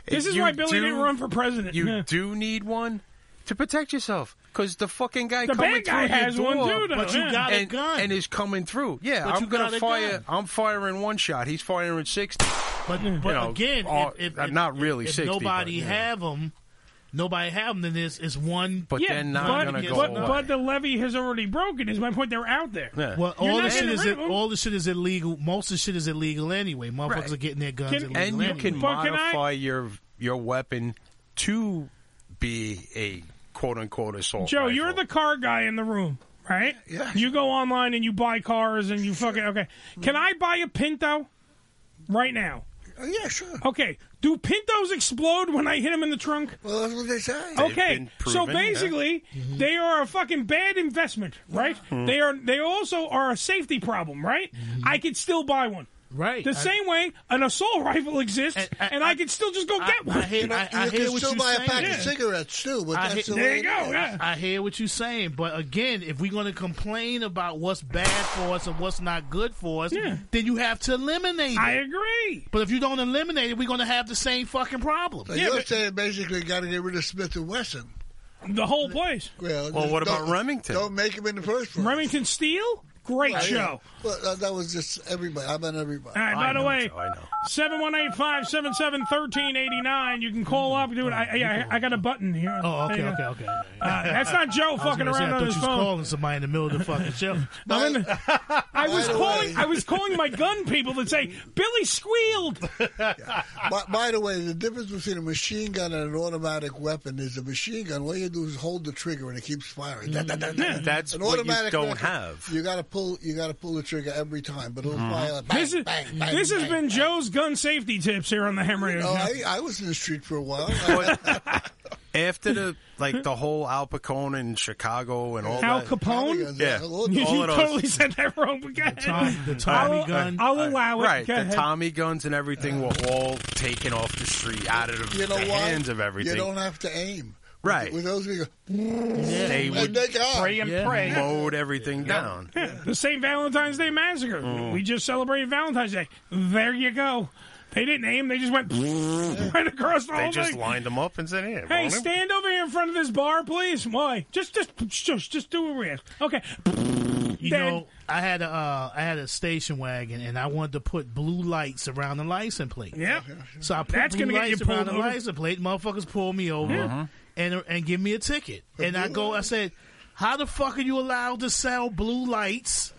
This is you why Billy do- didn't run for president. You Yeah. do need one. to protect yourself because the fucking guy The coming bad through guy your has door, one too, though, But you yeah. got a and, gun. and is coming through. Yeah, But you I'm got gonna a fire. gun. I'm firing one shot. He's firing sixty. But, you but know, again, all- if, if- uh, if- not really if, if 60. but, nobody you know. have them, nobody have them. Then it's, it's one. But yeah, they're not but, gonna go but, away. but the levy has already broken. Is my point? They're out there. Well, You're all not the shit getting is rid of them. all the shit is illegal. Most of the shit is illegal anyway. Motherfuckers Right. are getting their guns illegal and you anyway. can But can I- modify your your weapon to be a quote unquote assault. Joe, rifle. you're the car guy in the room, right? Yeah. You go online and you buy cars and you fucking okay. Can I buy a Pinto right now? Oh, yeah, sure. Okay. Do Pintos explode when I hit them in the trunk? Well, that's what they say. Okay. been so proven, yeah. Mm-hmm. basically, they are a fucking bad investment, right? Mhm. They are. They also are a safety problem, right? Mm-hmm. I could still buy one. Right. The same way an assault rifle exists, and, I, could still just go get one. you can still buy a pack of cigarettes too, but I that's hear- the way it is. I hear what you're saying, but again, if we're going to complain about what's bad for us and what's not good for us, then you have to eliminate. it. I agree. But if you don't eliminate it, we're going to have the same fucking problem. So you're saying basically got to get rid of Smith and Wesson. The whole place. Well, Well, just what don't- about Remington? Don't make him in the first place. Remington Steel? Great show. Well, that, that was just everybody. I meant everybody. All right, by the way, seven one eight five seven seven thirteen eighty nine. You can call up. Do it. I, yeah, I, I got a button here. Oh, okay, There you okay, go. okay. Uh, that's not Joe I was fucking gonna say, around I on thought his you was phone. calling somebody in the middle of the fucking show. I'm in the- I was the way- calling. I was calling my gun people that say Billy squealed. by, by the way, the difference between a machine gun and an automatic weapon is a machine gun. All you do is hold the trigger and it keeps firing. Da, da, da, da. Yeah. Mm. That's an what you automatic don't weapon, have. You got to pull. You got to pull the trigger every time, but it'll Mhm. fire. Bang, This is Mm-hmm. bang, bang, this has bang. been Joe's gun safety tips here on the Ham Radio. Oh, Show. I, I was in the street for a while. after the like the whole Al Capone in Chicago and all Al that. Capone? Yeah, You, you all of those. totally said that wrong. but go ahead. I'll, uh, I'll allow it. Right, Go the ahead. Tommy guns and everything were all taken off the street, out of the, You know the why? hands of everything. You don't have to aim. right, With those, you go, they and would they go. mowed everything down. Yeah, the St. Valentine's Day massacre. Mm. We just celebrated Valentine's Day. There you go. They didn't aim. They just went right across the They whole just thing. lined them up and said, "Here, Hey, want 'em?" stand over here in front of this bar, please. Why? Just, just, just, just do what we ask. Okay. You Then- know, I had a uh, I had a station wagon, and I wanted to put blue lights around the license plate. Yep. So I put That's blue gonna get you lights around pulled the over. license plate. Motherfuckers pull me over Uh-huh. Yeah. and and give me a ticket. and I go, I said, "How the fuck are you allowed to sell blue lights?"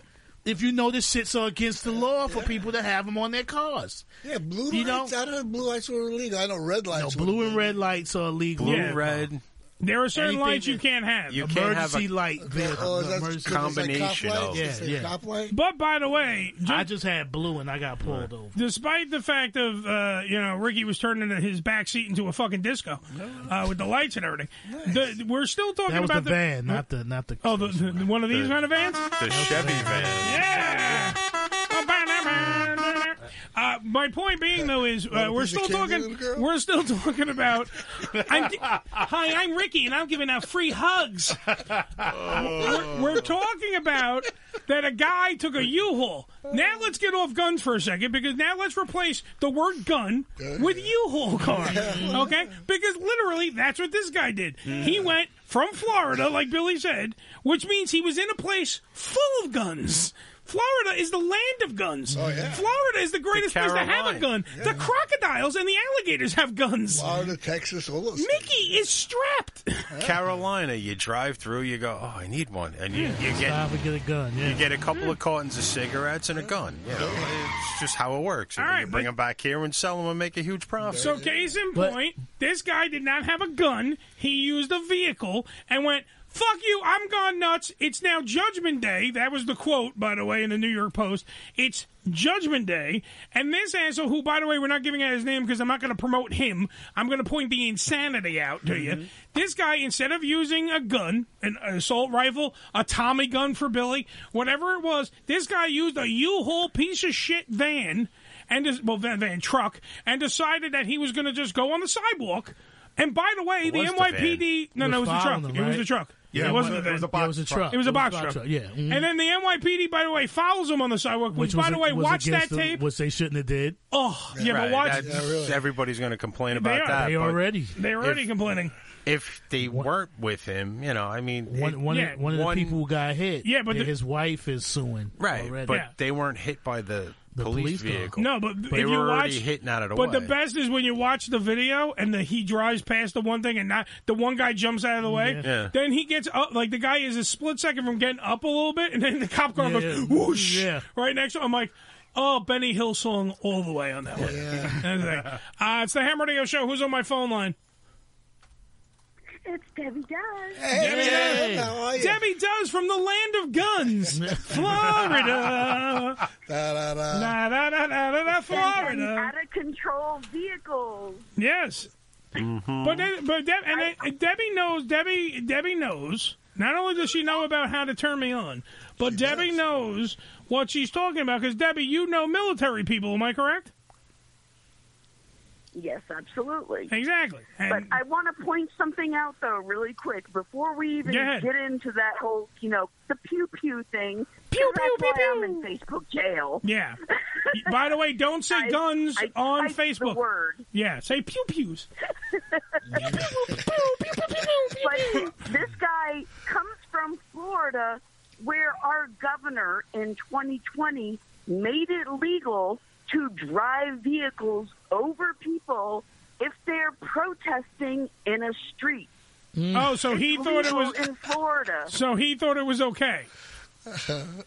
If you know this shit's are against the law for people to have them on their cars, Yeah, blue You lights. know- I don't know. Blue lights were illegal. I know red no, lights. blue and red lights are illegal. Blue, red. There are certain Anything lights you that- can't have. You can't have a- Emergency light vehicle. Oh, is that- Emergency- combination of- Yeah, yeah. But by the way, I just had blue and I got pulled over. despite the fact of uh, you know Ricky was turning his back seat into a fucking disco uh, with the lights and everything, the, we're still talking That was the about van, not the not the. Oh, the, the, one of these kind of vans. The Chevy van. Yeah. Uh, my point being though is uh, we're still talking we're still talking about I'm, gi- hi I'm Ricky and I'm giving out free hugs we're, we're talking about that a guy took a U-Haul now let's get off guns for a second because now let's replace the word gun with U-Haul car okay because literally that's what this guy did he went from Florida like Billy said which means he was in a place full of guns Florida is the land of guns. Oh, Florida is the greatest place to have a Carolinas. gun. The crocodiles and the alligators have guns. Florida, Texas, all those. Mickey is strapped. Carolina, you drive through, you go, oh, I need one, and you, you get Stop and get a gun. Yeah. you get a couple of cartons of cigarettes and a gun. You know, it's just how it works. And then you bring them back here and sell them and make a huge profit. So case in point, this guy did not have a gun. He used a vehicle and went, "Fuck you, I'm gone nuts." It's now Judgment Day. That was the quote, by the way, in the New York Post. It's Judgment Day, and this asshole, who by the way, we're not giving out his name because I'm not going to promote him. I'm going to point the insanity out to you. This guy, instead of using a gun, an assault rifle, a Tommy gun for Billy, whatever it was, this guy used a U-Haul piece of shit van and des- well van, van truck and decided that he was going to just go on the sidewalk. And by the way, the was the NYPD van. no It no it was was the truck. following them, It was right? the truck. Yeah, it wasn't a it was a van. box it was a truck. truck. It was a box truck. yeah. Mhm. And then the NYPD, by the way, follows him on the sidewalk. Which, was by the a- way, was watch that against the- tape. Which they shouldn't have did. Oh, yeah, but Right, watch. that's- Everybody's going to complain They about are. that. They but already- they're already if- complaining. If they weren't with him, you know, I mean, it- One, one, of, one of the people who got hit. Yeah, but that the- his wife is suing. right? already. But they weren't hit by the, police, vehicle. No, but they if were you already watch, hitting out of the But way. the best is when you watch the video and the, he drives past the one thing and not the one guy jumps out of the way. Yeah. Yeah. Then he gets up like the guy is a split second from getting up a little bit, and then the cop car Yeah, goes yeah. whoosh Yeah. right next to. him. I'm like. Oh, Benny Hill song all the way on that one. That's the thing. Uh, it's the Ham Radio Show. Who's on my phone line? It's Debbie Does. Debbie, Does. Debbie Does from the land of guns, Florida. Da, da, da, da, da, da, And, Florida. out of control vehicles. Yes. Mm-hmm. But then, but Deb, and then- Debbie knows. Debbie Debbie knows. Not only does she know about how to turn me on, but Debbie knows what she's talking about. Because Debbie, you know military people. Am I correct? Yes, absolutely. Exactly. but I want to point something out though, really quick, before we even Go ahead. get into that whole, you know, the pew pew thing. Pew, That's pew, why pew, I'm in Facebook jail. Yeah. By the way, don't say I- guns I on typed the Facebook. word. Yeah, say pew pews. but this guy comes from Florida, where our governor in 2020 made it legal to drive vehicles over people if they're protesting in a street. Mm. Oh, so he Mm. It's thought it legal was. in Florida. So he thought it was okay. Well, he's from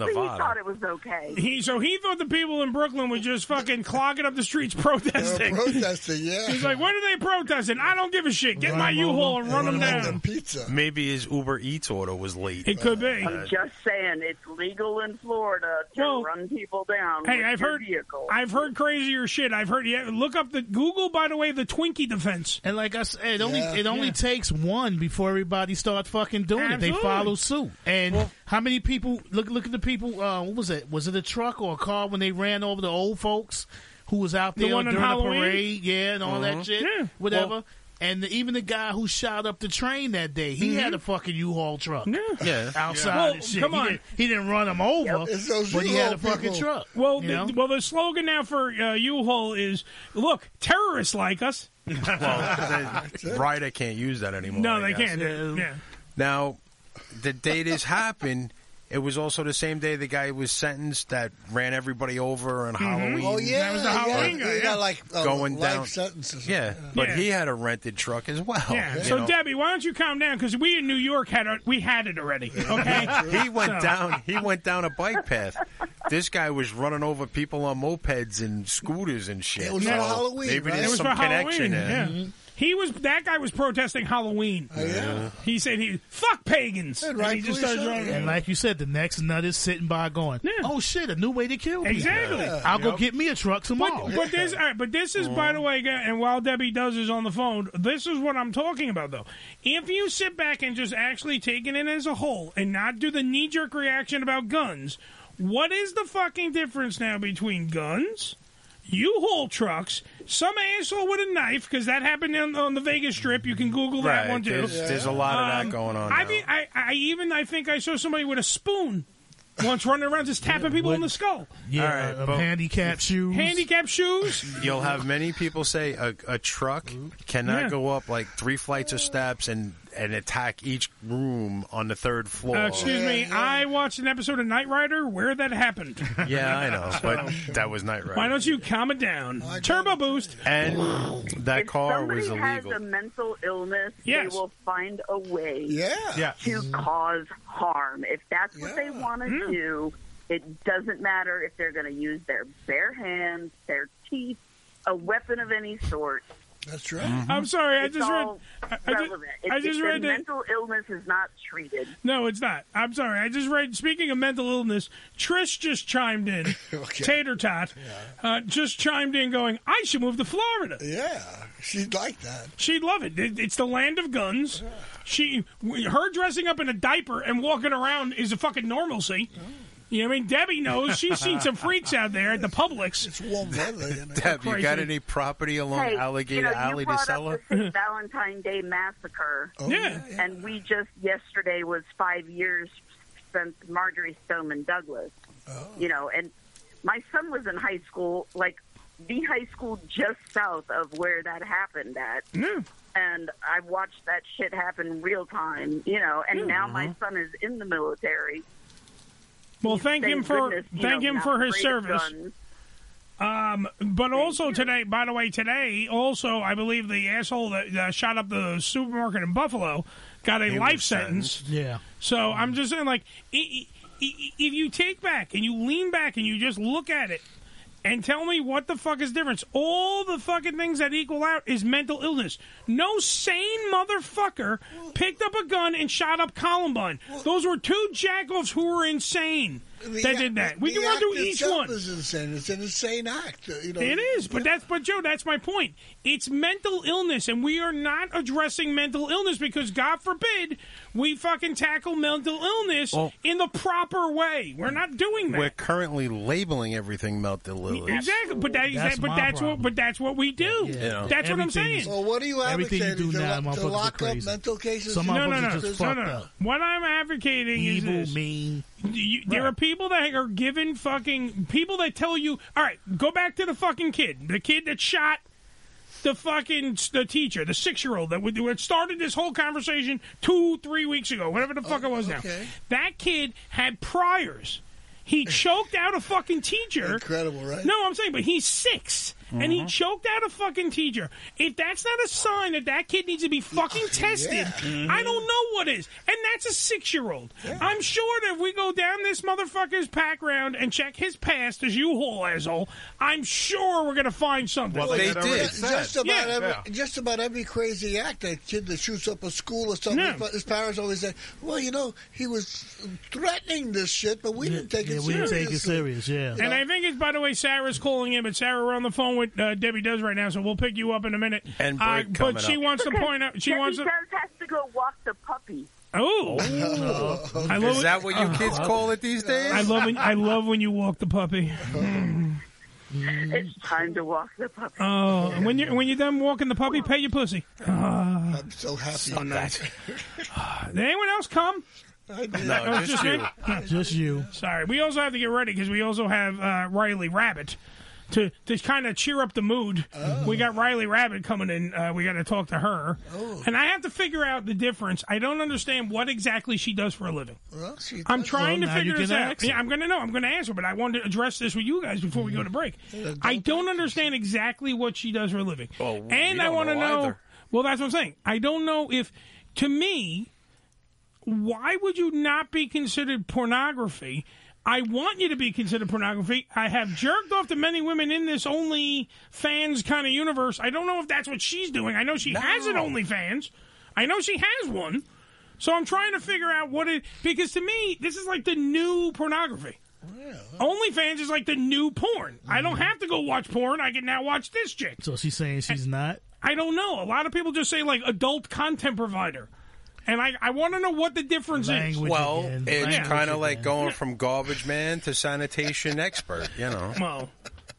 Absolutely, he thought Nevada. it was okay. He so he thought the people in Brooklyn were just fucking clogging up the streets protesting. protesting, yeah. He's like, what are they protesting? I don't give a shit. Get my U-Haul and run them down. Pizza. Maybe his Uber Eats order was late. Uh, It could be. I'm just saying, it's legal in Florida to run people down. Hey, with I've your heard vehicle. I've heard crazier shit. I've heard yeah, look up the Google by the way the Twinkie defense. And like I said, it only Yeah. it only Yeah. takes one before everybody starts fucking doing it. They Absolutely. follow suit. And how many people look look at the people? Uh, what was it? Was it a truck or a car when they ran over the old folks who was out The there one on during the Halloween? parade? Yeah, and all Mhm. that shit, Yeah. whatever. Well- and even the guy who shot up the train that day, he had a fucking U-Haul truck. Yeah. outside Well, and shit. come He on. didn't- he didn't run him over, It's those but he had a U-Haul fucking people. truck. Well, you the, know? well, the slogan now for uh, U-Haul is look, terrorists like us. well, the Ryder can't use that anymore. no, I they guess. can't. Yeah. Now, the day this happened, it was also the same day the guy was sentenced that ran everybody over on Halloween. Oh yeah, yeah. They got like uh, going life down. sentences. Yeah, but Yeah. he had a rented truck as well. Yeah. you So know. Debbie, why don't you calm down? Because we in New York had our, we had it already. Okay. he went So- down. He went down a bike path. This guy was running over people on mopeds and scooters and shit. was for So Halloween, Mm-hmm. Maybe It there's was some for Halloween. connection there. Yeah. He was that guy was protesting Halloween. Oh, yeah. He said he fuck pagans. And he just started running. And like you said, the next nut is sitting by going, oh shit, a new way to kill people. Exactly. Yeah. I'll go Yep. get me a truck tomorrow. But this, all right, but this is, by the Mm. way, guy- and while Debbie does is on the phone, this is what I'm talking about, though. If you sit back and just actually take it in as a whole and not do the knee jerk reaction about guns, what is the fucking difference now between guns? U-Haul trucks, some asshole with a knife, because that happened on, on the Vegas Strip. You can Google that Right, one too. Um, there's- there's a lot of that going on I now. think I, I even I think I saw somebody with a spoon once running around just tapping people in the skull. yeah, uh, um, handicap shoes. Handicap shoes. You'll have many people say a, a truck cannot Yeah. go up like three flights of steps and, and attack each room on the third floor. Uh, excuse me. I watched an episode of Knight Rider where that happened. Yeah, I know, but that was night Why right. don't you calm it down? Turbo boost. And that car Somebody was has illegal. a mental illness. Yes. They will find a way Yeah. to cause harm. If that's what they want to Mm. do, it doesn't matter if they're going to use their bare hands, their teeth, a weapon of any sort. That's right. Mm-hmm. I'm sorry. I It's just read. all I- I ju- relevant. If- I just if read the that- mental illness is not treated. No, it's not. I'm sorry. I just read. Speaking of mental illness, Trish just chimed in. Tater tot. Uh, just chimed in, going, "I should move to Florida." Yeah, she'd like that. She'd love it. It- It's the land of guns. Oh. She, her dressing up in a diaper and walking around is a fucking normalcy. You know what I mean? Debbie knows. She's seen some freaks out there at the Publix. It's warm weather. Deb, you got any property along Hey, Alligator you know, Alley to you brought sell up her? the St. Valentine Day massacre. Yeah. And we just yesterday was five years since Marjorie Stoneman Douglas. You know, and my son was in high school, like the high school just south of where that happened at. And I watched that shit happen real time, you know. And Yeah. now my son is in the military. Well, thank him Thank for goodness, you thank know, him not for his afraid of service. guns. Um, but also today, by the way, today also I believe the asshole that uh, shot up the supermarket in Buffalo got a He was life sentence. Yeah. So I'm just saying, like, i- i- i- if you take back and you lean back and you just look at it and tell me what the fuck is difference, all the fucking things that equal out is mental illness. No sane motherfucker picked up a gun and shot up Columbine. Those were two jackoffs who were insane that did that. We the can run act through each itself one. Is insane. It's an insane act. uh, You know, It is, but that's but Joe, that's my point. It's mental illness, and we are not addressing mental illness because God forbid we fucking tackle mental illness Well- in the proper way. We're not doing that. We're currently labeling everything mental illness. Exactly, but that, That's that but my that's what but that's what we do. Yeah. That's what I'm saying. Everything's- Well, what are you everything you advocating? do To now, lo- to motherfuckers are lock up crazy. mental cases? Some no, motherfuckers no, no, are just no, fucked no, no. up. What I'm advocating Evil, is this. mean. You, There are people that are given fucking people that tell you, all right, go back to the fucking kid, the kid that shot the fucking the teacher, the six year old that would that started this whole conversation two, three weeks ago, whatever the fuck it Oh, was now. That kid had priors. He choked out a fucking teacher. Incredible, right? No, I'm saying, but he's 6 and he Mm-hmm. Mhm. choked out a fucking teacher. If that's not a sign that that kid needs to be fucking tested, Mm-hmm. Mhm. I don't know what is. And that's a six year old. I'm sure that if we go down this motherfucker's background and check his past as you whole asshole, I'm sure we're going to find something. Just about Yeah. every, just about every crazy act, that kid that shoots up a school or something. Yeah. But his parents always say, "Well, you know, he was threatening this shit, but we didn't take Yeah, it we didn't seriously." take it serious. Yeah. And I think it's, by the way, Sarah's calling in, but Sarah, we're on the phone with uh, Debbie Does right now, so we'll pick you up in a minute. And uh, break but coming she up. wants to Okay, point out, she Debbie wants to. does has to go walk the puppy. Oh, I love Oh. Uh-huh. Is that what you kids call it these days? I love when I love when you walk the puppy. Mm-hmm. It's time to walk the puppy. Oh, and when you are when you're done walking the puppy, pay your pussy. Ah. I'm so happy. Mm-hmm. So nice. Did anyone else come? That was me? Just you. Sorry. We also have to get ready because we also have uh, Riley Rabbit to to kind of cheer up the mood. We got Riley Rabbit coming in. Uh, we got to talk to her, and I have to figure out the difference. I don't understand what exactly she does for a living. Well, she I'm does. trying to figure this out. Yeah. Yeah, I'm going to know. I'm going to answer, but I wanted to address this with you guys before we go to break. I don't understand exactly what she does for a living, and we I Oh, don't want to know know. either. Well, that's what I'm saying. I don't know if, to me, why would you not be considered pornography? I want you to be considered pornography. I have jerked off to many women in this OnlyFans kind of universe. I don't know if that's what she's doing. I know she has an OnlyFans. I know she has one. So I'm trying to figure out what it because to me this is like the new pornography. Uh-huh. OnlyFans is like the new porn. I Mm-hmm. don't have to go watch porn. I can now watch this chick. So she's saying she's not. I don't know. A lot of people just say like adult content provider, and I, I want to know what the difference is. well, it's kind of like going from garbage man to sanitation expert, you know. Oh, Well,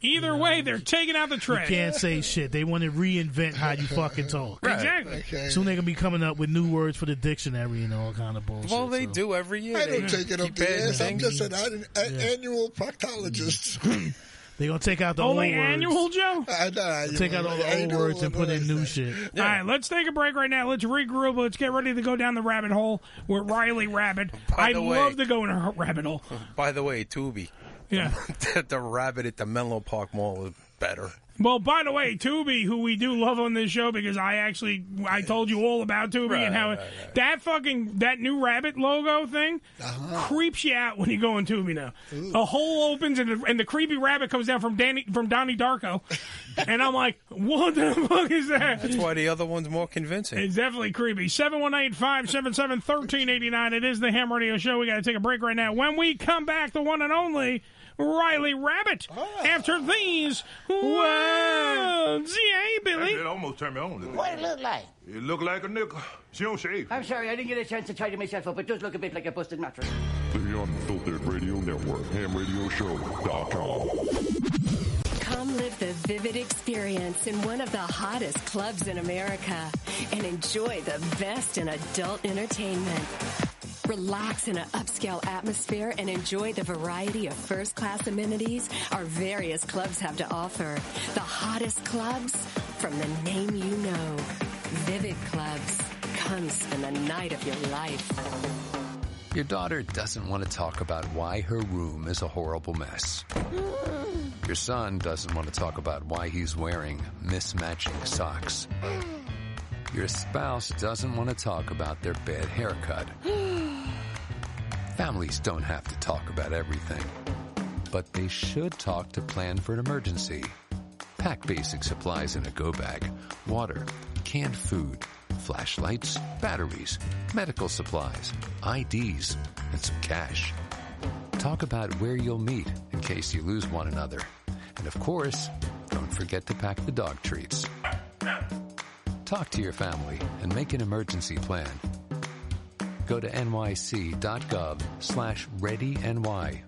either way, they're taking out the You trash. can't say shit. They want to reinvent how you fucking talk. Right. Exactly. Okay. Soon they're gonna be coming up with new words for the dictionary and all kind of bullshit. Well, they do every year. I don't They take it up keep the adding ass. I'm things. just an, an, an annual proctologist. They're gonna take out the Only old words. annual, Joe. I, I, Take out all the old words and put in new shit. All right, let's take a break right now. Let's regroup. Let's get ready to go down the rabbit hole with Riley Rabbit. By I'd the way- love to go in a rabbit hole. By the way, Tubi. Yeah. the, the rabbit at the Menlo Park Mall is better. Well, by the way, Tubi, who we do love on this show because I actually I told you all about Tubi Right, and how right, that fucking that new rabbit logo thing Uh-huh. creeps you out when you go on Tubi now. A hole opens and the, and the creepy rabbit comes down from Danny from Donnie Darko, and I'm like, what the fuck is that? That's why the other one's more convincing. It's definitely creepy. 718-577-1389. It is the Ham Radio Show. We got to take a break right now. When we come back, the one and only Riley Rabbit. After these words. Yeah, Billy. It almost turned me on. didn't What it look like? It looked like a nickel. She don't shave. I'm sorry, I didn't get a chance to tidy myself up. It does look a bit like a busted mattress. the Unfiltered Radio Network, hamradioshow.com. Come live the vivid experience in one of the hottest clubs in America and enjoy the best in adult entertainment. Relax in an upscale atmosphere and enjoy the variety of first class amenities our various clubs have to offer. The hottest clubs from the name you know. Vivid Clubs. Come spend the night of your life. Your daughter doesn't want to talk about why her room is a horrible mess. Your son doesn't want to talk about why he's wearing mismatching socks. Your spouse doesn't want to talk about their bad haircut. Families don't have to talk about everything, but they should talk to plan for an emergency. Pack basic supplies in a go bag, water, canned food, flashlights, batteries, medical supplies, IDs, and some cash. Talk about where you'll meet in case you lose one another. And of course, don't forget to pack the dog treats. Talk to your family and make an emergency plan. Go to nyc.gov slash readyny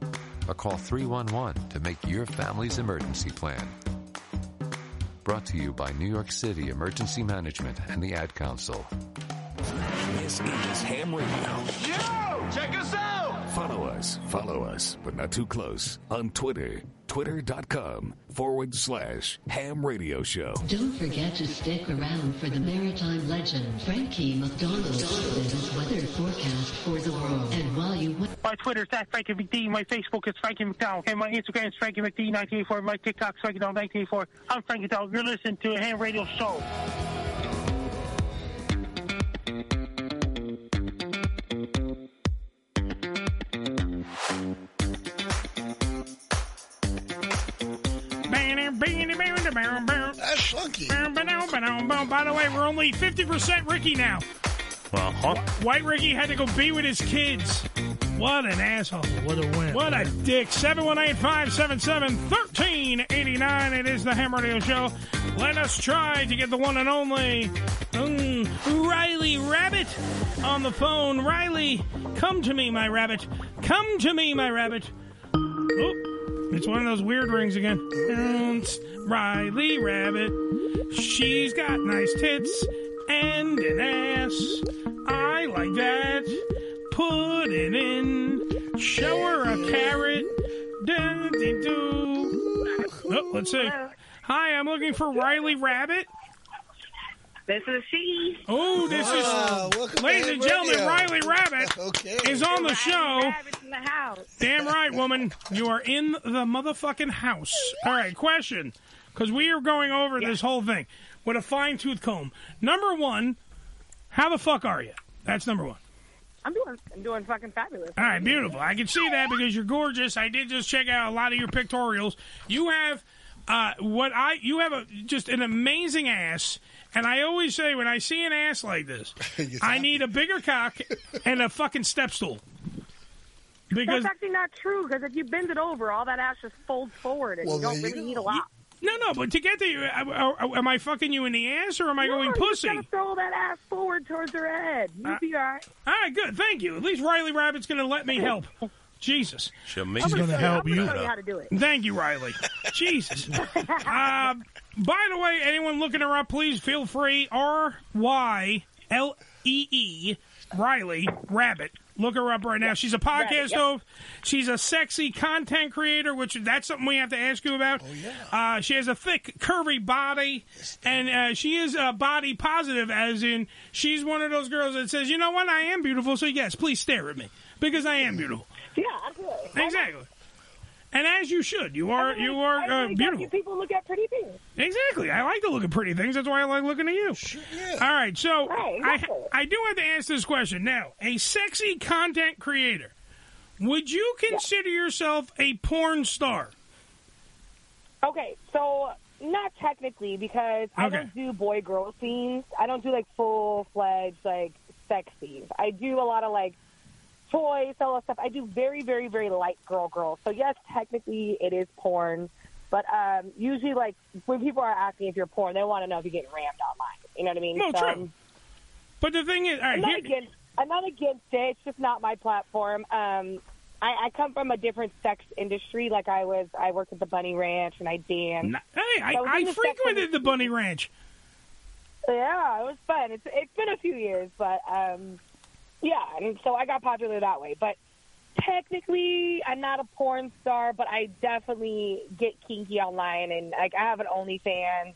or call 311 to make your family's emergency plan. Brought to you by New York City Emergency Management and the Ad Council. This is Ham Radio. Yo, check us out. Follow us, follow us, but not too close on Twitter. Twitter.com forward slash ham radio show. Don't forget to stick around for the maritime legend, Frankie McDonald, and his weather forecast for the world. And while you wait, My Twitter is at Frankie McD. My Facebook is Frankie McDowell. And my Instagram is Frankie McD1984. My TikTok is Frankie McDowell1984. I'm Frankie McDowell. You're listening to a ham radio show. That's funky. By the way, we're only 50% Ricky now. Uh-huh. White Ricky had to go be with his kids. What an asshole. What a win. What a dick. 718-577-1389. It is the Ham Radio Show. Let us try to get the one and only mm, Riley Rabbit on the phone. Riley, come to me, my rabbit. Come to me, my rabbit. Oh, it's one of those weird rings again. And it's Riley Rabbit. She's got nice tits and an ass. I like that. Put it in. Show her a carrot. Da, dee, doo. Oh, let's see. Hi, I'm looking for Riley Rabbit. This is she. Oh, this Ah, Wow, is, Ah, welcome ladies to and Ham gentlemen, Radio. Riley Rabbit is on the show. Rabbit's in the house. Damn right, woman. You are in the motherfucking house. All right, question. Because we are going over this whole thing with a fine tooth comb. Number one, how the fuck are you? That's number one. I'm doing, I'm doing fucking fabulous. All right, beautiful. I can see that because you're gorgeous. I did just check out a lot of your pictorials. You have uh, what I you have a just an amazing ass, and I always say when I see an ass like this, I need a bigger cock and a fucking step stool. Because That's actually not true because if you bend it over, all that ash just folds forward and Well, you don't there you really need a lot. no, no, but to get to you, I- I- am I fucking you in the ass or am I going No, Oh, you just pussy? gotta throw that ass forward towards her head. You'll Uh, be all right. All right, good. Thank you. At least Riley Rabbit's going to let me help. Jesus. She'll make I'm gonna you show you- help I'm gonna you. show you how to do it. Thank you, Riley. Jesus. Uh, by the way, anyone looking her up, please feel free. R Y L E E Riley Rabbit. Look her up right now. She's a podcast Rabbit, yep. host. She's a sexy content creator, which that's something we have to ask you about. Oh yeah. Uh, she has a thick, curvy body, and uh, she is uh, body positive, as in she's one of those girls that says, "You know what? I am beautiful, so yes, please stare at me because I am beautiful." Yeah, absolutely. Exactly. And as you should, you are you are uh, beautiful. People look at pretty things. Exactly. I like to look at pretty things. That's why I like looking at you. All right. So I I do have to ask this question now. A sexy content creator, would you consider yourself a porn star? Okay, so not technically because I Okay. don't do boy girl scenes. I don't do like full fledged like sex scenes. I do a lot of like toys, all that stuff. I do very, very, very light girl girl. So yes, technically it is porn. But um, usually, like when people are asking if you're porn, they want to know if you're getting rammed online. You know what I mean? No, so, true. But the thing is, all right, Um, I'm not here, against. I'm not against it. It's just not my platform. Um, I, I come from a different sex industry. Like I was, I worked at the Bunny Ranch and I danced. Hey, I, So was I in the sex frequented the Bunny Ranch. Yeah, it was fun. It's it's been a few years, but um, yeah, and so I got popular that way. But technically, I'm not a porn star, but I definitely get kinky online, and like I have an OnlyFans.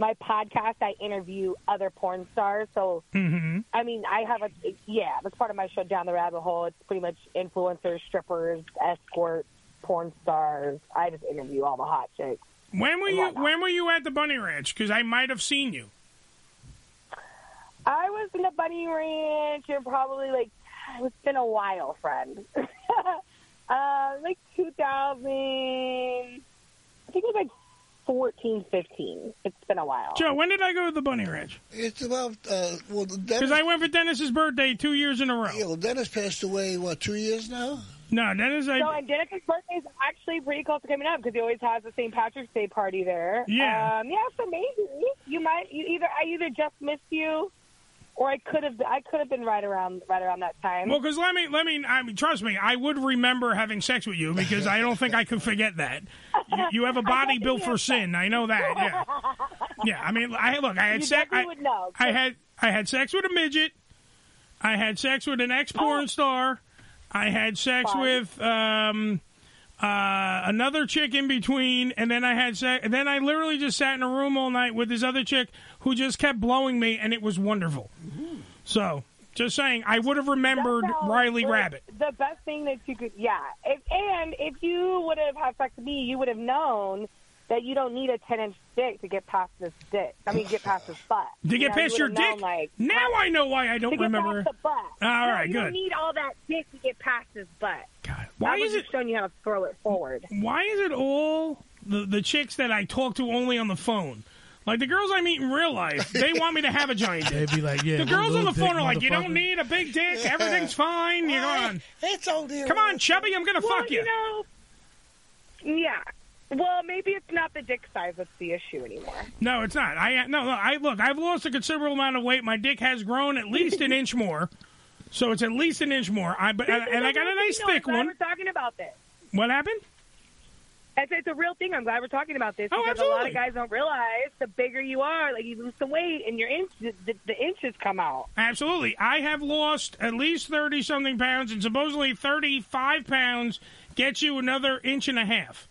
My podcast, I interview other porn stars, so Mm-hmm. I mean, I have a yeah. That's part of my show, Down the Rabbit Hole. It's pretty much influencers, strippers, escorts, porn stars. I just interview all the hot chicks. When were you When were you at the Bunny Ranch? Because I might have seen you. I was in the Bunny Ranch and probably like it's been a while, friend. uh, like 2000, I think it was like 14, 15. It's been a while. Joe, when did I go to the Bunny Ranch? It's about uh, well, Because I went for Dennis's birthday two years in a row. Yeah, well, Dennis passed away what two years now? No, Dennis. I So, and Dennis's birthday is actually pretty close to coming up because he always has the St. Patrick's Day party there. Yeah. um, yeah. So maybe you might you either I either just missed you, or I could have I could have been right around right around that time. Well, because let me, let me, I mean, trust me, I would remember having sex with you because I don't think I could forget that. You, you have a body built for sin. I know that. Yeah. Yeah. I mean, I look, I had You sex. definitely I, would know. I had, I had sex with a midget. I had sex with an ex Oh. porn star. I had sex with, um, uh, another chick in between, and then I had sex. And then I literally just sat in a room all night with this other chick who just kept blowing me, and it was wonderful. So, just saying, I would have remembered So, Riley the- Rabbit. The best thing that you could, yeah. If, and if you would have had sex with me, you would have known that you don't need a ten inch dick to get past this dick. I mean, get past this butt. To You get know, past you your would have known, dick? like now I know why I to don't get remember. past the All butt. No, right, you good. don't need all that dick to get past this butt. God, why I was is it- just showing you how to throw it forward? Why is it all the, the chicks that I talk to only on the phone? Like the girls I meet in real life, they want me to have a giant dick. They'd be like, yeah, the one girls on little the phone dick are like, you motherfucker." don't need a big dick. Everything's fine. You know, on. It's all there. Come on, chubby, I'm gonna well, fuck you. you. know, yeah. Well, maybe it's not the dick size that's the issue anymore. No, it's not. I no, no. I look. I've lost a considerable amount of weight. My dick has grown at least an inch more, so it's at least an inch more. I but and, and I got a nice You know, I'm thick glad one. We're talking about this. What happened? It's, it's a real thing. I'm glad we're talking about this Oh, because a lot absolutely. of guys don't realize the bigger you are, like you lose some weight and your inch, the, the, the inches come out. Absolutely. I have lost at least 30 something pounds, and supposedly 35 pounds gets you another inch and a half.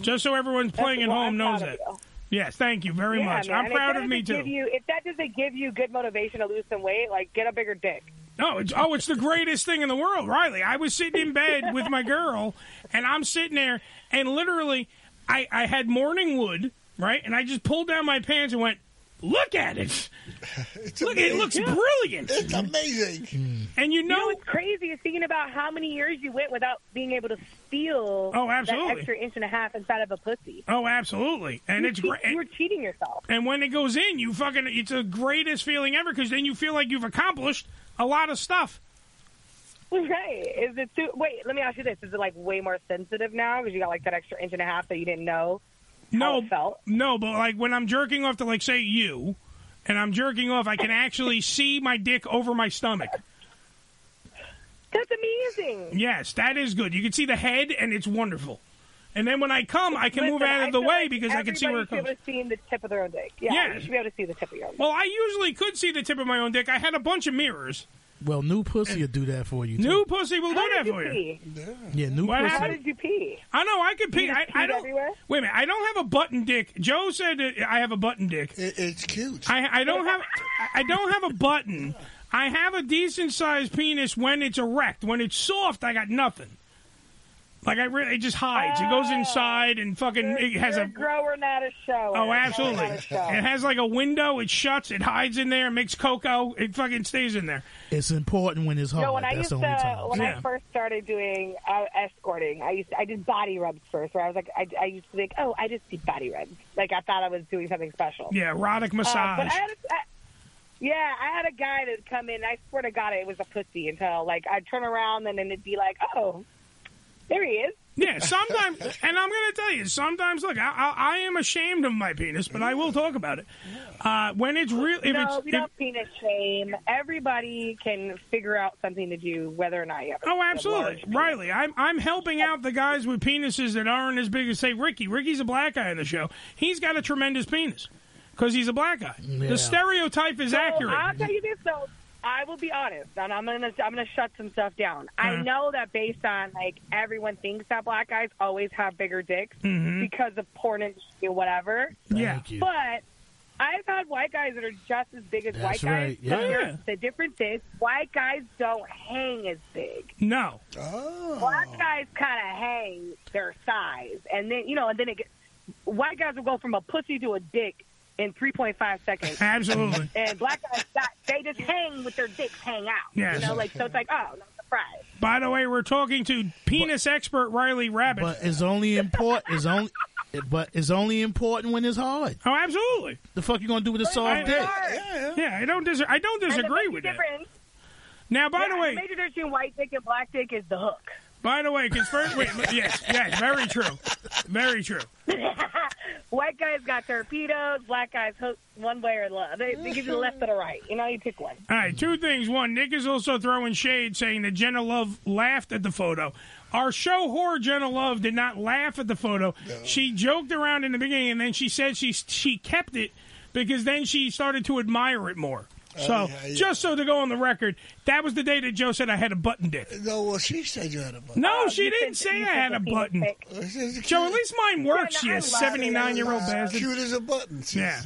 Just so everyone's playing at well, home I'm knows proud that. of you. Yes, thank you very Yeah, much. man, I'm if proud that of me, too. doesn't give you- if that doesn't give you good motivation to lose some weight, like get a bigger dick. No, it's, oh, it's the greatest thing in the world, Riley. I was sitting in bed with my girl, and I'm sitting there, and literally, I, I had morning wood, right? And I just pulled down my pants and went, Look at it. Look, it looks brilliant. It's amazing. Hmm. And you know, what's crazy is thinking about how many years you went without being able to steal Oh, absolutely. that extra inch and a half inside of a pussy. Oh, absolutely. And You it's cheat- great. You were cheating yourself. And when it goes in, you fucking it's the greatest feeling ever because then you feel like you've accomplished a lot of stuff. Right. Is it too? Wait, let me ask you this: Is it like way more sensitive now because you got like that extra inch and a half that you didn't know? No, no, but like when I'm jerking off to like say you, and I'm jerking off, I can actually see my dick over my stomach. That's amazing. Yes, that is good. You can see the head, and it's wonderful. And then when I come, I can move Listen, out of I the feel way like because I can see where it everybody comes. should be able to see the tip of their own dick. Yeah, Yeah. you should be able to see the tip of your own. Well, I usually could see the tip of my own dick. I had a bunch of mirrors. Well, new pussy will do that for you. Too. New pussy will do that for you. Yeah, new What pussy. happened? you pee? I know I could pee. just I, I peed don't. Wait a minute. I don't have a button dick. Joe said that I have a button dick. it's cute. I, I don't have. I I don't have a button. I have a decent sized penis when it's erect. When it's soft, I got nothing. Like I really, it just hides. It Oh. goes inside and fucking. It has You're a. grower, not a show. Oh, absolutely! It has like a window. It shuts. It hides in there. Makes cocoa. It fucking stays in there. It's important when it's hard. No, when I That's used the to, only time. when I first started doing uh, escorting, I used to, I did body rubs first, where I was like, I, I used to think, oh, I just did body rubs, like I thought I was doing something special. Yeah, erotic Uh, massage. but I had a, I, yeah, I had a guy that come in. I swear to God, it was a pussy until like I'd turn around and then it'd be like, oh, there he is. Yeah, sometimes, and I'm going to tell you, sometimes. Look, I, I, I am ashamed of my penis, but I will talk about it uh, when it's real. If no, it's we if- don't penis shame. Everybody can figure out something to do, whether or not you have. a- Oh, a large absolutely, Riley. I'm I'm helping out the guys with penises that aren't as big as say Ricky. Ricky's a black guy in the show. He's got a tremendous penis because he's a black guy. Yeah. The stereotype is So, accurate. I'll tell you this though. I will be honest, and I'm gonna I'm gonna shut some stuff down. Uh-huh. I know that based on like everyone thinks that black guys always have bigger dicks Mhm. because of porn industry or whatever. Yeah. Thank you. But I've had white guys that are just as big as That's white guys. right, but yeah. here's The difference is white guys don't hang as big. No. Black guys kind of hang their size, and then you know, and then it gets, white guys will go from a pussy to a dick in three point five seconds. Absolutely. And black guys, got, they just hang with their dicks hang out. Yes. You know, like so it's like, oh, no surprise. By the way, we're talking to penis expert Riley Rabbit. But it's only important. It's only. But it's only important when it's hard. Oh, absolutely. The fuck you gonna do with a I- soft dick? yeah, I don't dis- I don't disagree with that. difference, Now, by yeah, the way, major difference between white dick and black dick is the hook. by the way, because first, wait, yes, yes, very true, very true. White guys got torpedoes, black guys hook one way or the other. They, they give you the left or the right. You know, you pick one. All right, two things. One, Nick is also throwing shade, saying that Jenna Love laughed at the photo. Our show whore Jenna Love did not laugh at the photo. She joked around in the beginning, and then she said she she kept it because then she started to admire it more. Oh, So, just so to go on the record, that was the day that Joe said I had a button dick. No, well, she said you had a button. No, Uh, she you didn't said- say you I said had the a penis button. pic. She's Joe, at least mine works. You Yeah, no, I love it. seventy nine year old Uh, bastard. cute as a button. Yeah.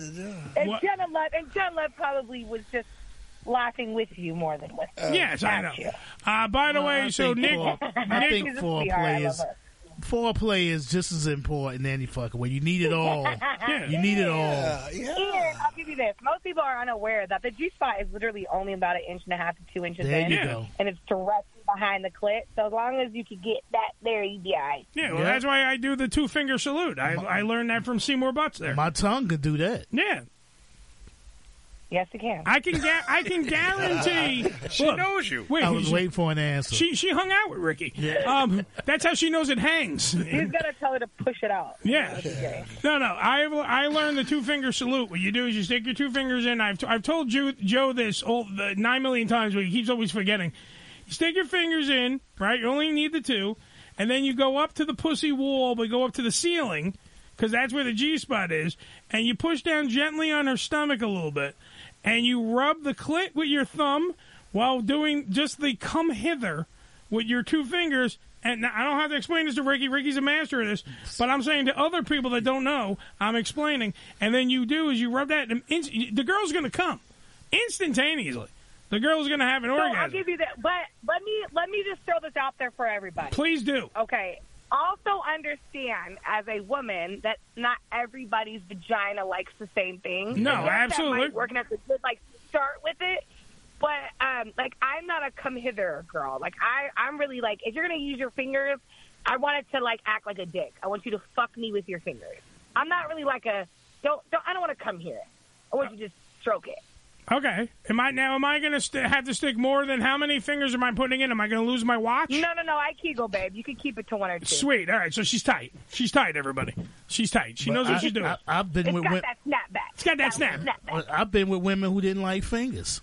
And What- Jenna Love, and Jenna Love probably was just laughing with you more than with. Oh, yes, I at know. you. Uh, by the Well, way, I so think Nick, for- I Nick- think foreplay is foreplay is just as important than any fucking way. You need it all. You need it all. And I'll give you this: most people are unaware that the G spot is literally only about an inch and a half to two inches There in, you go. and it's directly behind the clit. So as long as you can get that there, you'd be all right. Yeah, well, that's why I do the two finger salute. I, I learned that from Seymour Butts there. My tongue could do that. Yeah, Yes, you can. I can ga- I can guarantee. She knows you. I was waiting for an answer. She she hung out with Ricky. Yeah. Um, that's how she knows it hangs. He's gonna tell her to push it out. Yeah. No, no. I I learned the two finger salute. What you do is you stick your two fingers in. I've, I've told Joe, Joe this all the nine million times, but he keeps always forgetting. You stick your fingers in, right? You only need the two, and then you go up to the pussy wall, but go up to the ceiling because that's where the G spot is, and you push down gently on her stomach a little bit, and you rub the clit with your thumb while doing just the come hither with your two fingers. And I don't have to explain this to Ricky. Ricky's a master of this. But I'm saying to other people that don't know, I'm explaining. And then you do is you rub that. And inst- the girl's going to come instantaneously. The girl's going to have an so I'll orgasm. give you that. But let me let me just throw this out there for everybody. Please do. Okay. Also understand as a woman that not everybody's vagina likes the same thing. No, And yes, absolutely. That might work and that's a good like start with it. But um like I'm not a come hither girl. Like I I'm really like if you're gonna use your fingers, I want it to like act like a dick. I want you to fuck me with your fingers. I'm not really like a don't don't I don't want to come here. I want you to just stroke it. Okay. Am I now? Am I going to st- have to stick more than how many fingers am I putting in? Am I going to lose my watch? No, no, no. I Kegel, babe. You can keep it to one or two. Sweet. All right. So she's tight. She's tight. Everybody. She's tight. She But knows what I- she's doing. I- I've been It's with got wo- that snap back. It's got that snap. Uh, I've been with women who didn't like fingers.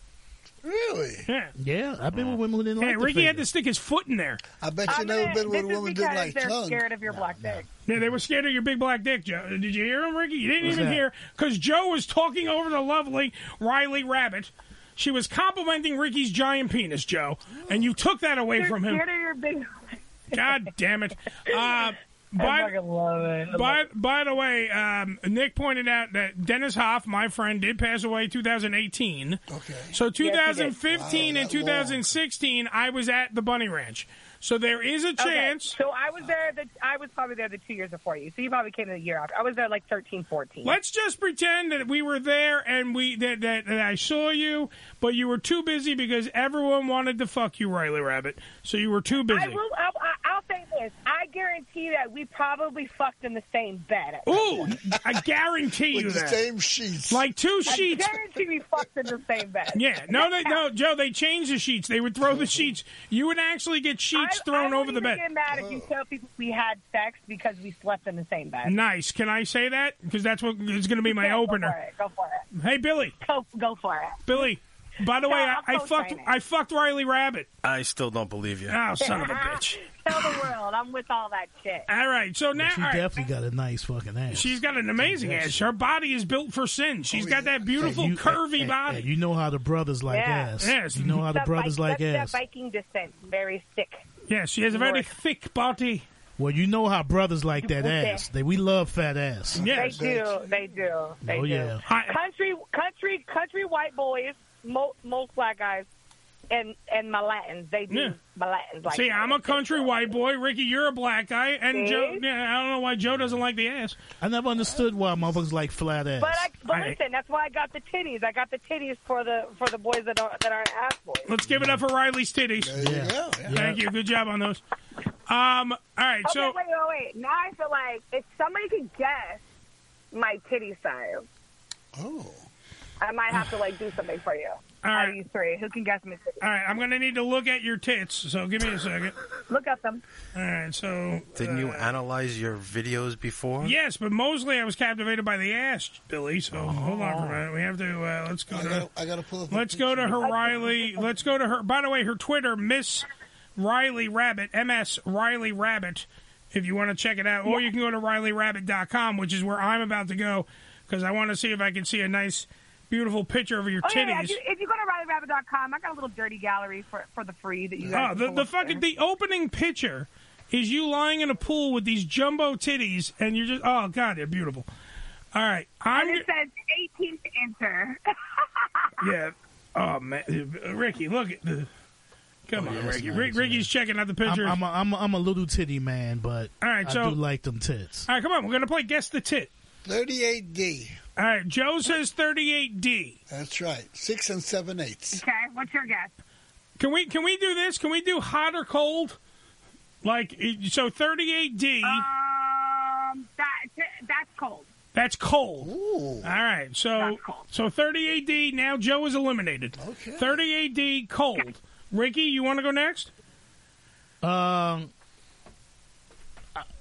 Really? Yeah. Yeah, I've been with women who didn't Hey, like the Ricky fingers. had to stick his foot in there. I bet I'm gonna- Oh, this is because they're scared of your black dick. Yeah, they were scared of your big black dick, Joe. Did you hear him, Ricky? You didn't What's even that? hear because Joe was talking over the lovely Riley Rabbit. She was complimenting Ricky's giant penis, Joe, and you took that away They're from him. scared Oh, of your big. God damn it! Uh, by, fucking love it. I By, by the way, um, Nick pointed out that Dennis Hoff, my friend, did pass away 2018. Okay. So Yes, he did. 2015 Wow, and that long. 2016, I was at the Bunny Ranch. So there is a chance. Okay. So I was there. The, I was probably there the two years before you. So you probably came the year after. I was there like 13, 14. Let's just pretend that we were there and we that, that that I saw you, but you were too busy because everyone wanted to fuck you, Riley Rabbit. So you were too busy. I will. I'll, I'll say this. this. I guarantee that we probably fucked in the same bed. Ooh, I guarantee you With the that. same sheets. Like two I sheets. guarantee we fucked in the same bed. Yeah, no, they, no, Joe. They changed the sheets. They would throw the sheets. You would actually get sheets thrown I over the bed. wouldn't even get mad if you tell people we had sex because we slept in the same bed. Nice. Can I say that? Because that's what is going to be my opener. Go for it. Hey, Billy. Go, go for it. Billy. By the No, way, I, I'll I co-sign fucked. it. I fucked Riley Rabbit. I still don't believe you. Oh, son of a bitch. Ah, Tell the world I'm with all that shit. All right. So now She all right, definitely got a nice fucking ass. she's got an amazing Yes. ass. Her body is built for sin. She's got that beautiful Yeah, you- curvy yeah, body. yeah, you know how the brothers like Yeah. ass. Yes. You know how the That brothers Vi- like that, ass. That Viking descent, very sick. Yeah, she has a very thick body. Well, you know how brothers like that Okay. ass. They, we love fat ass. they do. They do. They Oh, do. yeah. Country, country, country white boys, mo- most black guys, and and my Latins. They do Yeah. my Latins like. See, that. I'm a country white boy. Ricky, you're a black guy, and See? Joe. Yeah, I don't know why Joe doesn't like the ass. I never understood why motherfuckers like flat ass. But I, but I- listen, that's why I got the titties. I got the titties for the for the boys that aren't that aren't ass boys. Let's give it up for Riley's titties. you go, yeah. Thank you. Good job on those. Um. All right. okay, so wait, wait, wait. Now I feel like if somebody could guess my titty size, oh, I might have to like do something for you. All Out of right. you three, who can guess my titties? All right, I'm gonna need to look at your tits. So give me a second. Look at them. All right, so Didn't you analyze your videos before? yes, but mostly I was captivated by the ass, Billy. So hold on for a minute. We have to. Uh, let's go. Oh. I to, gotta, I gotta pull up. a Let's go to picture. her Riley. Let's go to her. By the way, her Twitter, Miss Riley Rabbit, MS Riley Rabbit, if you want to check it out. Or you can go to rileyrabbit.com, which is where I'm about to go because I want to see if I can see a nice, beautiful picture of your Oh, yeah, yeah. titties. If, you, if you go to RileyRabbit.com, I got a little dirty gallery for for the free that you guys. Oh, the, can the look fucking the opening picture is you lying in a pool with these jumbo titties, and you're just oh god, they're beautiful. All right, I'm And it says 18 to enter. yeah. Oh man, Ricky, look at the. Oh, Come on, Ricky. Rick, Ricky's checking out the picture. I'm, I'm, a, I'm, a, I'm a little titty man, but All right, I so- do like them tits. All right, come on. We're gonna play guess the tit. 38D. All right, Joe says 38D. That's right. Six and seven eighths. okay, what's your guess? Can we can we do this? Can we do hot or cold? Like it- so, 38D. Um, that that's cold. That's cold. All right. So so 38D. Now Joe is eliminated. Okay. 38D cold. Ricky, you want to go next? Um.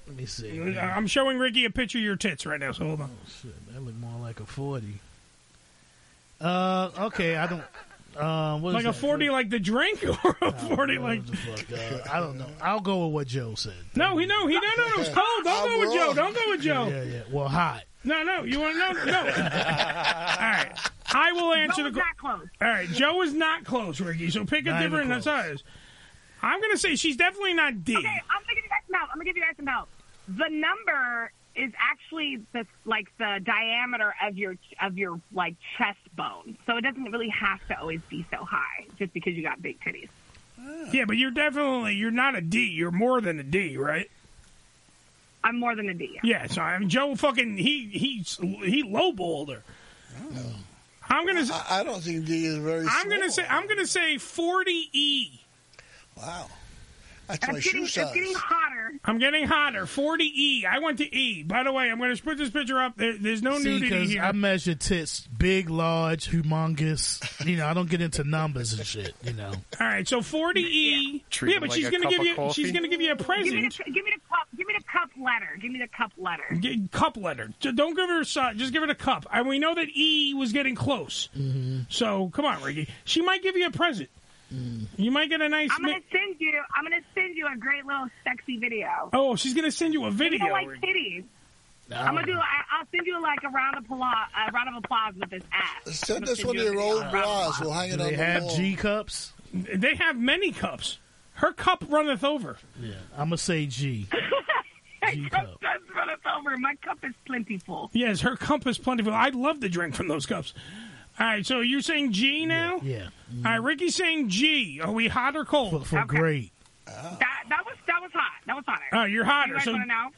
Let me see. man. I'm showing Ricky a picture of your tits right now. So Uh, hold on. Shit, that look more like a forty. Uh, okay, I don't. Um, what is like a that? 40, like the drink, or a 40, like. Uh, I don't know. I'll go with what Joe said. No, he no, he no, no, no. It's cold. Don't go with Joe. Don't go with Joe. Yeah, yeah. yeah. Well, hot. No, no, you want to know? No. All right. I will answer the question. close. All right, Joe is not close, Ricky. So pick a Not even different size. I'm gonna say she's definitely not D. Okay, I'm gonna give you guys some help. I'm gonna give you guys some help. The number is actually the like the diameter of your of your like chest bone, so it doesn't really have to always be so high just because you got big titties. Yeah, but you're definitely you're not a D. You're more than a D, right? I'm more than a D. Yeah. So I mean, Joe fucking he he's he lowballed her. I'm gonna. Oh. I, I don't think D is very. I'm gonna say I'm gonna say 40 E. Wow. That's And my it's getting, shoe it's size. getting hotter. I'm getting hotter. 40 E. I went to E. By the way, I'm gonna put this picture up. There, there's no See, nudity because here. I measure tits big, large, humongous. You know, I don't get into numbers and shit. You know. All right, so 40 E. Treat yeah, him but like she's a gonna cup give of you coffee. she's gonna give you a present. Give me, the, give me the cup. Give me the cup letter. Give me the cup letter. G- cup letter. J- Don't give her a si- Just give it a cup. And we know that E was getting close. Mm-hmm. So come on, Ricky. She might give you a present. Mm. You might get a nice. I'm gonna mi- send you. I'm gonna send you a great little sexy video. oh, she's gonna send you a You video. don't like Ricky. titties. I'm gonna do. I, I'll send you like a round of applause. A round of applause with this ass. Send I'm gonna us one you of a your video old of a round of bras. applause. We'll hang it Do on they the have wall. G cups? They have many cups. Her cup runneth over. Yeah, I'm gonna say G. Hey, cup does run us over. My cup is plentiful. Yes, her cup is plentiful. I'd love to drink from those cups. All right, so you're saying G now? Yeah. All right, Ricky's saying G. Are we hot or cold? For great. That that was that was hot. That was hotter. Oh, you're hotter. You guys So- wanna know?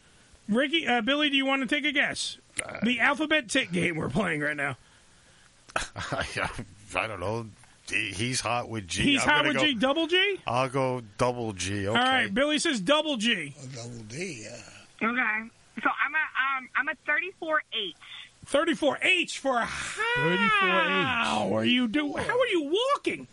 Ricky, uh, Billy, do you want to take a guess? the alphabet tit game we're playing right now. I don't know. D- he's hot with G. He's I'm hot gonna with go- G. Double G. I'll go double G. Okay. All right, Billy says double G. Oh, double D. Yeah. Okay. So I'm a um I'm a 34 8. 34 H for how are you do? How are you walking?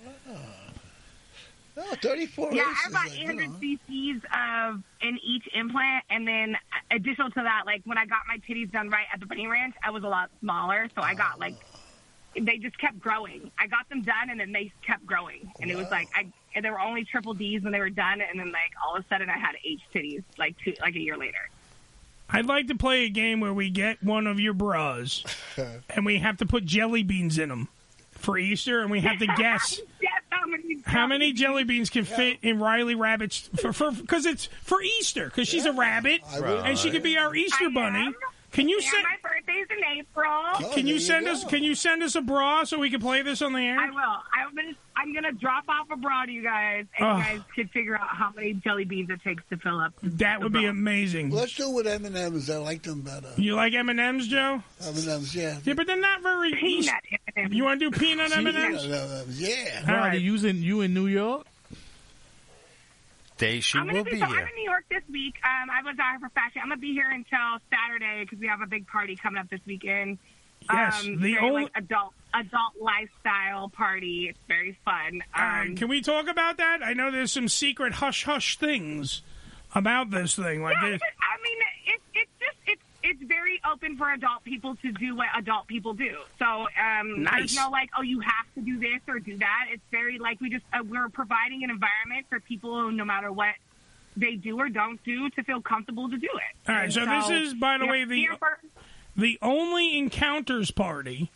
No, 34 Yeah, inches, I have about like, 800 cc's of in each implant, and then additional to that, like when I got my titties done right at the Bunny Ranch, I was a lot smaller, so I got like they just kept growing. I got them done, and then they kept growing, and it was like I and they were only triple D's when they were done, and then like all of a sudden I had H titties like two like a year later. I'd like to play a game where we get one of your bras and we have to put jelly beans in them for Easter, and we have to guess Yes, how many how many jelly beans can fit in Riley Rabbit's for for because it's for Easter because she's a rabbit will. and she could be our Easter bunny. Can you send? My birthday's in April. Can Oh, you send us? Can you send us a bra so we can play this on the air? I will. I'm gonna I'm gonna drop off a bra to you guys, and Ugh. you guys can figure out how many jelly beans it takes to fill up. That would be amazing. Let's do it with M and M's. I like them better. You like M and M's, Joe? M and M's, yeah. Yeah, but they're not very peanut. You want to do peanut M Um, and Peanut M's? M&Ms, yeah. All right. right. You in you in New York? They she I'm gonna will be, be so I'm here. in New York this week. Um, I was out here for fashion. I'm gonna be here until Saturday because we have a big party coming up this weekend. Yes, um, the very, only- like adult adult lifestyle party. It's very fun. All right, Um, can we talk about that? I know there's some secret hush hush things about this thing. Like, yeah, this. it's- I mean, it's it's just it's it's very open for adult people to do what adult people do. So um, Nice. there's no like, oh, you have to do this or do that. It's very like we just uh, we're providing an environment for people, who, no matter what they do or don't do, to feel comfortable to do it. All right, so this is, by the yeah, way, the- here for the only encounters party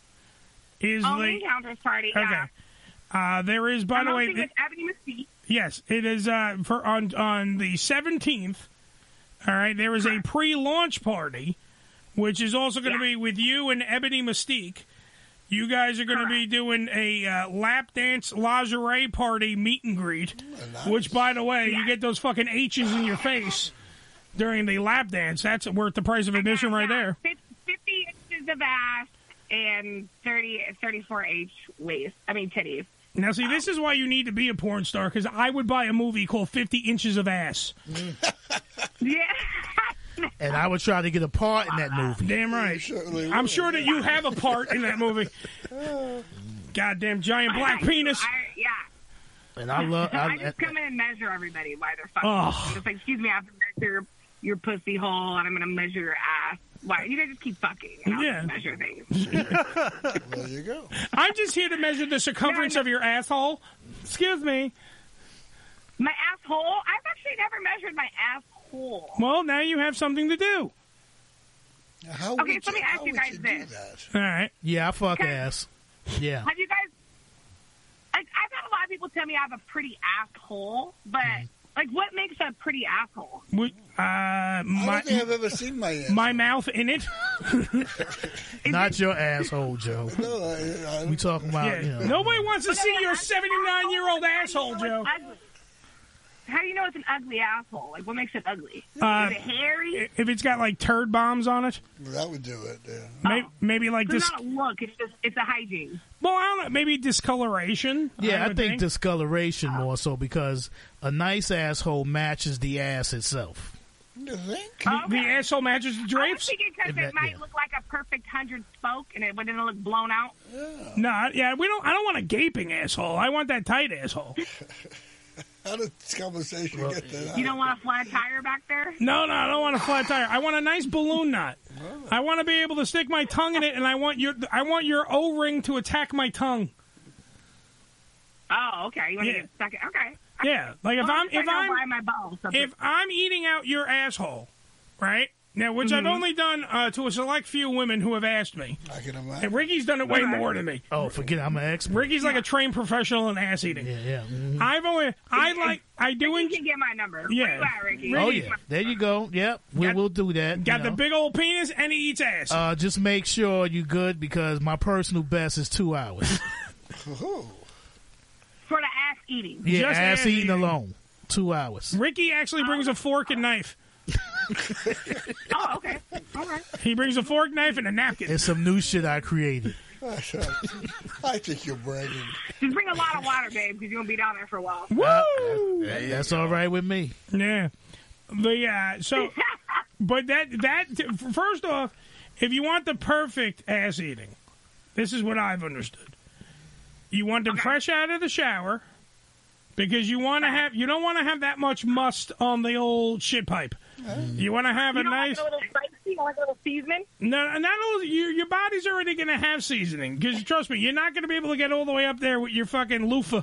is only like encounters party. okay. Yeah. Uh, there is, by I'm the way, hosting th- with Ebony Mystique. yes, it is uh, for on on the seventeenth. All right, there is a pre-launch party, which is also going to be with you and Ebony Mystique. You guys are going to be doing a uh, lap dance lingerie party meet and greet, which, by the way, you get those fucking H's in your face during the lap dance. That's worth the price of admission right there. Fif- 50 inches of ass and 30, 34H waist. I mean, titties. Now, see, this is why you need to be a porn star because I would buy a movie called Fifty Inches of Ass. yeah. And I would try to get a part in that movie. Damn right. I'm sure that you have a part in that movie. Goddamn giant black penis. I, yeah. And I love. I, I just come in and measure everybody while they're fucking. Ugh. Just like, excuse me, I have to measure your pussy hole and I'm going to measure your ass. Why? You guys just keep fucking. And I'll Yeah. just measure things. there you go. I'm just here to measure the circumference of your asshole. Excuse me. My asshole? I've actually never measured my asshole. Well, now you have something to do. okay, so let me ask you guys this. All right. Yeah, I fuck ass. Yeah. Have you guys? Like, I've had a lot of people tell me I have a pretty asshole, but Mm-hmm. like, what makes a pretty asshole? We, uh, my, think I've ever seen my my mouth in it. Not your asshole, Joe. we talking about Yeah. you know. Nobody wants to But I see mean, your I'm- 79 year old asshole, Joe. Ugly. How do you know it's an ugly asshole? Like, what makes it ugly? Uh, Is it hairy? If it's got like turd bombs on it, That would do it. Yeah. may, maybe like it's this. not a look. It's just it's a hygiene. Well, I don't know. Maybe discoloration. Yeah, I, would Uh. think, discoloration more so because a nice asshole matches the ass itself. The, the asshole matches the I was drapes. thinking because Yeah. it might look like a perfect hundred spoke, and it wouldn't look blown out. No, I- yeah, we don't. I don't want a gaping asshole. I want that tight asshole. How did this conversation get to that? You don't want a flat tire back there. No, no, I don't want a flat tire. I want a nice balloon knot. I want to be able to stick my tongue in it, and I want your I want your O ring to attack my tongue. Oh, okay. You want to Yeah. get stuck? in- Okay. Yeah, like if Well, I'm just if I know I'm why my balls. are if I'm eating out your asshole, right now, which I've Mm-hmm. Mhm. only done uh, to a select few women who have asked me. I can imagine. And Ricky's done it way Right. more than me. Oh, forget I'm an expert. Ricky's like a trained professional in ass eating. Yeah, yeah. Mm-hmm. I've only I like I do. You can get my number. Where Uh, Yeah. you at, Ricky? Oh yeah, there you go. Yep, we will do that. Got you the know. big old penis and he eats ass. Uh, just make sure you good because my personal best is two hours. For the ass eating. yeah, Just ass ass eating, eating. alone, two hours. Ricky actually brings a fork and knife. Oh, okay. All right. He brings a fork, knife, and a napkin. It's some new shit I created. I said, I think you're bragging. Just bring a lot of water, babe, because you're gonna be down there for a while. Woo! That's all right with me. Yeah, but yeah. So, but that that first off, if you want the perfect ass eating, this is what I've understood. You want them fresh out of the shower because you want to have you don't want to have that much must on the old shit pipe. You want to have Mm. you a don't nice. Like a little spicy, you don't like a little seasoning. No, not all, your your body's already going to have seasoning because trust me, you're not going to be able to get all the way up there with your fucking loofah.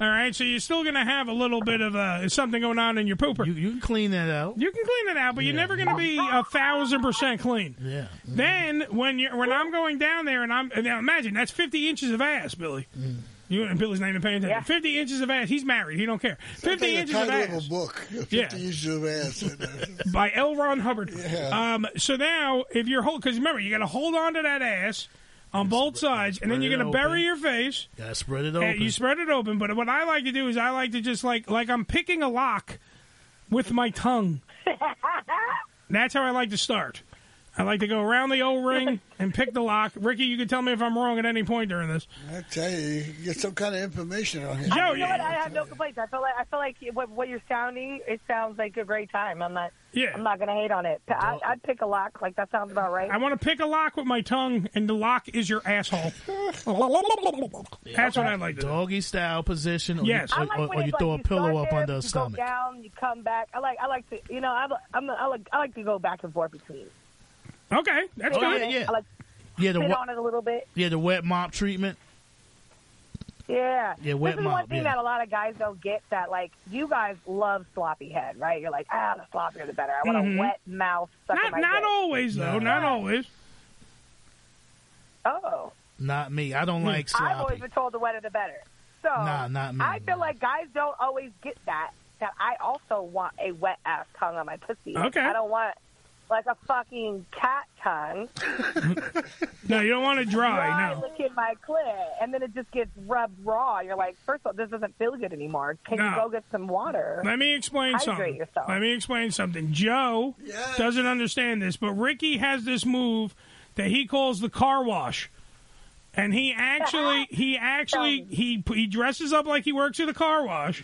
All right, so you're still going to have a little bit of uh, something going on in your pooper. You, you can clean that out. You can clean it out, but you're never going to be a thousand percent clean. Yeah. Then when you are when I'm going down there and I'm now imagine that's 50 inches of ass, Billy. Mm-hmm. You and Billy's not even paying attention. 50 inches of ass. He's married. He don't care. 50 It's inches like of the ass title of a book. Fifty Yeah. inches of ass. by L. Ron Hubbard. Um, so now, if you're hold, because remember, you got to hold on to that ass on both sides, and then spread you're it going to open. bury your face. Gotta spread it and open. You spread it open. But what I like to do is I like to just like like I'm picking a lock with my tongue. That's how I like to start. I like to go around the O ring and pick the lock. Ricky, you can tell me if I'm wrong at any point during this. I tell you, you can get some kind of information on here. Joe, you know what? I have no complaints. I feel like I feel like what, what you're sounding. It sounds like a great time. I'm not. Yeah. I'm not gonna hate on it. I, I'd pick a lock. Like that sounds about right. I want to pick a lock with my tongue, and the lock is your asshole. That's what I like to do. Doggy style position. Or Yes. You, I or, like or- when or it's you throw like a pillow start up there, under you a go stomach. down, you come back. I like. I like to. You know, I'm. I'm I like. I like to go back and forth between. Okay, that's Oh, good. yeah, yeah. I like Yeah, the sit wa- on it a little bit. yeah, the wet mop treatment. Yeah. Yeah, wet this is one mop, thing yeah. that a lot of guys don't get that like you guys love sloppy head, right? You're like, ah, the sloppier the better. I want Mhm. a wet mouth sucking Not my not dick. always though. Not always. Oh. Not me. I Hmm. don't like I've always sloppy. been told the wetter the better. So Nah, not me. I feel like guys don't always get that. That I also want a wet ass tongue on my pussy. Okay. I don't want like a fucking cat tongue No, you don't want to dry. dry No. licking my clit, and then it just gets rubbed raw. You're like, first of all, this doesn't feel good anymore. Can you No. go get some water? Let me explain Hydrate something. yourself. Let me explain something. Joe doesn't understand this, but Ricky has this move that he calls the car wash. And he actually, he actually, he he dresses up like he works at a car wash,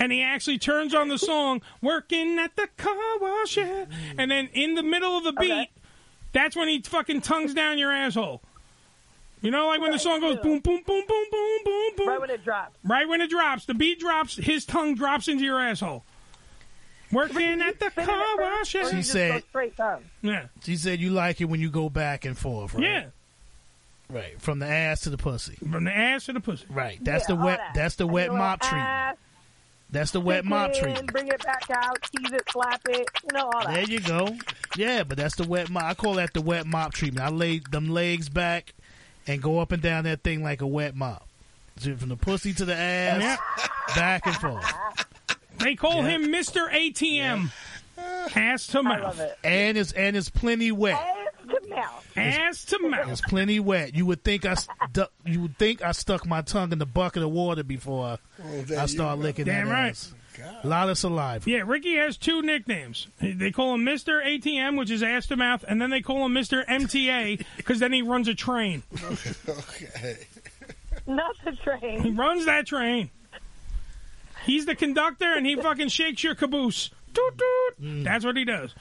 and he actually turns on the song "Working at the Car Wash," yeah." and then in the middle of the beat, that's when he fucking tongues down your asshole. You know, like when the song goes boom, boom, boom, boom, boom, boom, boom. Right when it drops. Right when it drops, the beat drops, his tongue drops into your asshole. Working at the car wash. yeah. She said. Yeah. She said you like it when you go back and forth. Right? Yeah. Right. From the ass to the pussy. From the ass to the pussy. Right. That's Yeah, the all wet. that. That's the And wet your mop little treatment. ass, That's the wet kick mop in, treatment. Bring it back out, tease it, slap it, you know all that. There you go. Yeah, but that's the wet mop. I call that the wet mop treatment. I lay them legs back and go up and down that thing like a wet mop. So From the pussy to the ass, back and forth. They call him Mr. ATM. Ass to mouth. And it's and it's plenty wet. to mouth. Ass to mouth. It's plenty wet. You would think I stu- you would think I stuck my tongue in the bucket of water before I, Well, Oh, there I you start go. licking Damn that right. ass. A lot of saliva. Yeah, Ricky has two nicknames. They call him Mr. ATM, which is ass to mouth, and then they call him Mr. MTA because then he runs a train. okay. Not the train. He runs that train. He's the conductor, and he fucking shakes your caboose. Toot toot. That's what he does.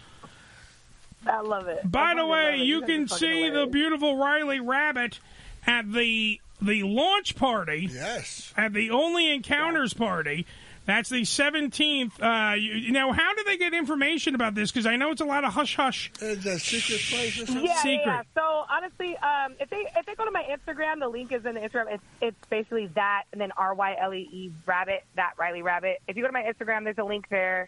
I love it. By I the fucking love way, it. you guys are can fucking see the hilarious. beautiful Riley Rabbit at the the launch party. Yes. At the Only Encounters party. That's the 17th. Uh, you, you know, how do they get information about this? Because I know it's a lot of hush hush. Is that Uh, secret place or Yeah, something? yeah, yeah. So honestly, um, if they if they go to my Instagram, the link is in the Instagram. It's it's basically that, and then R Y L E E Rabbit, that Riley Rabbit. If you go to my Instagram, there's a link there.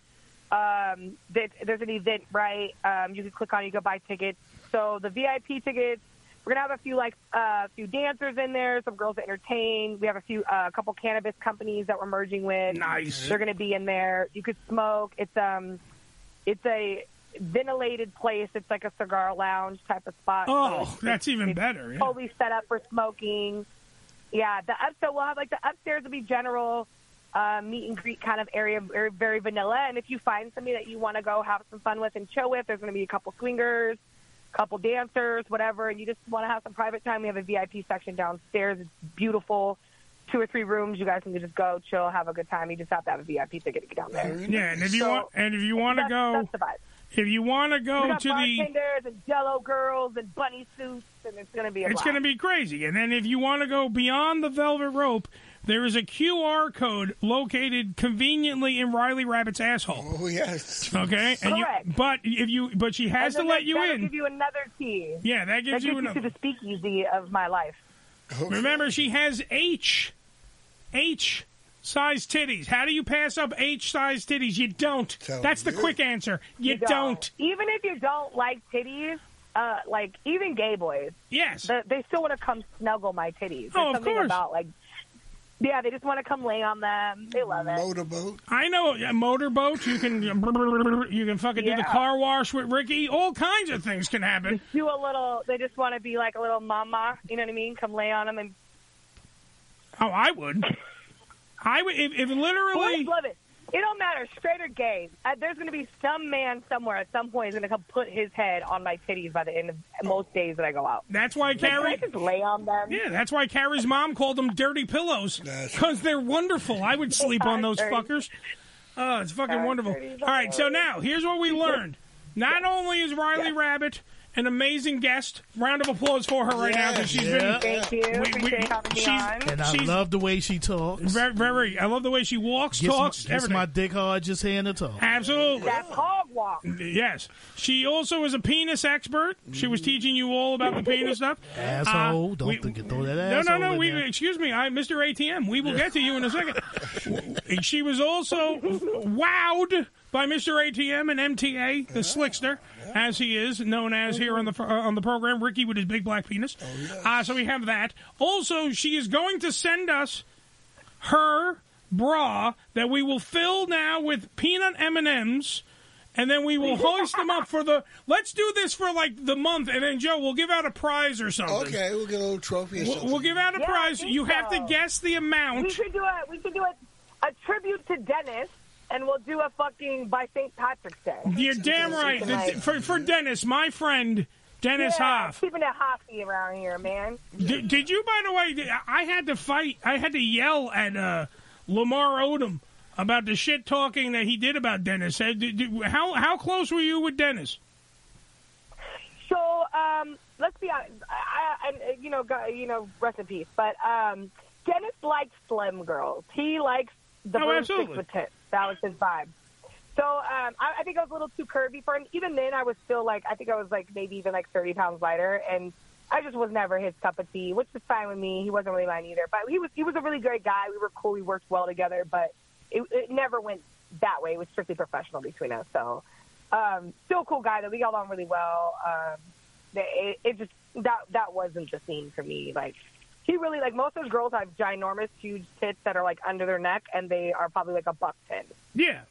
Um, that, there's an event, right? Um, you can click on, it, you can buy tickets. So the VIP tickets, we're gonna have a few like a few dancers in there, some girls to entertain. We have a few, uh, a couple cannabis companies that we're merging with. Nice. They're gonna be in there. You could smoke. It's um, it's a ventilated place. It's like a cigar lounge type of spot. So Oh, it's- that's even better. yeah. totally set up for smoking. Yeah, the up so we'll have like the upstairs will be general uh, meet and greet kind of area, very, very vanilla. And if you find somebody that you want to go have some fun with and chill with, there's going to be a couple swingers. couple dancers, whatever, and you just want to have some private time, we have a VIP section downstairs. It's beautiful. Two or three rooms. You guys can just go, chill, have a good time. You just have to have a VIP ticket to get down there. Yeah, and if you So, want, and if you want to go, if you want to we go got to the, bartenders and jello girls and bunny suits, and it's going to be a it's blast. going to be crazy. And then if you want to go beyond the velvet rope, there is a QR code located conveniently in Riley Rabbit's asshole. Oh yes. Okay. And you, Correct. but if you, but she has And to then let that- you that'll in. Give you another key. Yeah, that gives you to another- the speakeasy of my life. Remember, she has H, H size titties. How do you pass up H size titties? You don't. That's the quick answer. You, don't. Even if you don't like titties, uh, like even gay boys. Yes. They, they still want to come snuggle my titties. There's Oh, of something course. About like, yeah, they just want to come lay on them. They love it. Motorboat. I know a motorboat. You can you can fucking do the Yeah. car wash with Ricky. All kinds of things can happen. Do a little. They just want to be like a little mama. You know what I mean? Come lay on them and Oh, I would. I would if, if literally. Boys love it. It don't matter, straight or gay. Uh, there's going to be some man somewhere at some point is going to come put his head on my titties by the end of most days that I go out. That's why Like, can Carrie- I just lay on them. Yeah, that's why Carrie's mom called them dirty pillows because they're wonderful. I would sleep on those Dirty. fuckers. Oh, it's fucking Dirty wonderful. All right, so now here's what we learned. Not only is Riley Rabbit an amazing guest, round of applause for her right now because she's Yeah. been. Thank you. We- we- Appreciate having me she's- on. And I She's- love the way she talks. Very, very. I love the way she walks, Gets my- talks, gets everything. my dick hard just hearing her talk. Absolutely. That's hog walk. Yes. She also is a penis expert. She was teaching you all about the penis stuff. Asshole, Uh, don't we- think you throw that no, no, asshole no. in We there. excuse me, I, Mr. ATM. We will get to you in a second. she was also wowed by Mr. ATM and MTA, the slickster, as he is known as here on the uh, on the program, Ricky with his big black penis. Oh, uh, so we have that. Also, she is going to send us her bra that we will fill now with peanut M and M's, and then we will hoist them up for the. Let's do this for like the month, and then Joe, we'll give out a prize or something. Okay, we'll get a little trophy or We'll, something. we'll give out a Yeah, I prize. think You have to so. guess the amount. We should do a we should do a, a tribute to Dennis, and we'll do a fucking by St. Patrick's Day. You're damn right. The- Like, for, for Dennis, my friend Dennis yeah, Hoff. keeping it hockey around here, man. Did, did you, by the way? did- I had to fight. I had to yell at uh, Lamar Odom about the shit talking that he did about Dennis. Uh, did- did- How how close were you with Dennis? So um, let's be honest. I, I, and, uh, you know, go, you know, rest in peace. But um, Dennis likes slim girls. He likes the Oh, broomsticks absolutely. with tits. That was his vibe. So um, I, I think I was a little too curvy for him. Even then, I was still like, I think I was like maybe even like thirty pounds lighter, and I just was never his cup of tea, which is fine with me. He wasn't really mine either. But he was he was a really great guy. We were cool. We worked well together. But it, it never went that way. It was strictly professional between us. So um, still a cool guy though. We got along really well. Um, that- it, it just that that wasn't the scene for me. Like he really like most of those girls have ginormous, huge tits that are like under their neck, and they are probably like a buck ten. Yeah,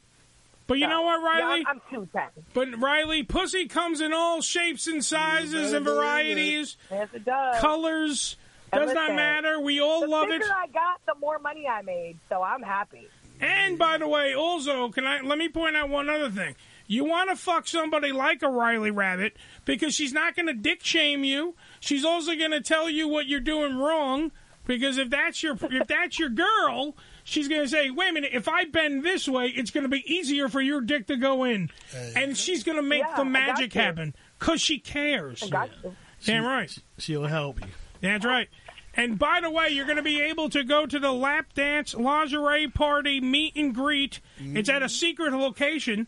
but you know what, Yeah, Riley? I'm, I'm two ten. but Riley, pussy comes in all shapes and sizes and varieties, Yes, it does. colors. And Does not listen, matter. We all Uh, the love it. bigger I got, the more money I made, so I'm happy. And by the way, also, can I let me point out one other thing? You want to fuck somebody like a Riley Rabbit because she's not going to dick shame you. She's also going to tell you what you're doing wrong because if that's your if that's your girl, she's going to say, "Wait a minute, if I bend this way, it's going to be easier for your dick to go in." And she's going to make Yeah, the I got magic you. happen cuz she cares. I got you. Damn right. She'll help you. That's right. And by the way, you're going to be able to go to the lap dance lingerie party meet and greet. It's at a secret location.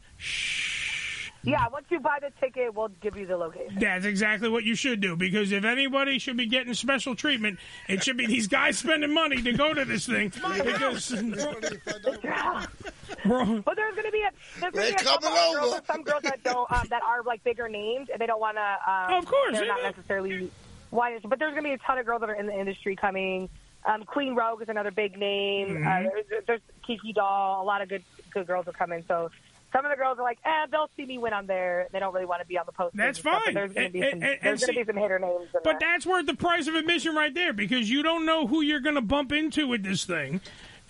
Yeah, once you buy the ticket, we'll give you the location. That's exactly what you should do because if anybody should be getting special treatment, it should be these guys spending money to go to this thing. Because Bro, But there's gonna be a there's gonna They be a couple coming of girls, over. some girls that don't um, that are like bigger names and they don't want to. Um, Of course, they're not yeah. necessarily wanting. to- But there's gonna be a ton of girls that are in the industry coming. Um, Queen Rogue is another big name. Uh, Mhm. there's, there's Kiki Doll. A lot of good good girls are coming. So some of the girls are like, eh, they'll see me when I'm there. They don't really want to be on the poster. That's fine. But there's gonna be And- and- some and there's see- gonna be some hitter names. In but there. that's worth the price of admission right there because you don't know who you're going to bump into with this thing,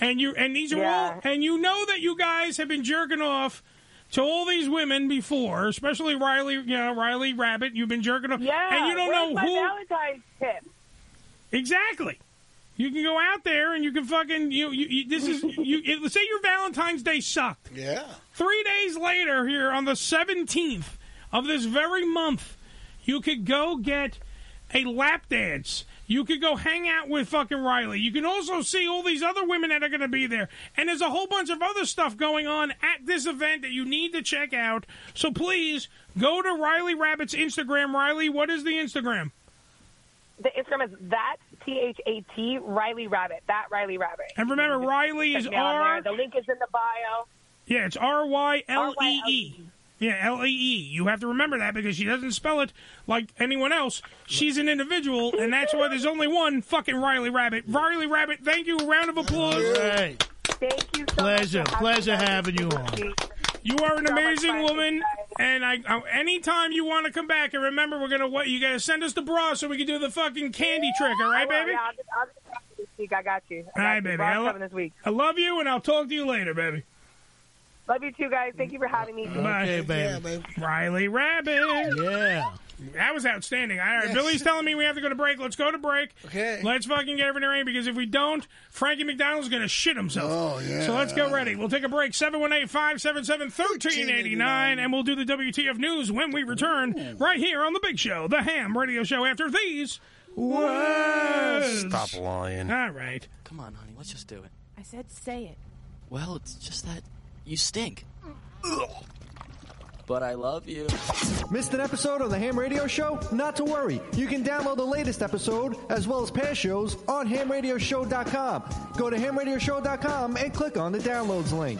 and you and these are all Yeah. and you know that you guys have been jerking off So all these women before, especially Riley, you know, Riley Rabbit, you've been jerking off, Yeah, and you don't where's know my who Valentine's tip. exactly. You can go out there and you can fucking you. you, you this is you. It, say your Valentine's Day sucked. Yeah. Three days later, here on the seventeenth of this very month, you could go get a lap dance. You could go hang out with fucking Riley. You can also see all these other women that are going to be there. And there's a whole bunch of other stuff going on at this event that you need to check out. So please go to Riley Rabbit's Instagram. Riley, what is the Instagram? The Instagram is that T H A T Riley Rabbit. That Riley Rabbit. And remember, Riley Check is me out R. there. The link is in the bio. Yeah, it's R Y L E E. Yeah, L E E. You have to remember that because she doesn't spell it like anyone else. She's an individual, and that's why there's only one fucking Riley Rabbit. Riley Rabbit, thank you. Round of applause. Thank you. Pleasure, pleasure having you on. You are an amazing woman, and I, I anytime you want to come back, and remember, we're gonna what you gotta send us the bra so we can do the fucking candy trick. All right, I will, baby. yeah, I'll just, I'll just talk to you this week. I got you. I All got right, you. baby. Bob's I, lo- coming this week. I love you, and I'll talk to you later, baby. Love you too, guys. Thank you for having me. Bye. Riley Rabbit. Yeah. That was outstanding. All right, Yes. Billy's telling me we have to go to break. Let's go to break. Okay. Let's fucking get everything ready because if we don't, Frankie McDonald's going to shit himself. Oh, yeah. So let's go ready. We'll take a break. 718 577 1389, and we'll do the WTF News when we return right here on The Big Show, The Ham Radio Show, after these words. Stop lying. All right. Come on, honey, let's just do it. I said say it. Well, it's just that you stink. But I love you. Missed an episode of the Ham Radio Show? Not to worry. You can download the latest episode as well as past shows on hamradioshow.com. Go to hamradioshow.com and click on the downloads link.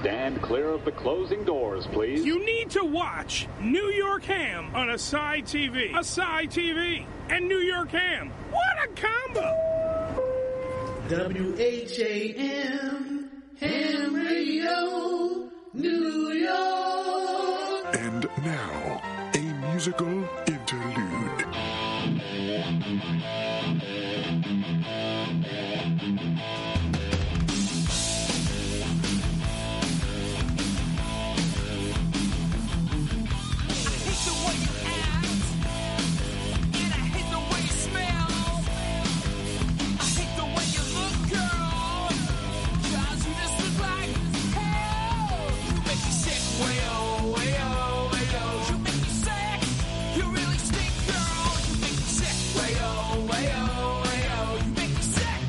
Stand clear of the closing doors, please. You need to watch New York Ham on a side TV. A side TV and New York Ham. What a combo! W H A M Ham Radio New York. And now, a musical interlude. Hate the way you act, and I hate the way you smell. I hate the way you look, girl. 'Cause you just look like hell. You make me sick, way oh, way oh, way oh. You make me sick. You really stink, girl. You make me sick, way oh, way oh, way oh. You make me sick.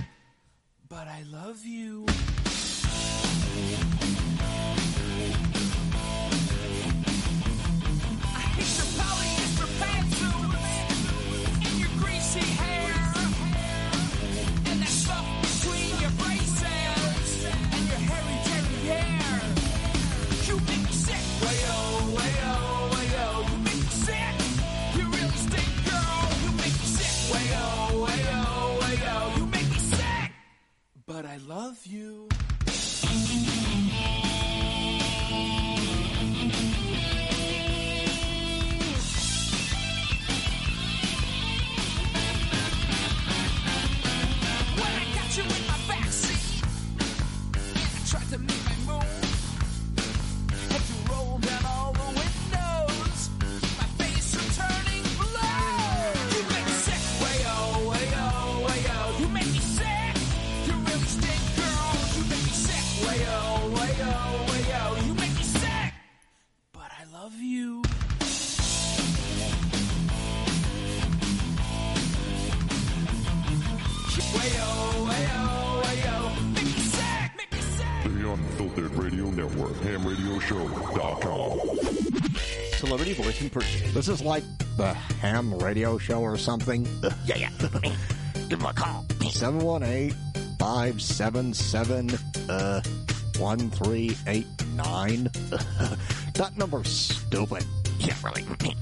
But I love you. It's your polyester pantsuit and your greasy hair and that stuff between your braces and your hairy derriere. You make me sick. oh, Wayo, wayo, wayo. You make me sick. You really stink, girl. You make me sick. Wayo, wayo, wayo. You make me sick. But I love you. When I got you in my backseat, and I tried to make my move, had you roll down all the windows, my face was turning blue. You make me sick, way oh, way oh, way oh. You make me sick, you really stink, girl. You make me sick, way oh, way oh, way oh. You make me sick, but I love you. Way-o, way-o, way-o. Make me sick, make me sick. The Unfiltered Radio Network, hamradioshow.com. Celebrity voice and person. This is like the ham radio show or something. yeah, yeah. Give him a call. 718 uh, 577 1389. That number's stupid. Can't really.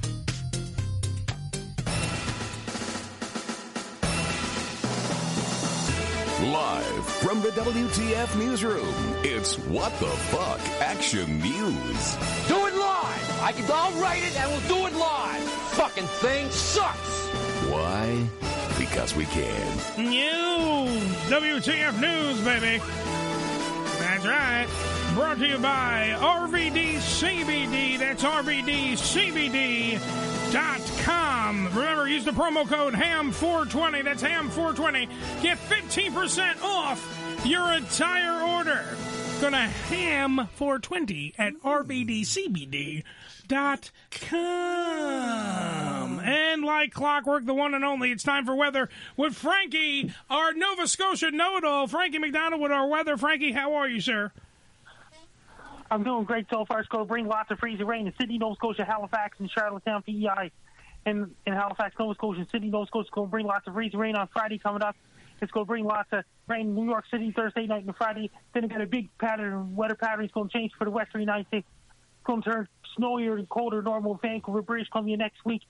Live from the WTF newsroom, it's What the Fuck Action News. Do it live! I can, I'll write it and we'll do it live! Fucking thing sucks! Why? Because we can. New WTF News, baby. That's right. Brought to you by RVD CBD. That's RVDCBD.com. Remember, use the promo code HAM420. That's HAM420. Get 15% off your entire order. Go to HAM420 at RVDCBD.com. And like clockwork, the one and only, it's time for weather with Frankie, our Nova Scotia know it all. Frankie McDonald with our weather. Frankie, how are you, sir? I'm doing great so far. It's going to bring lots of freezing rain in Sydney, Nova Scotia, Halifax, and Charlottetown, PEI. And in Halifax, Nova Scotia, and Sydney, Nova Scotia, it's going to bring lots of freezing rain on Friday coming up. It's going to bring lots of rain in New York City Thursday night and Friday. Then we got a big pattern, weather pattern is going to change for the western United States. It's going to turn snowier and colder than normal in Vancouver, British Columbia next week.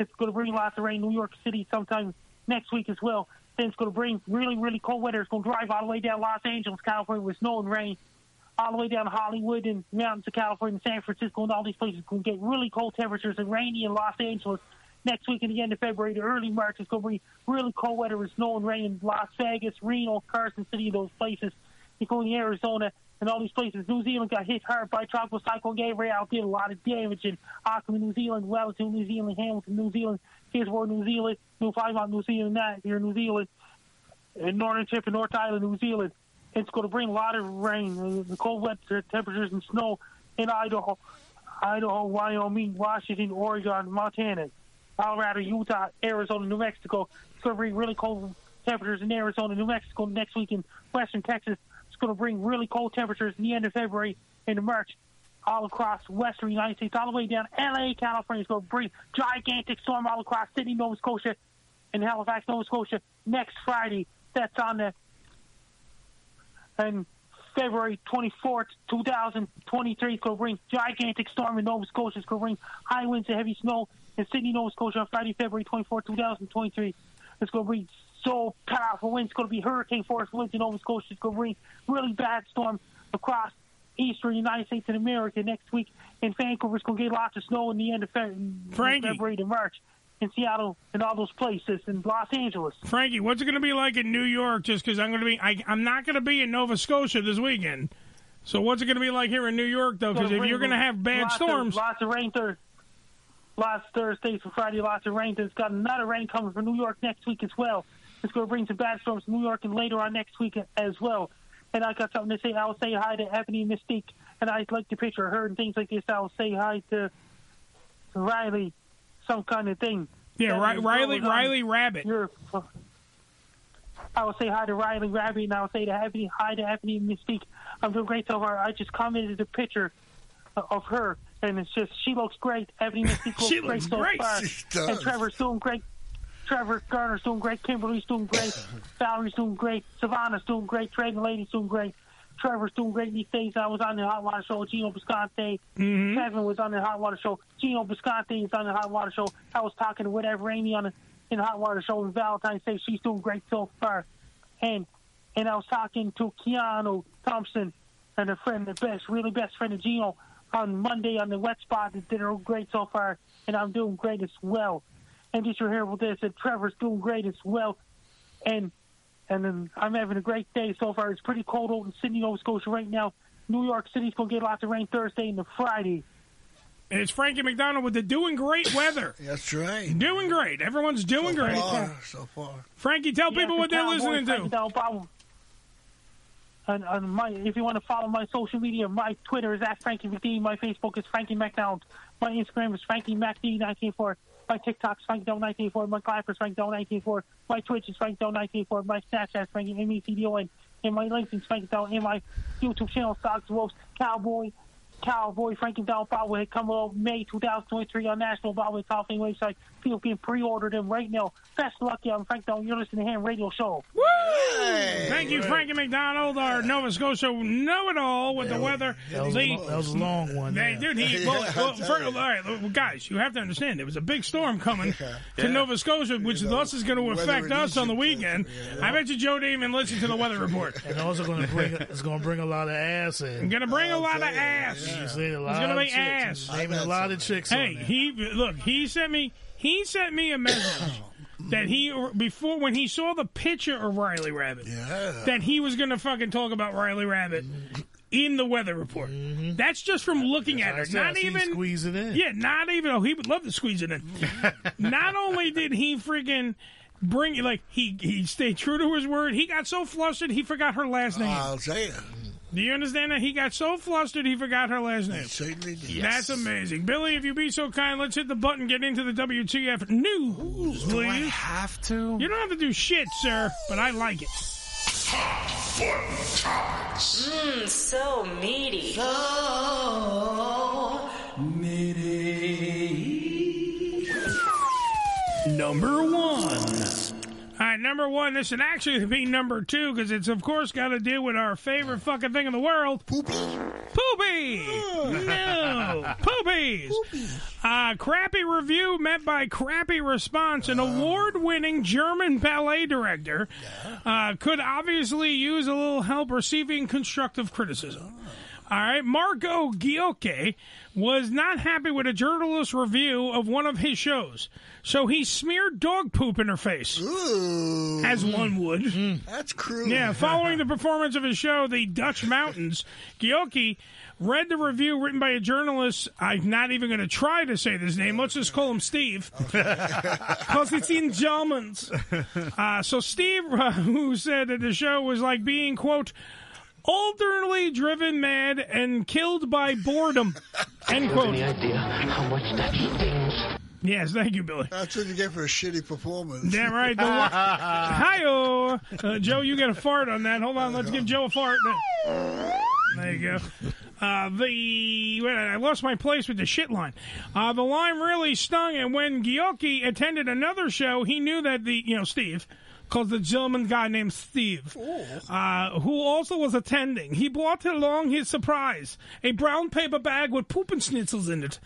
It's going to bring lots of rain in New York City sometime next week as well. Then it's going to bring really, really cold weather. It's going to drive all the way down Los Angeles, California with snow and rain all the way down to Hollywood and mountains of California and San Francisco and all these places can get really cold temperaters and rainy in Los Angeles next week at the end of February to early March. It's going to be really cold weather with snow and rain in Las Vegas, Reno, Carson City, those places. It's going to Arizona and all these places. New Zealand got hit hard by Tropical Cyclone Gabriel. Did a lot of damage in Auckland, New Zealand, Wellington, New Zealand, Hamilton, New Zealand, Kismore, New Zealand, New Plymouth, New Zealand, Napier, New Zealand, and Northern Tip and North Island, New Zealand it's going to bring a lot of rain, the cold weather, temperatures, and snow in Idaho, Idaho, Wyoming, Washington, Oregon, Montana, Colorado, Utah, Arizona, New Mexico. It's going to bring really cold temperaters in Arizona, New Mexico next week in western Texas. It's going to bring really cold temperatures in the end of February into March. All across western United States, all the way down LA, California. It's going to bring gigantic storm all across Sydney, Nova Scotia, and Halifax, Nova Scotia next Friday. That's on the and February 24th, 2023, it's going to bring gigantic storm in Nova Scotia. It's going to bring high winds and heavy snow in Sydney, Nova Scotia on Friday, February 24th, 2023. It's going to bring so powerful winds. It's going to be hurricane force winds in Nova Scotia. It's going to bring really bad storm across eastern United States and America next week in Vancouver. It's going to get lots of snow in the end of Fe- Frankie. February to March in Seattle and all those places in Los Angeles. Frankie, what's it going to be like in New York? Just because I'm going to be, I, I'm not going to be in Nova Scotia this weekend. So what's it going to be like here in New York though? Because if you're going to have bad Lots of- storms, lots of rain Thursday, lots Thursday for Friday, lots of rain. There's got another rain coming from New York next week as well. It's going to bring some bad storms to New York and later on next week as well. And I got something to say. I'll say hi to Ebony Mystique, and I like to picture her and things like this. I'll say hi to Riley, some kind of thing. Yeah, Ri- That was- Riley- that was on Riley Rabbit. your- I will say hi to Riley Rabbit, and I will say to Ebony, hi to Ebony Mystique. I'm doing great so far. I just commented a picture uh, of her, and it's just she looks great. Ebony Mystique looks She great looks so great. far. She does. And Trevor's doing great. Trevor Garner's doing great. Kimberly's doing great. Valerie's doing great. Savannah's doing great. Trading Lady's doing great. Trevor's doing great these days. I was on the Hot Water Show. Gino Bisconte. Mm-hmm. Kevin was on the Hot Water Show. Gino Bisconte is on the Hot Water Show. I was talking to whatever Amy on the in the Hot Water Show and Valentine's Day. She's doing great so far. And and I was talking to Keanu Thompson and a friend, the best, really best friend of Gino on Monday on the wet spot that did great so far, and I'm doing great as well. And just your here with this, and Trevor's doing great as well. And and then I'm having a great day so far. It's pretty cold out in Sydney, Nova Scotia right now. New York City's gonna get lots of rain Thursday and Friday. and it's Frankie McDonald with the doing great weather. That's right. Doing great. Everyone's doing great. Far, so far. Frankie, tell Yeah, people the what they're Cowboys, listening Frankie to. Del Bow. And, and my, if you want to follow my social media, my Twitter is at Frankie McD. My Facebook is Frankie McDonald. My Instagram is Frankie MacD194. My TikTok is Frankie Down 194. My Clapper is Frankie Down 194. My Twitch is Frankie Down 194. My Snapchat is Frankie E M-E-C-D-O-N. And my LinkedIn is Frankie Down. And my YouTube channel, Stocks Wolves Cowboy. Cowboy Frankie Down Bobblehead coming out May 2023 on National Bobblehead Hall of Fame website. People can pre-order them right now. Best of luck, y'all. I'm Frank Down. You're listening to Ham Radio Show. Woo! Thank you, Frankie McDonald, our Nova Scotia know-it-all with the weather. That was, The- a, that was a long one. Hey, yeah. dude, he, well, well, first, all right, well, guys, you have to understand there was a big storm coming to Nova Scotia, which thus is going to weather affect in us on the weekend. I bet you Joe didn't even listen to the weather report. and also going to bring it's going to bring a lot of ass in. I'm gonna bring a lot of ass. He's He's naming a lot gonna of make chicks. ass. He's naming a lot of chicks. Hey, on there. he look. He sent me. He sent me a message that he before when he saw the picture of Riley Rabbit. That he was gonna fucking talk about Riley Rabbit. In the weather report, Mm-hmm. that's just from looking at her. That's Not us. He even squeeze it in. Yeah, not even. Oh, he would love to squeeze it in. not only did he freaking bring it, like he he stayed true to his word. He got so flustered he forgot her last name. I'll say it. Do you understand that he got so flustered he forgot her last name? That's amazing, Billy. If you be so kind, let's hit the button. Get into the WTF news, please. I have to? You don't have to do shit, sir. But I like it. Mmm, so meaty. So Number one. All right, number one. This should actually be number two because it's, of course, got to do with our favorite fucking thing in the world poopy. Poopy! No! Poopies! Uh, crappy review met by crappy response. An award winning German ballet director uh, could obviously use a little help receiving constructive criticism. All right, Marco Giocche was not happy with a journalist's review of one of his shows, so he smeared dog poop in her face, as one would. That's cruel. Yeah, following the performance of his show, The Dutch Mountains, Giocchi read the review written by a journalist. I'm not even going to try to say this name. Let's just call him Steve. Because it's in German. Uh, so, Steve, uh, who said that the show was like being, quote, alternately driven mad and killed by boredom, end quote. How much that stings. Yes, thank you, Billy. That's what you get for a shitty performance. Damn right. The wa- Hi-oh. Uh, Joe, you get a fart on that. Hold on. Let's give Joe a fart. There you go. Uh, the wait, I lost my place with the shit line. Uh, the line really stung, and when Giocchi attended another show, he knew that the you know Steve, called the German guy named Steve, uh, who also was attending, he brought along his surprise a brown paper bag with poop and schnitzels in it.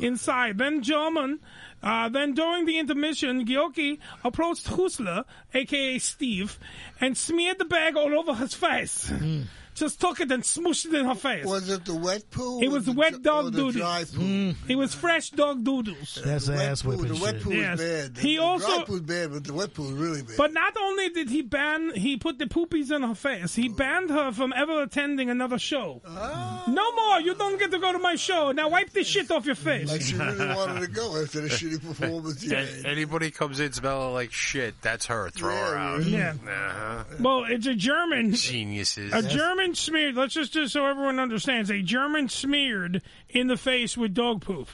Inside, then German. Uh, then during the intermission, Giocchi approached Husler, aka Steve, and smeared the bag all over his face. Mmm, Just took it and smooshed it in her face. Was it the wet poo? It was the wet dog the doodles. dry It was fresh dog doodles. That's ass whipping The wet shit. poo Yes. is bad. The, He the also- dry poo is bad, but the wet poo is really bad. But not only did he ban, he put the poopies in her face. He banned her from ever attending another show. Ah. No more. You don't get to go to my show. Now wipe this shit off your face. Like she really wanted to go after the shitty performance. you A- Anybody comes in smelling like shit, that's her. Throw her out. Yeah. Uh-huh. Well, it's a German. Geniuses. A German smeared. Let's just just so everyone understands. A German smeared in the face with dog poop.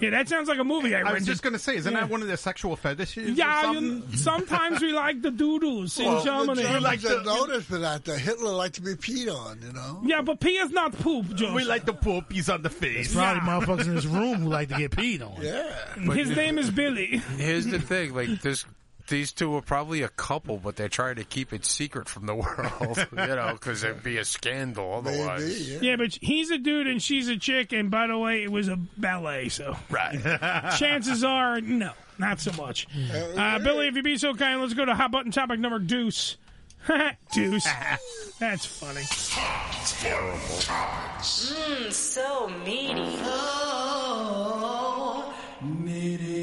Yeah, that sounds like a movie. I, I was rented. just going to say, isn't Yeah. that one of their sexual fetishes? or Yeah, you, something? sometimes we like the doodles in the Germany. Germans are noticed for that. though. Hitler liked to be peed on, you know. Yeah, but pee is not poop, Joe. We like the poopies on the face. There's probably motherfuckers in this room who like to get peed on. But His you- name is Billy. Here's the thing, like this. These two are probably a couple, but they're trying to keep it secret from the world, you know, because it'd be a scandal otherwise. yeah. but he's a dude and she's a chick, and by the way, it was a ballet, so right. chances are no, not so much. Uh, Billy, if you be so kind, let's go to hot button topic number deuce. deuce, that's funny. Terrible. Mmm, so meaty. So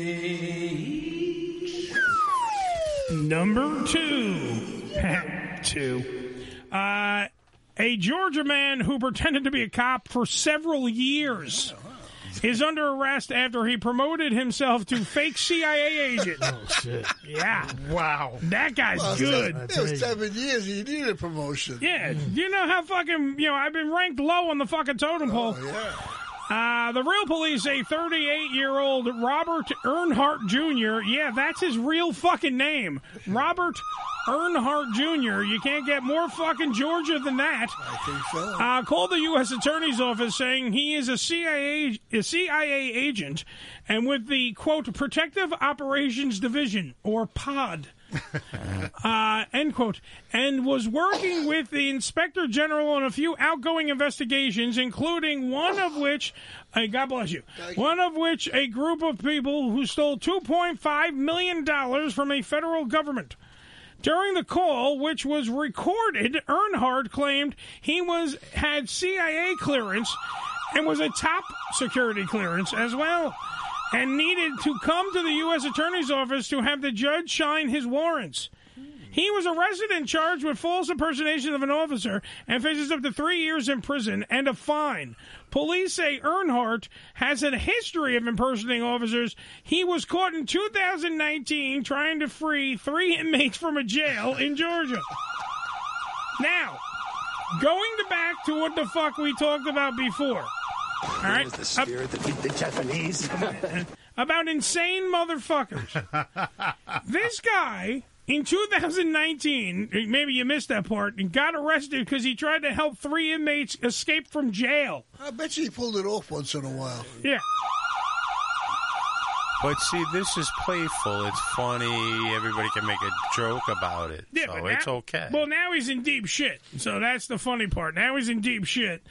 Number two. two. Uh, a Georgia man who pretended to be a cop for several years is under arrest after he promoted himself to fake CIA agent. oh, shit. Yeah. Wow. That guy's Well, it was good. seven- It was seven years. He needed a promotion. Yeah, you know how fucking you know I've been ranked low on the fucking totem pole. Oh, Uh, the real police say 38 year old Robert Earnhardt Jr. Yeah, that's his real fucking name. Robert Earnhardt Jr. You can't get more fucking Georgia than that. I think so. Uh, called the U.S. Attorney's Office saying he is a CIA, a CIA agent and with the, quote, Protective Operations Division, or POD. uh, end quote, and was working with the inspector general on a few outgoing investigations, including one of which, uh, God bless you, one of which a group of people who stole $2.5 million from a federal government. During the call, which was recorded, Earnhardt claimed he was had CIA clearance and was a top security clearance as well, and needed to come to the U.S. Attorney's Office to have the judge sign his warrants. He was arrested and charged with false impersonation of an officer and faces up to three years in prison and a fine. Police say Earnhardt has a history of impersonating officers. He was caught in 2019 trying to free three inmates from a jail in Georgia. Now, going to back to what the fuck we talked about before. All right. the spirit that beat the Japanese. about insane motherfuckers. this guy in 2019, maybe you missed that part, and got arrested because he tried to help three inmates escape from jail. I bet you he pulled it off once in a while. Yeah. But see, this is playful. It's funny. Everybody can make a joke about it. Yeah, so but it's now- okay. Well, now he's in deep shit. So that's the funny part. Now he's in deep shit.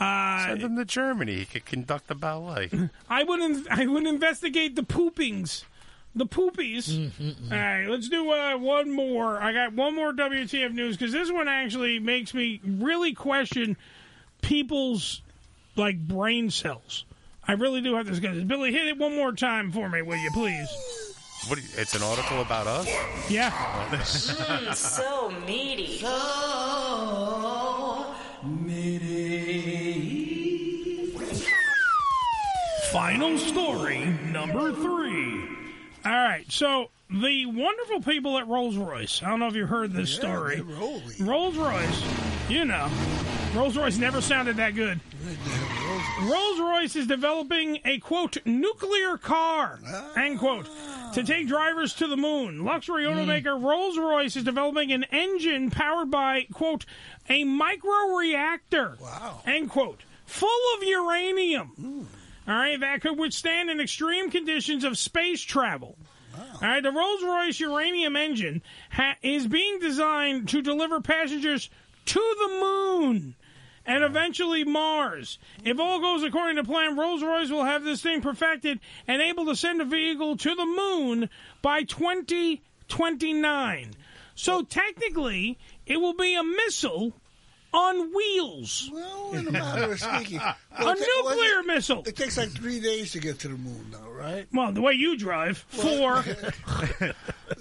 Uh, Send him to Germany. He could conduct a ballet. I would in- I would investigate the poopings, the poopies. All right, let's do uh, one more. I got one more WTF news because this one actually makes me really question people's like brain cells. I really do have to discuss this. Billy, hit it one more time for me, will you please? What? do you- It's an article about us. Yeah. so meaty. So meaty. Final story number three. All right, so the wonderful people at Rolls Royce. I don't know if you heard this story. Rolls Royce, you know, Rolls Royce never sounded that good. Rolls Royce is developing a quote nuclear car end quote to take drivers to the moon. Luxury automaker Rolls Royce is developing an engine powered by quote a microreactor wow. end quote full of uranium. All right, that could withstand in extreme conditions of space travel. All right, the Rolls Royce uranium engine ha- is being designed to deliver passengers to the moon and eventually Mars. If all goes according to plan, Rolls Royce will have this thing perfected and able to send a vehicle to the moon by 2029. So technically, it will be a missile on wheels. In a matter of speaking. a nuclear missile. It takes like three days to get to the moon, though, right? Well, the way you drive, four.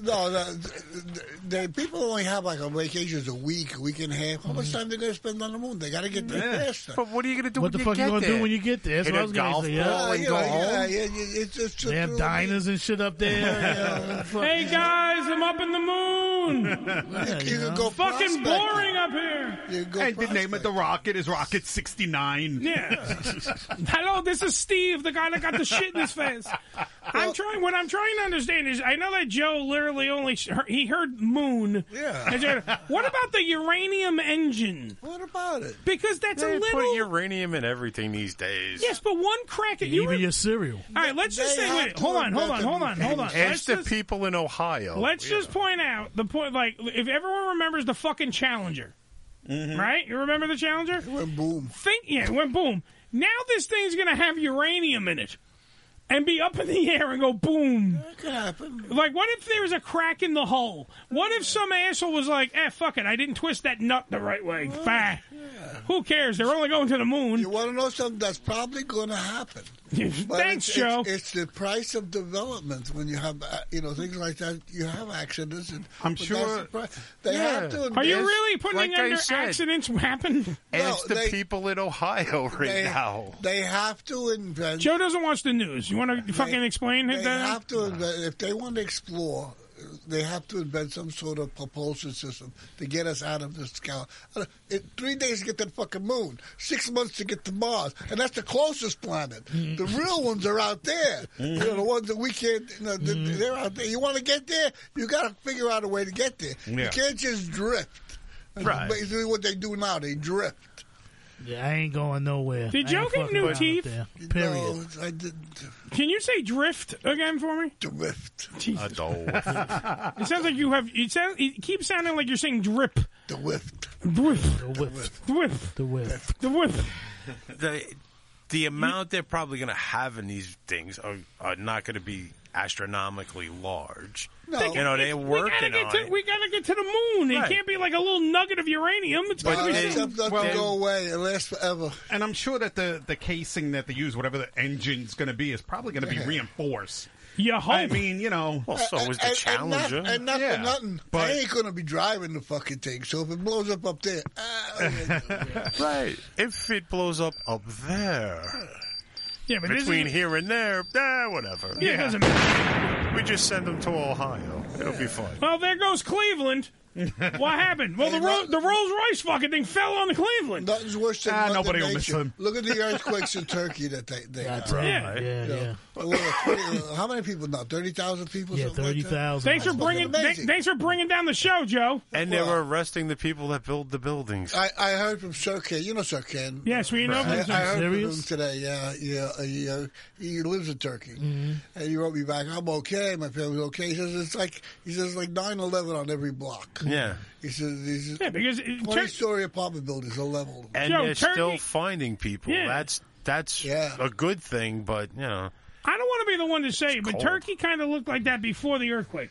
No, the, the, the people only have like a vacations a week, a week and a half. How much time they gonna spend on the moon? They gotta get there Yeah. faster. But what are you gonna do Mm. What when the you fuck you get gonna do there? when you get there? That's Hit what a I was gonna golf say, ball yeah. and Yeah, go yeah, home. Uh, yeah, yeah, it's, it's, They have diners and shit up there. hey guys, I'm up in the moon. you know. go fucking prospecting. boring up here. and the name of the rocket is Rocket 69. Yeah. Hello, this is Steve, the guy that got the shit in his face. I'm trying. What I'm trying to understand is, I know that Joe literally only s- heard- he heard moon. Yeah. And said, what about the uranium engine? What about it? Because that's They a put little. uranium in everything these days. Yes, but one crack at you. Even All your cereal. right, let's just They say. have Wait, to hold on, hold on, invent a hold on, new hold on. thing. Let's Ask the just- people in Ohio. Let's just point out the point. Like, if everyone remembers the fucking Challenger, right? You remember the Challenger? It Mm-hmm. went boom. Think, yeah, it went boom. Now this thing's gonna have uranium in it, and be up in the air and go boom. That could happen. Like, what if there was a crack in the hull? What if some asshole was like, "Eh, fuck it, I didn't twist that nut the right way." Bah. Who cares? They're only going to the moon. You want to know something that's probably going to happen? But Thanks, it's, Joe. It's, it's the price of development when you have uh, you know things like that. You have accidents, and I'm but that's sure- the pri- they have to. Are you invest- really putting under accidents happen? Ask the they- people in Ohio right they, now. They have to invent. Joe doesn't watch the news. You want to fucking explain They it? then? have to invent if they want to explore. They have to invent some sort of propulsion system to get us out of this gal. uh, It, three days to get to the fucking moon, six months to get to Mars, and that's the closest planet. The Mm. real ones are out there. You know, the ones that we can't. You know, th- Mm. They're out there. You want to get there? You got to figure out a way to get there. You Yeah. can't just drift. That's Right. Basically, what they do now, they drift. Yeah, I ain't going nowhere. Did I Joe ain't get fucking new around up teeth? there. Period. No, I didn't. Can you say drift again for me? Drift. Jesus. Adolf. it sounds like you have. It, sound, it keeps sounding like you're saying drip. The whipped. Drip. The whip. The whip. The whip. The whip. the the amount they're probably going to have in these things are, are not going to be astronomically large. You know, they're we gotta working get on to, it. We gotta get to the moon. Right. It can't be like a little nugget of uranium. It's gotta be something. away. It lasts forever. And I'm sure that the, the casing that they use, whatever the engine's going to be, is probably going to be Yeah. reinforced. Yeah, I mean, you know. Uh, And- and not- And not, for nothing. But I ain't going to be driving the fucking thing. So if it blows up up there, ah, right. If it blows up up there. Yeah, but isn't- between here and there, eh, whatever. Yeah, it doesn't matter. We just send them to Ohio. It'll be fine. Well, there goes Cleveland. what happened? Well, the Ro- the Rolls Royce fucking thing fell on Cleveland. Ah, Nothing's worse than Mother Nature. Look at the earthquakes in Turkey that they, they That's had. right. Yeah, You know, a little- uh, How many people now? 30,000 people? Yeah, 30,000. Thanks for bringing. Th- thanks for bringing down the show, Joe. And they were arresting the people that build the buildings. I, I heard from Sirkin. You know Sirkin. Yes, we know I, him. I heard Serious? from him today. Yeah, yeah. uh, He, uh, he lives in Turkey, Mm-hmm. and he wrote me back. I'm okay. My family's okay. He says it's like he says like 9/11 on every block. Yeah. He says, he says yeah, because twenty-story apartment buildings are leveled. And they're still finding people. That's that's a good thing, but you know. I don't want to be the one to say, it, but cold. Turkey kind of looked like that before the earthquake.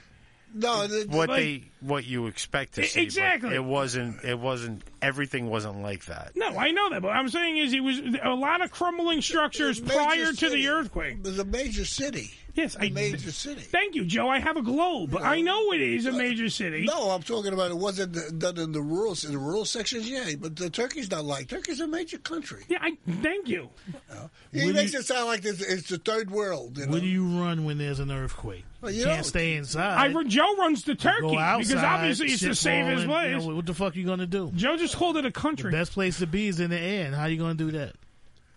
No, what they what you expect to E- see. but exactly. It wasn't. It wasn't. Everything wasn't like that. No, I know that, but I'm saying is it was a lot of crumbling structures prior to the earthquake. There's a major city. Yes, I major city. Thank you, Joe. I have a globe. I know it is a major city. No, I'm talking about it wasn't done in the rural in the rural sections. Yeah, but the Turkey's not like Turkey's a major country. Yeah, I thank you. He Would makes you- it sound like it's, it's the third world. You know? Where do you run when there's an earthquake? Well, you you can't don't. stay inside. I run- Joe runs to Turkey Go because outside, obviously it's shit the safest falling, you place. know, what the fuck you gonna do? Joe just called it a country. The best place to be is in the air. And how you gonna do that?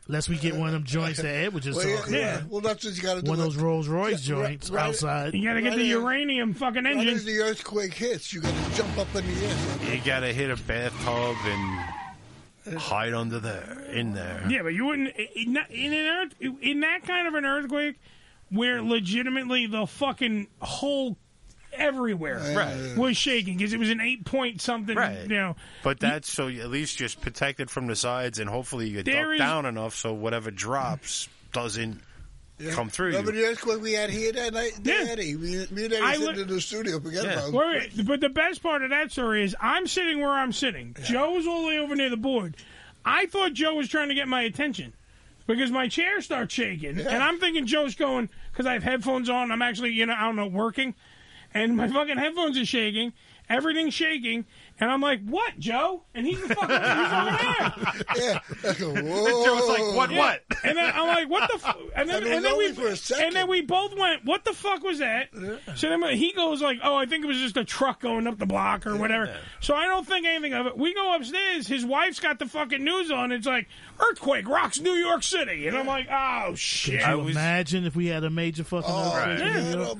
Unless we get one of them joints that Ed was just Well, yeah, talking yeah. about. Well, that's what you got to do. One of Like- those Rolls Royce Yeah, right- joints right- outside. You gotta get right the as- uranium fucking Right engine. as the earthquake hits, you got to jump up in the air. You gotta hit a bathtub and hide under there, in there. Yeah, but you wouldn't in, in an earth in that kind of an earthquake where legitimately the fucking whole everywhere Right. was shaking because it was an eight point something. Right. You know, But that's so you at least just protected from the sides, and hopefully you There duck is- down enough so whatever drops doesn't come through. Remember You. the earthquake we had here that night? Yeah. Eddie, me, me and Eddie I sitting li- in the studio. Forget about it. Wait, wait, but the best part of that story is I'm sitting where I'm sitting. Joe was all the way over near the board. I thought Joe was trying to get my attention because my chair starts shaking, and I'm thinking Joe's going because I have headphones on. I'm actually, you know, I don't know, working, and my fucking headphones are shaking. Everything's shaking, and I'm like, "What, Joe?" And he's the fucking he's over there. Joe's like, "What, Yeah. what?" And then I'm like, "What the?" F-? And And it then, was and then we only for a second. and then we both went, "What the fuck was that?" So then he goes like, "Oh, I think it was just a truck going up the block or whatever." So I don't think anything of it. We go upstairs. His wife's got the fucking news on. It's like earthquake rocks New York City, and I'm like, "Oh Could shit!" you imagine if we had a major fucking Oh, earthquake? Right. in New York?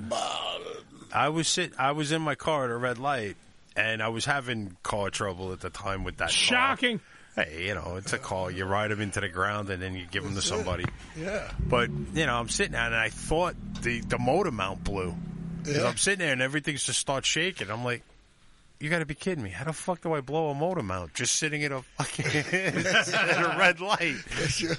I was sit. I was in my car at a red light, and I was having car trouble at the time with that. car. Shocking. Hey, you know, it's a call. You ride them into the ground, and then you give them to somebody. Yeah. But you know, I'm sitting there, and I thought the the motor mount blew. 'Cause Yeah. I'm sitting there, and everything's just starts shaking. I'm like. You got to be kidding me! How the fuck do I blow a motor mount just sitting at a fucking at a red light?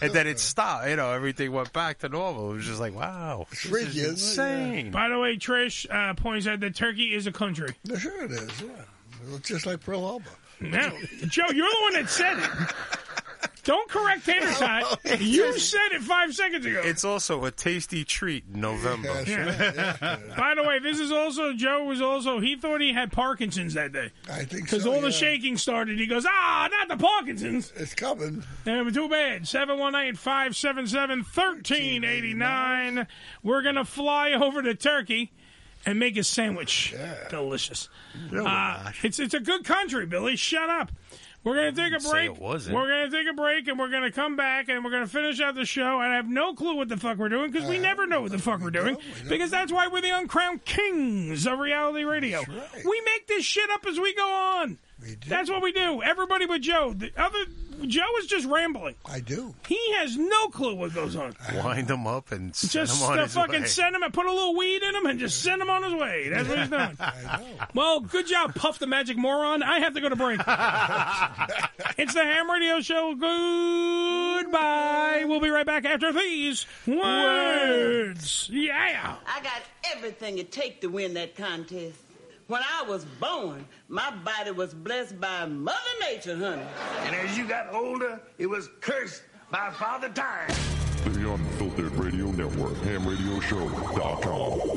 And then it stopped. You know, everything went back to normal. It was just like, wow, this is Freaking, yeah. insane. By the way, Trish uh, points out that Turkey is a country. Sure it is. Yeah. It looks just like Pearl Harbor. No, Joe, you're the one that said it. Don't correct Tater Oh, Tot. You said it five seconds ago. It's also a tasty treat in November. By the way, this is also Joe was also he thought he had Parkinson's that day. I think because so, all the yeah. shaking started. He goes, ah, not the Parkinson's. It's coming. And too bad. 718-577-1389. We're gonna fly over to Turkey and make a sandwich. Delicious. Uh, it's it's a good country, Billy. Shut up. We're gonna take a say break. it wasn't. We're gonna take a break and we're gonna come back and we're gonna finish out the show. And I have no clue what the fuck we're doing Uh, because we never know what the fuck we're doing because that's why we're the uncrowned kings of reality radio. We make this shit up as we go on. That's what we do. Everybody but Joe. The other Joe is just rambling. I do. He has no clue what goes on. Wind him up and send Just him on uh, his fucking way. send him and put a little weed in him and just send him on his way. That's what he's doing. Well, good job, Puff the Magic Moron. I have to go to break. it's the Ham Radio Show. Goodbye. We'll be right back after these words. Yeah. I got everything it take to win that contest. When I was born, my body was blessed by Mother Nature, honey. And as you got older, it was cursed by Father Time. The Unfiltered Radio Network, hamradioshow.com.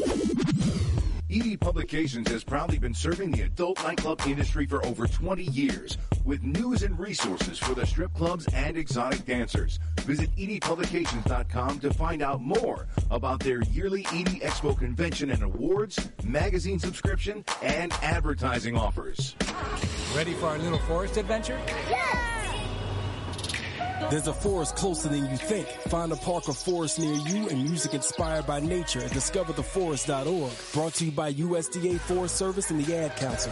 ED E Publications has proudly been serving the adult nightclub industry for over 20 years with news and resources for the strip clubs and exotic dancers. Visit E edpublications.com to find out more about their yearly ED Expo convention and awards, magazine subscription, and advertising offers. Ready for our little forest adventure? There's a forest closer than you think. Find a park or forest near you and music inspired by nature at discovertheforest.org. Brought to you by USDA Forest Service and the Ad Council.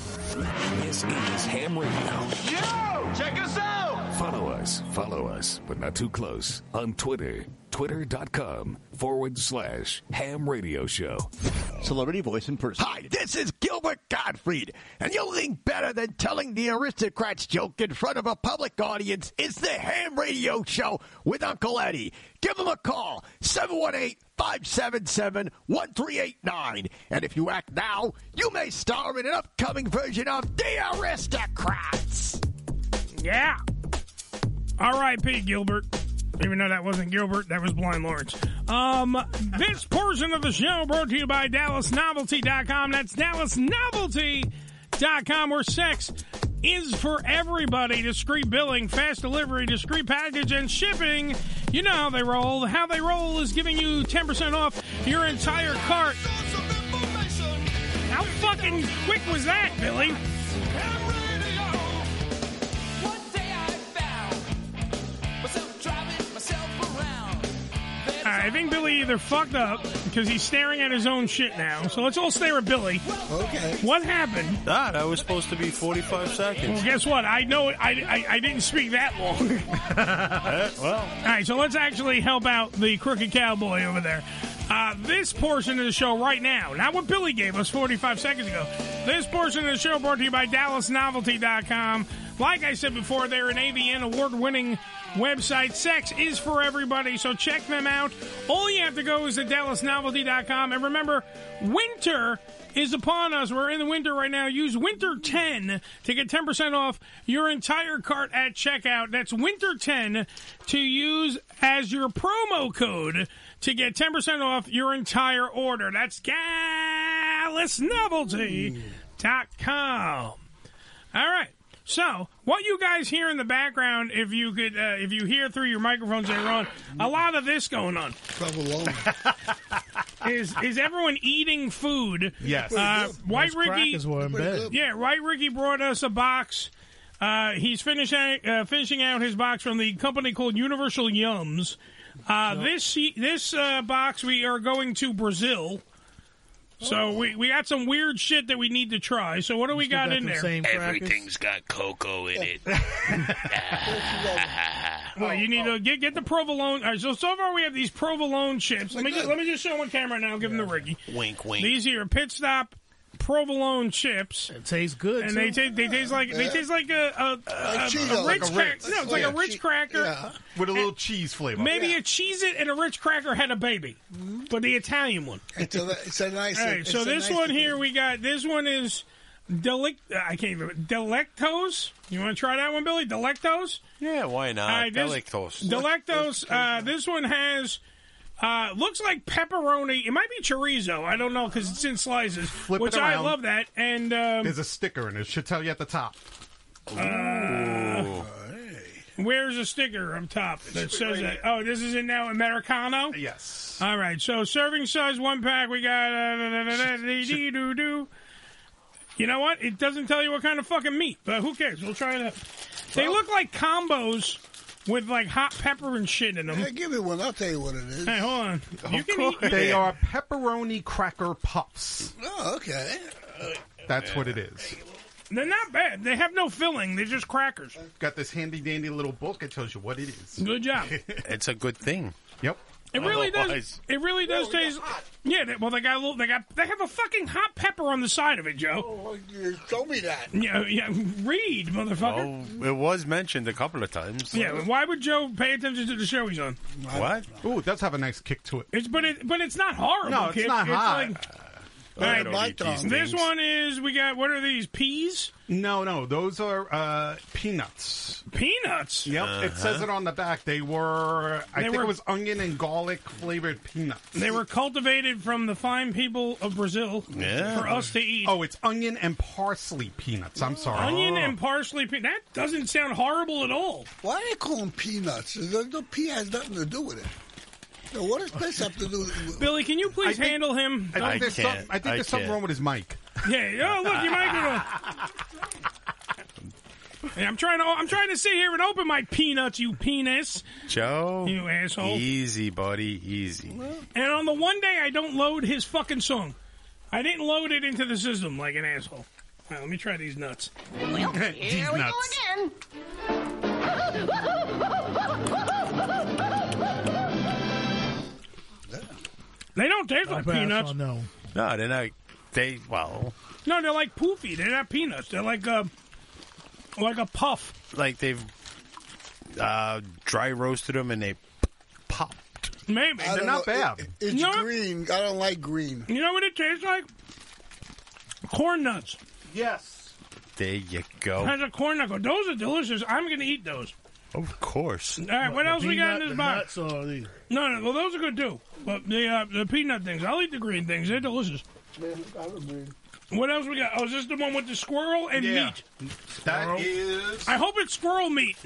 This is Ham Radio. Yo, check us out. Follow us, follow us, but not too close on Twitter. Twitter.com forward slash ham radio show. Celebrity voice in person. Hi, this is Gilbert Gottfried, and the only thing better than telling the aristocrats joke in front of a public audience is the ham radio show with Uncle Eddie. Give him a call, 718 577 1389. And if you act now, you may star in an upcoming version of The Aristocrats. Yeah. R.I.P. Gilbert. Even though that wasn't Gilbert, that was Blind Lawrence. Um, this portion of the show brought to you by DallasNovelty.com. That's DallasNovelty.com, where sex is for everybody. Discreet billing, fast delivery, discreet package, and shipping. You know how they roll. How they roll is giving you 10% off your entire cart. How fucking quick was that, Billy? All right, I think Billy either fucked up because he's staring at his own shit now. So let's all stare at Billy. Okay. What happened? God, I was supposed to be 45 seconds. Well, guess what? I know I, I, I didn't speak that long. well, All right, so let's actually help out the crooked cowboy over there. Uh, this portion of the show right now, not what Billy gave us 45 seconds ago. This portion of the show brought to you by DallasNovelty.com. Like I said before, they're an AVN award winning website. Sex is for everybody, so check them out. All you have to go is to DallasNovelty.com. And remember, winter is upon us. We're in the winter right now. Use Winter 10 to get 10% off your entire cart at checkout. That's Winter 10 to use as your promo code to get 10% off your entire order. That's GallusNovelty.com. All right. So, what you guys hear in the background, if you could, uh, if you hear through your microphones later on, a lot of this going on. is is everyone eating food? Yes. Uh, White Those Ricky. crackers were in bed. Yeah, White Ricky brought us a box. Uh, he's finishing uh, finishing out his box from the company called Universal Yums. Uh, This this uh, box we are going to Brazil, so we, we got some weird shit that we need to try. So what do we still got, got in them there? same crackers? Everything's got cocoa in it. well, you need to get get the provolone. All right, so so far we have these provolone chips. Let me just, let me just show one camera now. Give them to Ricky. Wink, wink. These here are pit stop provolone chips. It tastes good. and they too. taste they taste like they Yeah. taste like a a, a, Like a, Cheetos. a Ritz Like a cracker. Ritz. No, it's like Yeah. a Ritz cracker with a little And- cheese flavor. Maybe a cheese it and a rich cracker had a baby, but the Italian one. It's a, it's a nice. All right, it's so a this nice one here we got. This one is delic. I can't even delectos. You want to try that one, Billy? Delectos. Yeah, why not? All right, this- Delectos. Delectos. Uh, this one has. Uh, looks like pepperoni. It might be chorizo. I don't know because it's in slices, it which I around. love that. And um, There's a sticker in it. It should tell you at the top. Where's a sticker up top that says that? Oh, this is in now Americano. Yes. All right. So serving size one pack. We got. Uh, da- da- da- da- dee- dee- doo- doo. you know what? It doesn't tell you what kind of fucking meat, but who cares? We'll try it. They look like combos with like hot pepper and shit in them. Hey, give me one. I'll tell you what it is. Hey, hold on. You can eat. They are pepperoni cracker puffs. Oh, okay. That's what it is. They're not bad. They have no filling. They're just crackers. Got this handy dandy little book. It tells you what it is. Good job. It's a good thing. Yep. It really Otherwise- does. It really does taste. Yeah. They, well, they got a little. They got. They have a fucking hot pepper on the side of it, Joe. Oh, you told me that. Yeah. Yeah. Read, motherfucker. Oh, it was mentioned a couple of times. Yeah, but why would Joe pay attention to the show he's on? What? Ooh, it does have a nice kick to it. It's but it but it's not horrible. No, it's kid. not hot. Like, I All right, don't eat these this things. one is we got. What are these peas? No, no, those are uh, peanuts. Peanuts. Yep, it Uh-huh. says it on the back. They were, I They think were- it was onion and garlic flavored peanuts. They were cultivated from the fine people of Brazil for us to eat. Oh, it's onion and parsley peanuts. I'm sorry. Onion and parsley. Pe- that doesn't sound horrible at all. Why do they call them peanuts? The, the pea has nothing to do with it. Now, what does this have to do with Billy, can you please I think- handle him? I think I there's, can't. Some, I think I there's something can't. wrong with his mic. Yeah. Oh, look, your microphone. Hey, I'm trying to. I'm trying to sit here and open my peanuts, you penis. Joe. You asshole. Easy, buddy. Easy. And on the one day I don't load his fucking song, I didn't load it into the system like an asshole. All right, let me try these nuts. Well, here These we go nuts. again. They don't taste like peanuts. No. No, they're not. They well, No, they're like poofy. They're not peanuts. They're like a like a puff. like they've uh, dry roasted them and they pop. Maybe I they're don't not know. bad. It- it's green. I don't like green. You know what it tastes like? Corn nuts. Yes. There you go. Has a corn knuckle. Those are delicious. I'm going to eat those. Of course. All right, what, else we got in this box? Or these? No, no. Well, those are good too. But the uh, the peanut things, I'll eat the green things. They're delicious. What else we got? Oh, is this the one with the squirrel and Yeah. meat? That is. I hope it's squirrel meat.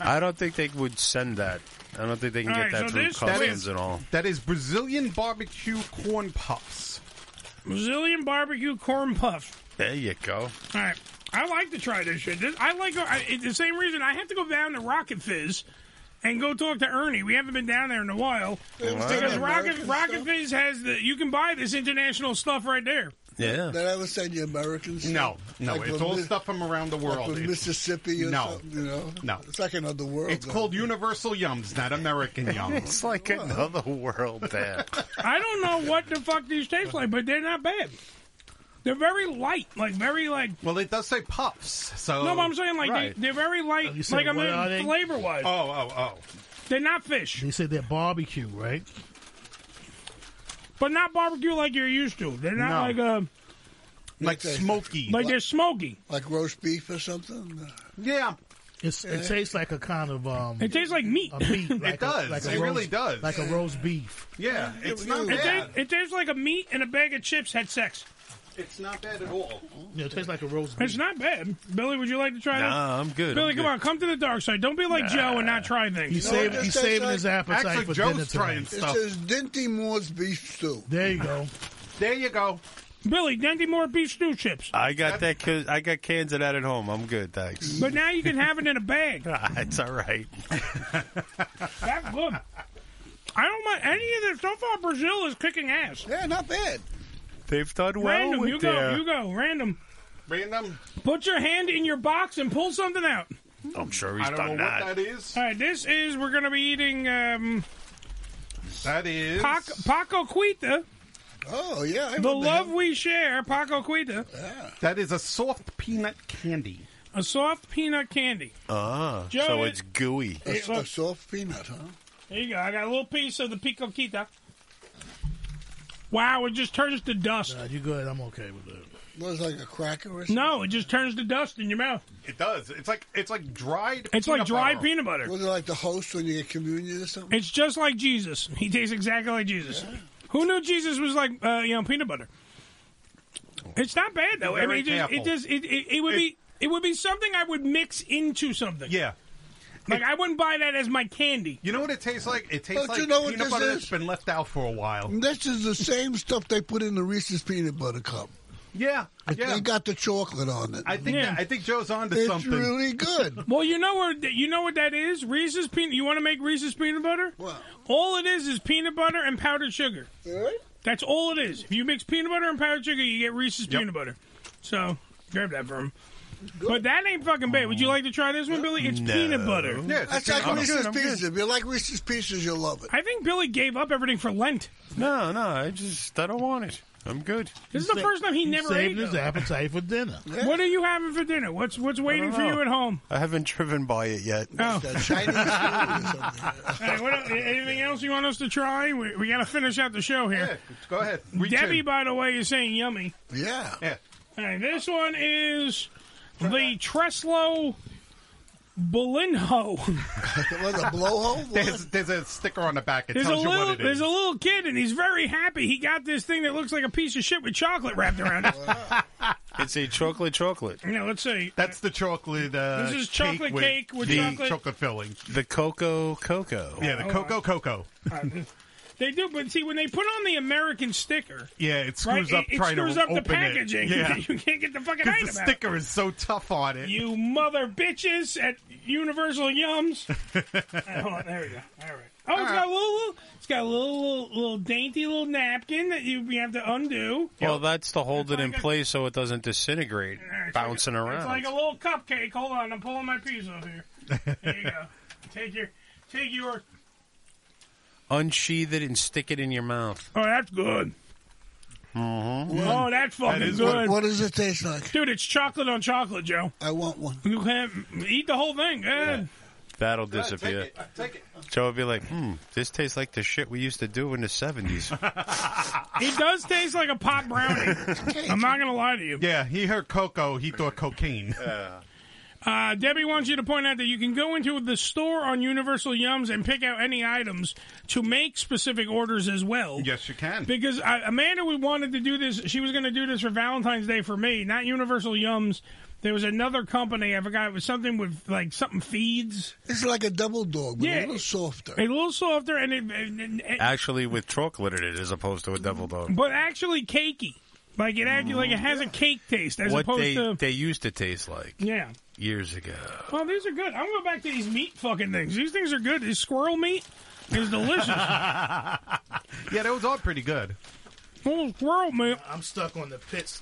I don't think they would send that. I don't think they can All get right, that so through this- that customs is- and all. That is Brazilian barbecue corn puffs. Brazilian barbecue corn puffs. There you go. All right, I like to try this shit. This, I like uh, I, it's the same reason I have to go down to Rocket Fizz and go talk to Ernie. We haven't been down there in a while They was because doing Rocket American Rocket Fizz has the you can buy this international stuff right there. Yeah. Did I ever send you Americans? No, no, it's all stuff from around the world. Like from It's- Mississippi or No. something, you know? No. It's like another world. It's called Universal Yums, not American Yums. It's like another world there. I don't know what the fuck these taste like, but they're not bad. They're very light, like very like. Well, it does say puffs, so no, but I'm saying like Right. they, they're very light, You said, like I what are they? mean flavor wise. Oh, oh, oh. They're not fish, They said they're barbecue, right? but not barbecue like you're used to. They're No. not like a like smoky, like they're smoky, like roast beef or something. Yeah, It's, it tastes like a kind of um. It tastes like meat. A meat. It Like does. A, like a It roast, really does. Like a roast beef. Yeah, it's it, not bad. tastes- it tastes like a meat and a bag of chips had sex. It's not bad at all. Yeah, it tastes like a roast It's not bad. Billy, would you like to try that? Nah, I'm good, Billy, I'm come good. on, come to the dark side. Don't be like Nah. Joe and not try things. He's saving, he's saving his appetite for dinner tonight. It says Dinty Moore's beef stew. There you go. There you go. Billy, 90 more beef stew chips. I got that. Cause I got cans of that at home. I'm good, thanks. But now you can have it in a bag. it's all right. That good. I don't mind any of this. So far, Brazil is kicking ass. Yeah, not bad. They've done well Random, with you go, their- you go, random. Random. Put your hand in your box and pull something out. I'm sure he's done that. is. All right, this is we're going to be eating. Um, that is Paco, Paco Quita. Oh yeah, the love we share, Paco Quita. That is a soft peanut candy. A soft peanut candy. Ah, Joe, so it- it's gooey. A so- a soft peanut, huh? There you go. I got a little piece of the Pico Quita. Wow, it just turns to dust. you good? I'm okay with it. Was like a cracker or something? No, it just turns to dust in your mouth. It does. It's like it's like dried. It's like dry peanut butter. Was it like the host when you get communion or something? It's just like Jesus. He tastes exactly like Jesus. Who knew Jesus was like uh, you know peanut butter? It's not bad though. I Very mean, it just, it careful. just it, it, it would be it would be something I would mix into something. Yeah. Like I wouldn't buy that as my candy. You know what it tastes like? It tastes Don't like you know what peanut this butter is? that's been left out for a while. This is the same stuff they put in the Reese's peanut butter cup. Yeah, yeah. They got the chocolate on it. I think that, I think Joe's on to It's something. really good. Well, you know where you know what that is? Reese's peanut. You want to make Reese's peanut butter? Well, all it is is peanut butter and powdered sugar. That's all it is. If you mix peanut butter and powdered sugar, you get Reese's peanut butter. So grab that for him. But that ain't fucking bad. Would you like to try this one, Billy? It's peanut butter. That's like Reese's Pieces. If you like Reese's Pieces, you'll love it. I think Billy gave up everything for Lent. No, no, I just I don't want it. I'm good. This is the first time he never ate. saved them. his appetite for dinner. What are you having for dinner? What's what's waiting for you at home? I haven't driven by it yet. Oh. Hey, what el- anything else you want us to try? We, we got to finish out the show here. Go ahead. Reach Debbie, in. by the way, is saying yummy. Yeah. Yeah. All right, this one is the Treslow Bolinho. was a blowhole? There's, there's a sticker on the back. It There's a tells you little, what it there's is. a little kid, and he's very happy. He got this thing that looks like a piece of shit with chocolate wrapped around it. It's a chocolate chocolate. Now let's see. That's the chocolate. Uh, This is chocolate cake with the chocolate- Oh, filling. The cocoa cocoa. Yeah, the All cocoa cocoa. They do, but see when they put on the American sticker, Yeah, it right? screws It, up it trying screws to up the open it. packaging. Yeah. you can't get the fucking Because item the out. sticker is so tough on it. You mother bitches at Universal Yums. Alright, hold on, there we go. All right. Oh, it's got a little, little- it's got a little, little, little dainty little napkin that you, you have to undo. Well, that's to hold it in place so it doesn't disintegrate, bouncing It's around. like a little cupcake. Hold on, I'm pulling my piece off here. There you go. Take your, take your. Unsheath it and stick it in your mouth. Oh, that's good. Mm-hmm. Oh, that's fucking good. What does it taste like? Dude, it's chocolate on chocolate, Joe. I want one. You can't eat the whole thing. Eh. That'll disappear. Joe would be like, "Hmm, this tastes like the shit we used to do in the '70s." It does taste like a pop brownie. I'm not gonna lie to you. Yeah, he heard cocoa. He thought cocaine. Uh, Debbie wants you to point out that you can go into the store on Universal Yums and pick out any items to make specific orders as well. Yes, you can. Because uh, Amanda we wanted to do this. She was going to do this for Valentine's Day for me, not Universal Yums. There was another company. I forgot. It was something with like something feeds. It's like a double dog, but Yeah. a little softer. A little softer, and it, and- and- and- Actually, with chocolate in it, as opposed to a devil dog. but actually cakey. Like it, act- like it has a cake taste as what opposed they to they used to taste like yeah. years ago. Well, these are good. I'm going back to these meat fucking things. These things are good. This squirrel meat is delicious. yeah, that was all pretty good. oh, squirrel meat. I'm stuck on the pits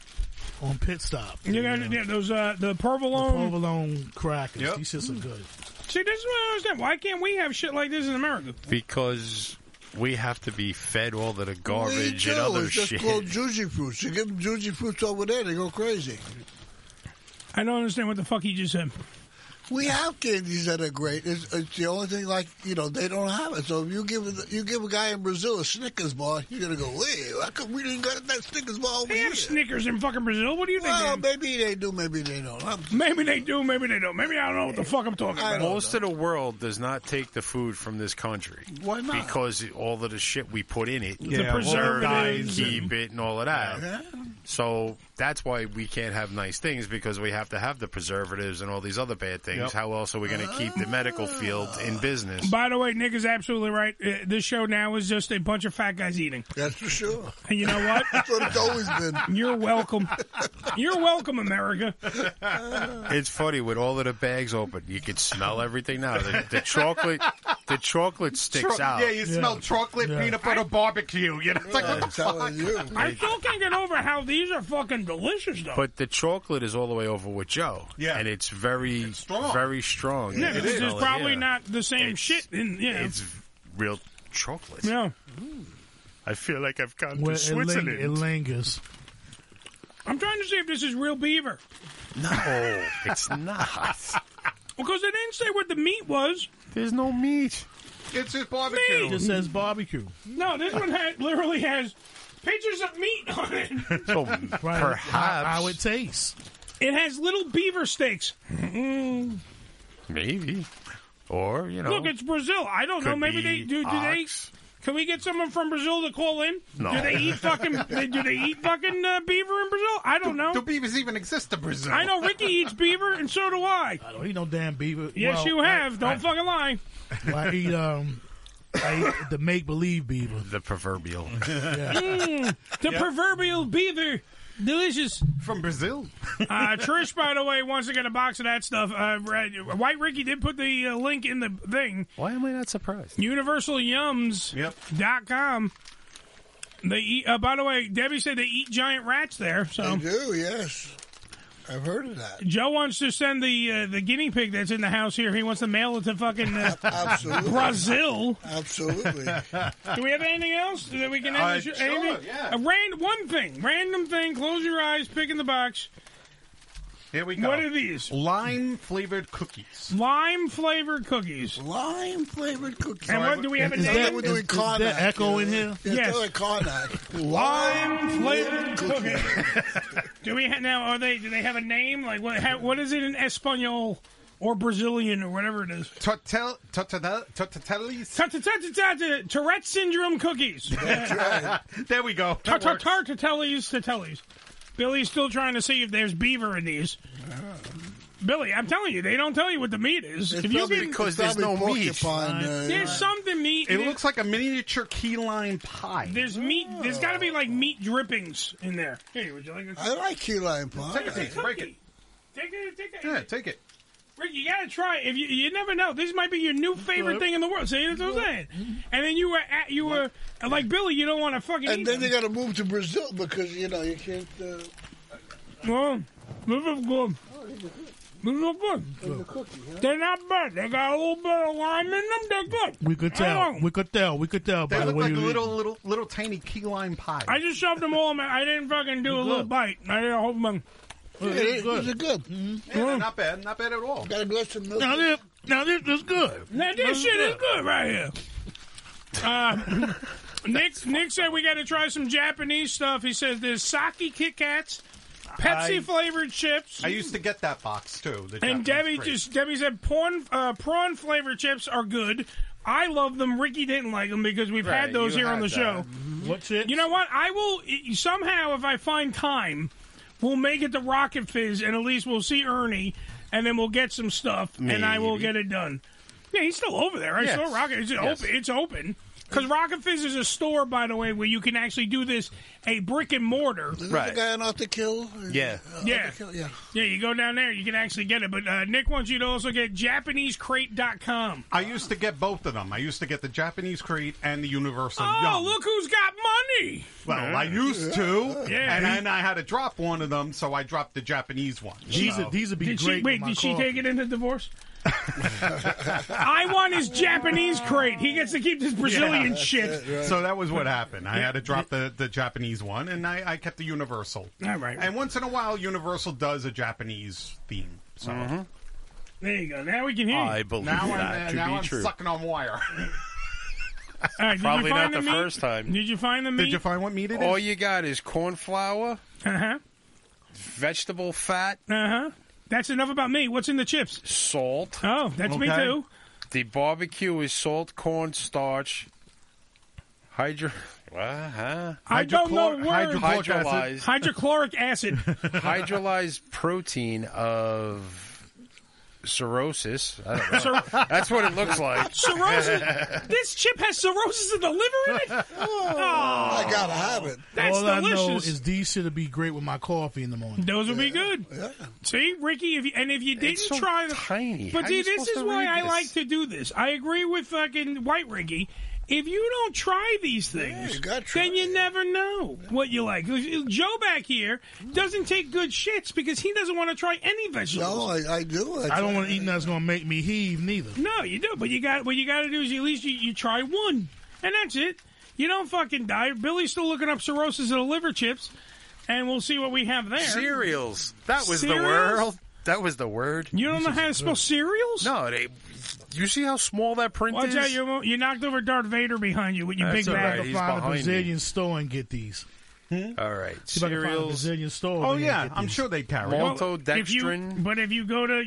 on pit stop. You got yeah, those uh, the provolone. provolone crackers. Yep. These shits are good. See, this is what I don't understand. Why can't we have shit like this in America? Because we have to be fed all of the garbage we and do. other it's just shit. called Juji Fruits. You give them Juji Fruits over there, they go crazy. I don't understand what the fuck he just said. We have candies that are great. It's, it's the only thing like you know they don't have it. So if you give a- you give a guy in Brazil a Snickers bar, you're gonna go, hey, how come we didn't get that Snickers bar over They here? have Snickers in fucking Brazil. What do you think? Well, man? maybe they do, maybe they don't. I'm, Maybe they do. Maybe they don't. Maybe I don't know what the fuck I'm talking about. Most of the world does not take the food from this country. Why not? Because all of the shit we put in it, The Yeah, preservatives keep and- it, and all of that. So that's why we can't have nice things because we have to have the preservatives and all these other bad things. Yep. Ah. How else are we going to keep the medical field in business? By the way, Nick is absolutely right. Uh, this show now is just a bunch of fat guys eating. That's for sure. And you know what? That's what it's always been. You're welcome. You're welcome, America. It's funny with all of the bags open, you can smell everything now. The, the chocolate, the chocolate sticks Tro- out. Yeah, you smell chocolate, peanut butter, barbecue. You know, it's like what the fuck? I still can't get over how these are fucking delicious, though. But the chocolate is all the way over with Joe. Yeah, and it's very strong. very strong. yeah, this is Smell it, probably Oh, yeah. not the same shit. In, yeah. It's real chocolate. Yeah. I feel like I've gone Well, to it, ling- Switzerland. it lingers. I'm trying to see if this is real beaver. No, it's not. Because they didn't say what the meat was. There's no meat. It's just barbecue. It just says barbecue. No, this one had, literally has pictures of meat on it. So perhaps how it tastes. It has little beaver steaks. Mm. Maybe. Or, you know. Look, it's Brazil. I don't know. could Maybe be they do. Do ox. they? Can we get someone from Brazil to call in? No. Do they eat fucking? they, do they eat fucking uh, beaver in Brazil? I don't know. Do beavers even exist in Brazil? I know Ricky eats beaver, and so do I. I don't eat no damn beaver. Yes, Well, you I- have. don't I- fucking lie. Well, I eat um, I eat the make believe beaver. The proverbial. Mm, the Yep. proverbial beaver. Delicious from Brazil. uh, Trish, by the way, wants to get a box of that stuff. Uh, Brad- White Ricky did put the uh, link in the thing. Why am I not surprised? UniversalYums.com. They eat. Uh, by the way, Debbie said they eat giant rats there. So They do, yes. I've heard of that. Joe wants to send the uh, the guinea pig that's in the house here. He wants to mail it to fucking uh, Absolutely. Brazil. Absolutely. Do we have anything else that we can end Uh, the show? sure, anything? yeah. A ran- one thing, random thing. Close your eyes. Pick in the box. Here we go. What are these? Lime flavored cookies. Lime flavored cookies. Lime flavored cookies. And what do we have a Is name? that- We're doing is- is Karnak, that echo in here? Yeah, Yes. throw a Karnak. Lime flavored cookies. do we ha- now? Are they? Do they have a name? Like what? How, what is it in Espanol or Brazilian or whatever it is? Tortel, tortel, tortellis. Tourette syndrome cookies. there we go. That works. Tartatellis, Tatellis. Billy's still trying to see if there's beaver in these. Billy, I'm telling you, they don't tell you what the meat is. It's if you probably- can, because there's no probably meat. porcupine, uh, there's something meat. It looks like a miniature key lime pie. There's meat. There's got to be like meat drippings in there. Here, would you like? A, I like key lime pie. Take a piece, break it. Take it. Take it. Yeah, take it. Rick, you gotta try. it. If you, you never know, this might be your new favorite thing in the world. See, that's what I'm saying. And then you were at, you were like Billy. You don't want to fucking. And eat then them. you got to move to Brazil because, you know, you can't. Uh, Well, this is good. This is good. They're not bad. They got a little bit of lime in them. They're good. We could I tell. don't- We could tell. We could tell. They by the look way like you little, little, little tiny key lime pie. I just shoved them all. in my I didn't fucking do a little bite. I did a whole bunch. Yeah, these are good. Mm-hmm. Yeah, they're not bad, not bad at all. Got a glass of milk. Now this, now this is good. Now this shit is good right here. Uh, Nick, Nick said we got to try some Japanese stuff. He says there's sake Kit Kats, Pepsi I- flavored chips. I used to get that box too. the And Japanese Debbie grape. just Debbie said prawn uh, prawn flavored chips are good. I love them. Ricky didn't like them because we've Right, had those you here on the had show. that. What's it? You know what? I will i- somehow, if I find time, we'll make it the Rocket Fizz, and at least we'll see Ernie, and then we'll get some stuff, and I will Maybe. get it done. Yeah, he's still over there. I Yes. saw Rocket. It's Yes. open. It's open. Because Rocket Fizz is a store, by the way, where you can actually do this a brick and mortar. Right. The guy on Arthur Kill. Yeah. Yeah. yeah. you go down there, you can actually get it. But uh, Nick wants you to also get JapaneseCrate.com. I used to get both of them. I used to get the Japanese Creed and the Universal Oh, Yum. look who's got money. Well, I used to, Yeah. and then I had to drop one of them, so I dropped the Japanese one. These so. are- these would be Did she- great wait, with my did she coffee. take it into divorce? I want his Japanese crate. He gets to keep this Brazilian shit. So that was what happened. I had to drop the, the Japanese one, and I, I kept the Universal. All right. And once in a while, Universal does a Japanese theme. So Mm-hmm. There you go. Now uh, we can hear. I you. believe now that I'm, to now be I'm true. sucking on wire. All right, did you Probably find not meat? the first time. Did you find the meat? Did you find what meat it is? All you got is corn flour, uh-huh. vegetable fat, Uh-huh. That's enough about me. What's in the chips? salt. Oh, that's me Okay. too. The barbecue is salt, corn, starch, hydro. Uh-huh. I don't know words. Hydrolyzed, Hydrochloric acid. hydrolyzed protein of cirrhosis. I don't know. Cir- That's what it looks like. Cirrhosis. this chip has cirrhosis of the liver in it. Oh, I gotta have it. That's All I know delicious. is these should be great with my coffee in the morning. Those would be good. See, Ricky, if you, and if you didn't so try them, tiny. but How see, you this supposed is to why read I this? like to do this. I agree with fucking White Ricky. If you don't try these things, then you never know what you like. Joe back here doesn't take good shits because he doesn't want to try any vegetables. No, I, I do. I don't want to eat nothing that's going to make me heave neither. No, you do. But you got what you got to do is you, at least you, you try one, and that's it. You don't fucking die. Billy's still looking up cirrhosis of the liver chips, and we'll see what we have there. Cereals. That was the Cereals? word. That was the word. You don't know how to spell cereals? No, they. You see how small that print Watch is? out! You, you knocked over Darth Vader behind you with your That's big all bag. right, he's Find a behind me. Brazilian store and get these. All right, See if I can find a cereals. Brazilian store. Oh, and yeah, get I'm these. sure they carry If you, but if you go to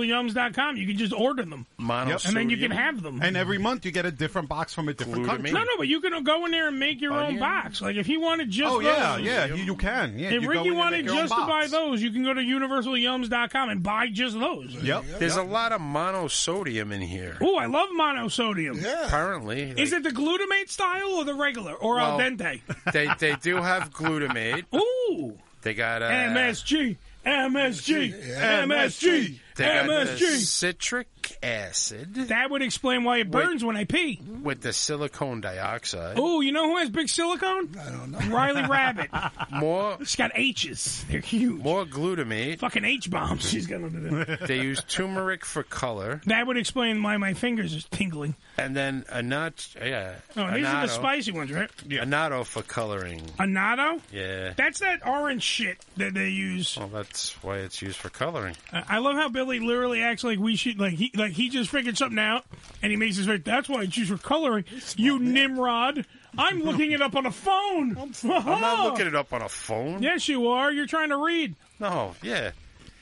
universalyums.com, you can just order them. And then you can have them. And every month you get a different box from a different country. No, no, but you can go in there and make your own Onion. box. Like if you wanted just oh yeah, those- yeah, you, you can. Yeah, if you go Ricky in and wanted make your own just to box. buy those, you can go to universalyums.com and buy just those. Yep. There's a lot of monosodium in here. Oh, I love monosodium. Apparently, Is it the glutamate style or the regular or al Well, uh, dente? they they do have glutamate. Ooh. They got uh, MSG, MSG, Yeah. MSG, They got the MSG. citric acid That would explain why it burns when I pee. with the silicone dioxide. Oh, you know who has big silicone? I don't know. Riley Rabbit. More. She's got H's. They're huge. More glutamate. Fucking H bombs. She's got under there. They use turmeric for color, That would explain why my fingers is tingling. and then a nut. Yeah. Oh, these are the annatto- spicy ones, right? Annatto for coloring. Anado? Yeah. That's that orange shit that they use. Well, that's why it's used for coloring. I I love how Billy literally acts like we should, like he, like he just figured something out, and he makes his face. That's why I choose for coloring. You nimrod! I'm looking it up on a phone. I'm, I'm not looking it up on a phone. Yes, you are. You're trying to read. No, yeah.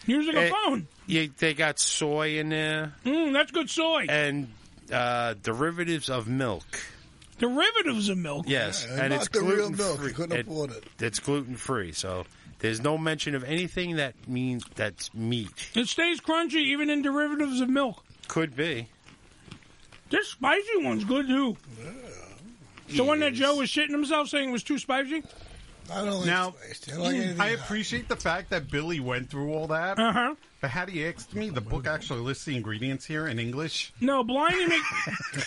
Using a Eh, phone. Yeah, they got soy in there. Mm, that's good soy. And uh, derivatives of milk. Derivatives of milk. Yes, and it's the real gluten milk. free. You couldn't afford it. It's gluten free, so there's no mention of anything that means that's meat. It stays crunchy even in derivatives of milk. Could be. This spicy one's good too. The one that Joe was shitting himself saying was too spicy. I don't like Now, spicy. I don't like mm, anything I appreciate the fact that Billy went through all that. Uh-huh. But had he asked me, the book actually lists the ingredients here in English. No, Blindy Mc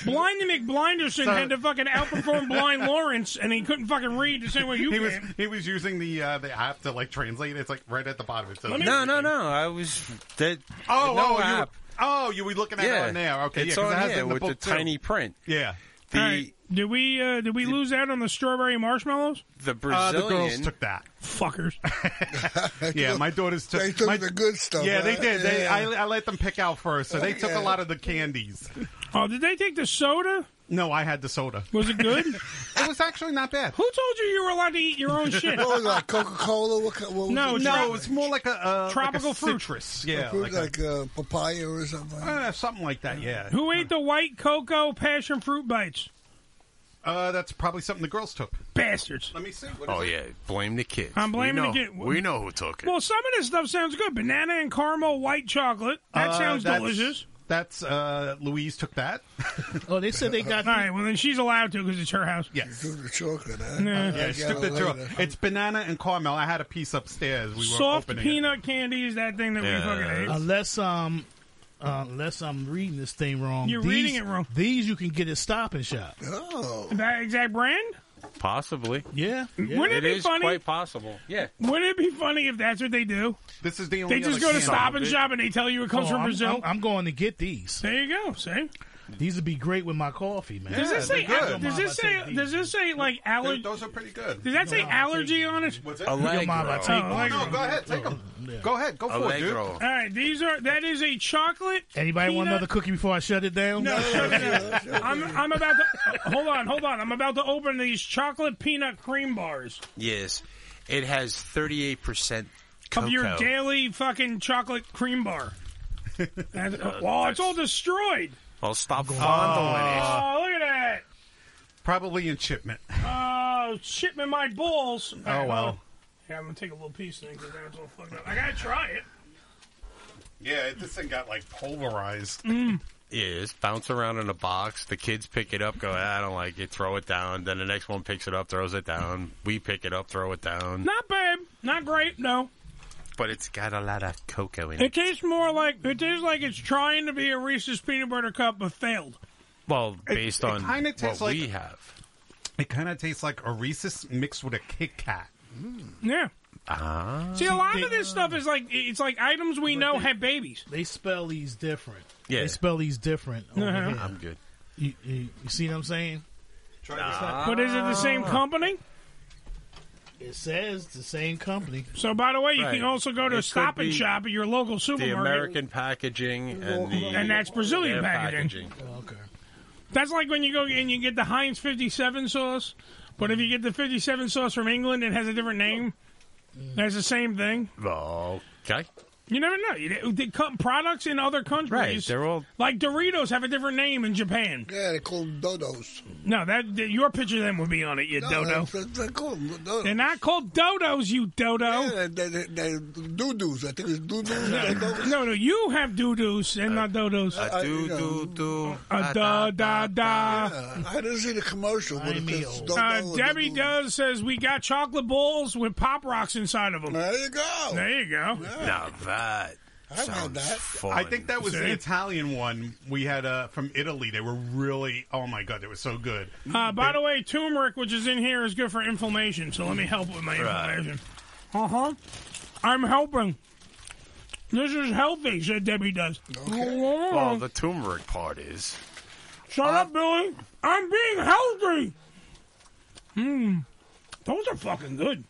Blindy McBlinderson So- had to fucking outperform Blind Lawrence, and he couldn't fucking read the same way you he can. was he was using the uh, the app to like translate. It's like right at the bottom. It says, No, no, no. I was that. Oh, no oh, you were, app. oh, you were looking at yeah. it on there. Okay, it's yeah, 'cause on it has it here in with book the too. tiny print. Yeah, the All right, did we uh, did we lose out on the strawberry marshmallows? the Uh, the Brazilian. girls took that. Fuckers. yeah, my daughters took. They took my- the good stuff, Yeah, they right? did. They, Yeah. I, I let them pick out first, so they took Yeah. a lot of the candies. Oh, did they take the soda? No, I had the soda. Was it good? it was actually not bad. Who told you you were allowed to eat your own shit? What was that? Coca Cola? What, co- what was No, it? no, it was more like a uh, like a Tropical fruit. citrus. Yeah, A fruit like, a- like, uh, papaya or something. uh, something like that. Yeah, Who ate the white cocoa passion fruit bites? uh, that's probably something the girls took. Bastards. Let me see. What Oh yeah, blame the kids. I'm blaming we the know, kid- We know who took it. Well, some of this stuff sounds good. Banana and caramel white chocolate. That Uh, sounds that's- delicious. That's uh, Louise took that. Oh, they said they got. All right, well then she's allowed to because it's her house. Yes. Took the chocolate, huh? Nah. I Yeah, got she took it the two. later. It's banana and caramel. I had a piece upstairs. We were Soft opening it. peanut candy is that thing that we fucking ate. Unless um, uh, unless I'm reading this thing wrong. You're These- reading it wrong. These you can get at Stop and Shop. Oh, That exact brand? Possibly. Yeah. Wouldn't it, be is funny? quite possible. Yeah. Wouldn't it be funny if that's what they do? This is the They just go to Stop and Shop and they tell you it comes Oh, from I'm- Brazil. I'm, I'm going to get these. there you go. See? These would be great with my coffee, man. does this say? Does this Mama, I say? take Does this say like allergy? Those are pretty good. Does that say allergy on it? What's Your mama, I take Oh, one. Allegro. No, go ahead, take them. Go ahead, go for it, dude. Allegro. All right, these are. That is a chocolate. Anybody want peanut- another cookie before I shut it down? No, shut it down. I'm, I'm about to. Hold on, hold on. I'm about to open these chocolate peanut cream bars Yes, it has 38 percent cocoa. of your daily fucking chocolate cream bar. That's- oh, it's all destroyed. Oh. well, stop fondling it. Oh, look at that. Probably in shipment. Oh, uh, shipment my balls. Oh, Alright, wow. well, Yeah, I'm gonna take a little piece of it because that's all fucked up. I gotta try it. Yeah, this thing got like pulverized. Yeah, it's bounce around in a box. The kids pick it up, go, "Ah, I don't like it, throw it down. Then the next one picks it up, throws it down. We pick it up, throw it down. Not bad. Not great. No. But it's got a lot of cocoa in It it. tastes more like it tastes like it's trying to be a Reese's peanut butter cup but failed. Well, based it on kinda what tastes like- we have. It kind of tastes like a Reese's mixed with a Kit Kat. Hmm. Yeah. Ah. See, a lot of this stuff is like it's like items we know have babies. They spell these different. Yeah. They spell these different. over Uh-huh. here. I'm good. You, you, you see what I'm saying? But is it the same Ah. company? It says the same company. So, by the way, you Right. can also go to It a Stop could and be Shop at your local The supermarket. American packaging and the And that's Brazilian their packaging. That's like when you go and you get the Heinz 57 sauce, but if you get the 57 sauce from England, it has a different name. Mm. That's the same thing. packaging. Okay. You never know. You- They come products in other countries. Right, they're all- like Doritos have a different name in Japan. Yeah, they call them dodos. No, that, that- your picture of them would be on it. You No, dodo. They're, they're called dodos. They're not called dodos, you dodo. Yeah, they, they, they, doo-doos. I think it's doo-doos. No, no, no, you have doo-doos and not dodos. I- you know. do. A da da da. Yeah, I didn't see the commercial. But it's dodo Uh, and Debbie does says we got chocolate balls with pop rocks inside of them. There you go. There you go. Now that I've had that. I think that was the See? Italian one we had uh, from Italy. They were really, oh my god, they were so good. Uh, by the way, turmeric, which is in here, is good for inflammation. So let me help with my Right. inflammation. Uh huh. I'm helping. This is healthy," said Debbie. Does Well, the turmeric part is. shut up, Billy? I'm being healthy. Hmm. Those are fucking good.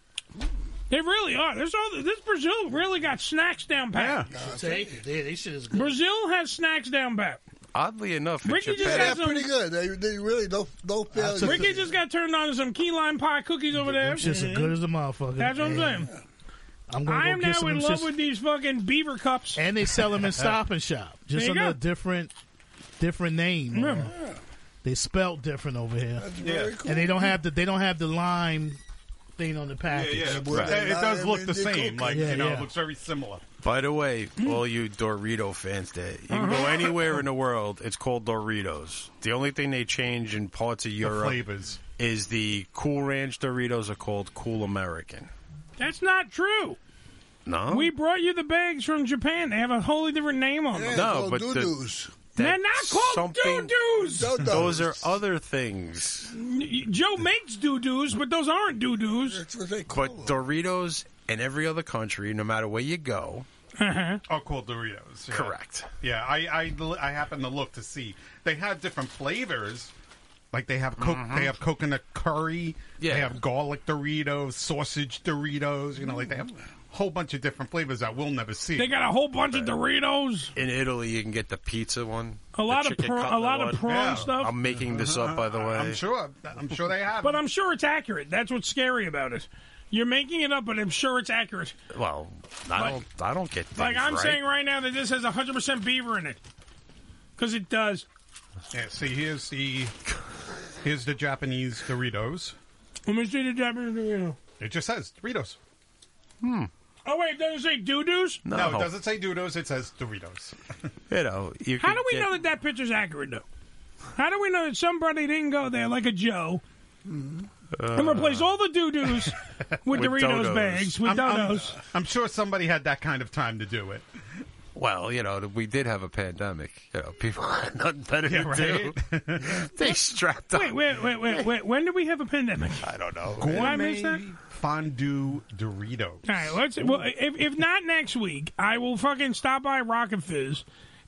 They really are. There's all this Brazil really got snacks down pat. Take it. Yeah, this shit is good. Brazil has snacks down pat. Oddly enough, in Ricky just Japan, had They're pretty good. They, they really don't, don't fail you. Ricky just got turned on to some key lime pie cookies over there. It's just as good as a motherfucker. That's what I'm Yeah. saying. I'm gonna I go am get now some in of love them shits. with these fucking beaver cups. And they sell them in Stop and Shop, just There you under a go. different, different name. Yeah. They spelled different over here, very Yeah. cool. and they don't have the they don't have the lime thing on the package. It, it does look the same. Like Yeah, you know, yeah. it looks very similar. By the way, all you Dorito fans, there, you can go anywhere in the world. It's called Doritos. The only thing they change in parts of Europe flavors. is the Cool Ranch Doritos are called Cool American. That's not true. No, We brought you the bags from Japan. They have a wholly different name on them. no, but the- They're that not called something- doo-doos. Those are other things. Joe makes doo-doos, but those aren't doo-doos. That's what they But Doritos in every other country, no matter where you go, Mm-hmm. Are called Oh, Doritos. yeah. Correct. Yeah, I, I I happen to look to see they have different flavors. Like they have co- Mm-hmm. Mhm. they have coconut curry. Yeah. They have garlic Doritos, sausage Doritos. You know, like they have a whole bunch of different flavors that we'll never see. They got a whole bunch of Doritos. in Italy you can get the pizza one. A lot of pra- a lot of prawn prawn stuff. I'm making this up, by the way. Uh-huh. I'm sure. I'm sure they have. But I'm sure it's accurate. That's what's scary about it. You're making it up, but I'm sure it's accurate. Well, I Like- don't. I don't get things Like I'm right. saying right now that this has 100% beaver in it. Because it uh, does. Yeah, see, here's the here's the Japanese Doritos. Let me see the Japanese Dorito. It just says Doritos. Hmm. Oh, wait, it doesn't say doo-doos? No, it doesn't say Doritos. It says Doritos. You know, you How could do we get- know that that picture's accurate, though? How do we know that somebody didn't go there like a Joe uh, and replace all the doo-doos with, Doritos bags with I'm- I'm- dodos? I'm, sure somebody had that kind of time to do it. Well, you know, we did have a pandemic. You know, people had nothing better Yeah, to right? do. they strapped up. Wait, wait, wait, wait, wait. When did we have a pandemic? I don't know. Did I miss that? fondue Doritos. All right, let's. Well, if, if not next week, I will fucking stop by Rocket Fizz,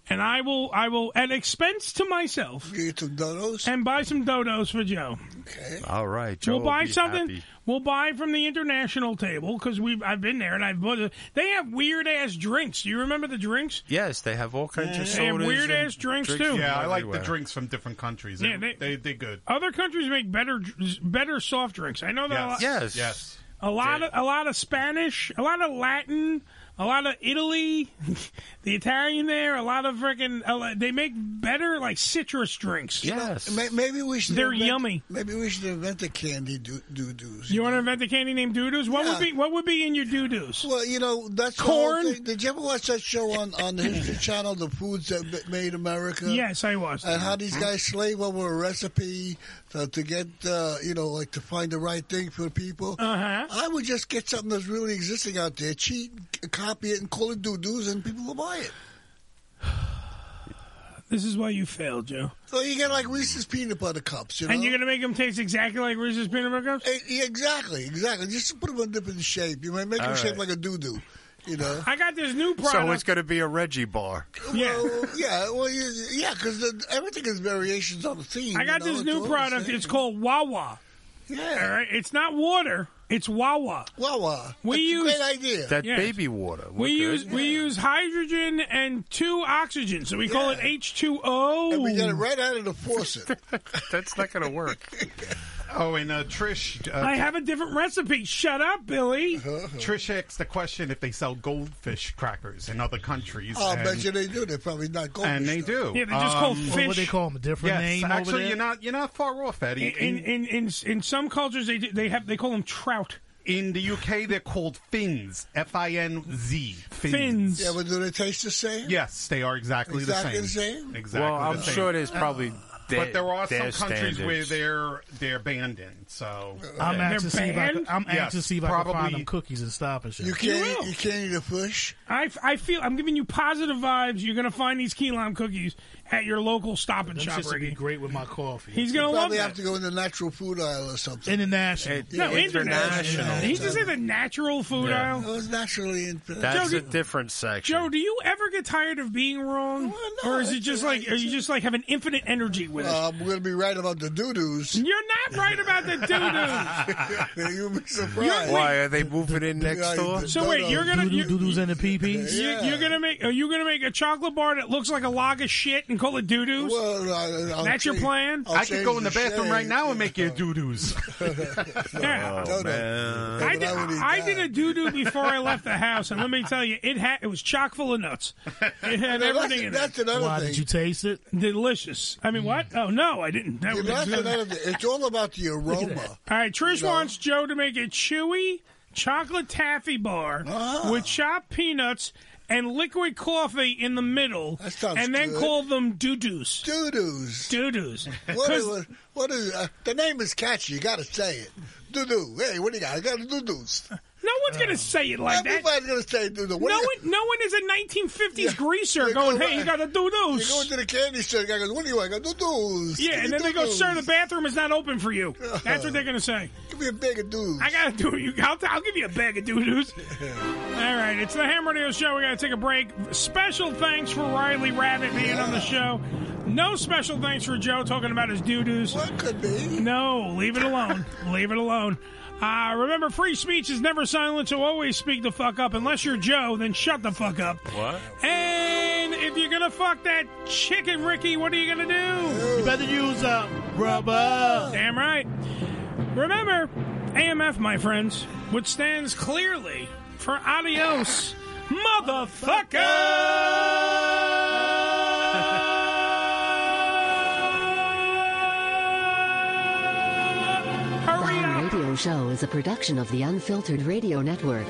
and I will, I will, at expense to myself, get some dodos and buy some dodos for Joe. All right, Joe. we'll buy will be something. happy. We'll buy from the international table because we I've been there and I've bought. They have weird ass drinks. Do you remember the drinks? Yes, they have all kinds of They have sodas weird and ass drinks, too. from Yeah, I like the everywhere. drinks from different countries. They, Yeah, they- they, they good. Other countries make better better soft drinks. I know that. A lot, Yes. Yes. A lot of a lot of Spanish, a lot of Latin, a lot of Italy, the Italian there, a lot of freaking. They make better like citrus drinks. Yes. May- Maybe we should. They're invent- yummy. Maybe we should invent a candy doo doo doos. You want to invent a candy named doo doos? What would be what would be in your doo doos? Well, you know that's the whole corn. thing. Did you ever watch that show on on the History Channel, The Foods That Ma- Made America? Yes, I watched. Hmm? And it. how these guys slave over a recipe to, to get uh, you know like to find the right thing for people. Uh-huh. I would just get something that's really existing out there, cheat, c- copy it, and call it doo doos, and people will buy it. This is why you failed, Joe. So you get like Reese's peanut butter cups, you know. Eh, And you're gonna make them taste exactly like Reese's peanut butter cups. exactly, exactly. Just put them in a different shape. You might make All them shaped right. like a doo doo. You know. I got this new product. So it's going to be a Reggie bar. Yeah. Well, yeah, well, you- yeah, because everything is variations on the theme. I got you know, this it's new all the product. same. It's called Wawa. Yeah. All right. It's not water. It's Wawa. Wawa. We use great idea. That Yes. baby water. We use we use hydrogen and two oxygen, so we call it H two O. And we get it right out of the faucet. That's not going to work. Oh, and uh, Trish. Uh, I have a different recipe. Shut up, Billy. Trish asked the question if they sell goldfish crackers in other countries. Oh, I and- bet you they do. They're probably not goldfish. And they do. though. Um, What would they call them? A different yes, name? Actually, over there? you're not you're not far off, Eddie. In in in, in some cultures, they do- they have they call them trout. In the UK, they're called fins. F I N Z. Fins. Fins. Yeah, but do they taste the same? Yes, they are exactly, Exactly the same. the same? Exactly. Well, I'm the same. Uh, sure there's probably their- but there are some their countries where standards. they're they're banned in. So I'm Yeah. anxious to see if I could, I'm Yes, anxious to see if I probably. can find them cookies and stop and shit. You can't, you can't eat a fish. I, f- I feel I'm giving you positive vibes. You're gonna find these key lime cookies at your local Stop and Them Shop. shits would be Ricky. great with my coffee. He's gonna You love probably that. have to go in the natural food aisle or something. International. no, international. He just said the natural food Yeah. aisle. It was naturally in. That's Joe, a different section. Joe, do you ever get tired of being Oh, wrong, or is it just like are you just like have an infinite energy with it? Uh, I'm going to be right about the doo doos. You're not right about the doo You'll be surprised. Why are they moving in Yeah, next door? the So wait, you're gonna you Doodles and the peepees. you, you're gonna make are you gonna make a chocolate bar that looks like a log of shit and call it doo doos? Well, I- I'll That's your change- plan? I'll I could go in the change bathroom shade. right now and make you doo doos. Yeah. No, no. Uh, I did, I did a doo doo before I left the house, and let me tell you, it had it was chock full of nuts. It had No, everything in it. that's, that's another Why thing. did you taste it? Mm. Delicious. I mean, what? Oh no, I didn't. That Yeah, was that's another thing. It's all about the aroma. All right, Trish wants Joe to make a chewy chocolate taffy bar Ah. with chopped peanuts and liquid coffee in the middle, sounds and then good. call them doo-doos. Doo-doos. Doo-doos. What 'Cause- is, what is uh, the name is catchy. You got to say it. Doo doo. Hey, what do you got? I got doo doos. no one's going to say it like that. Everybody's gonna say doo doo. No one, no one is a 1950s greaser going, hey, you got to You go doo-doos. into the candy store. The guy goes, "What do you want?" I go, "Doo doos." Yeah, and then they go, sir, the bathroom is not open for you. That's what they're going to say. Give me a bag of doo. I got to do you. I'll, I'll give you a bag of doo-doos. All right, it's the Ham Radio Show. We got to take a break. Special thanks for Riley Rabbit being on the show. No special thanks for Joe talking about his doo doos. What could be? No, leave it alone. leave it alone. Uh, remember, free speech is never silent, so always speak the fuck up. Unless you're Joe, then shut the fuck up. What? And if you're gonna fuck that chicken, Ricky, what are you gonna do? You better use uh, rubber. Damn right. Remember, AMF, my friends, which stands clearly for adios, motherfucker! The Ham Radio Show is a production of the Unfiltered Radio Network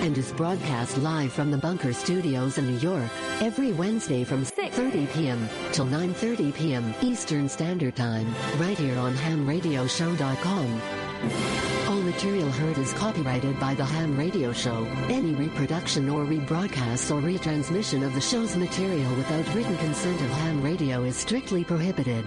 and is broadcast live from the Bunker Studios in New York every Wednesday from 6:30 p.m. till 9:30 p.m. Eastern Standard Time, right here on hamradioshow.com. All material heard is copyrighted by The Ham Radio Show. Any reproduction or rebroadcast or retransmission of the show's material without written consent of Ham Radio is strictly prohibited.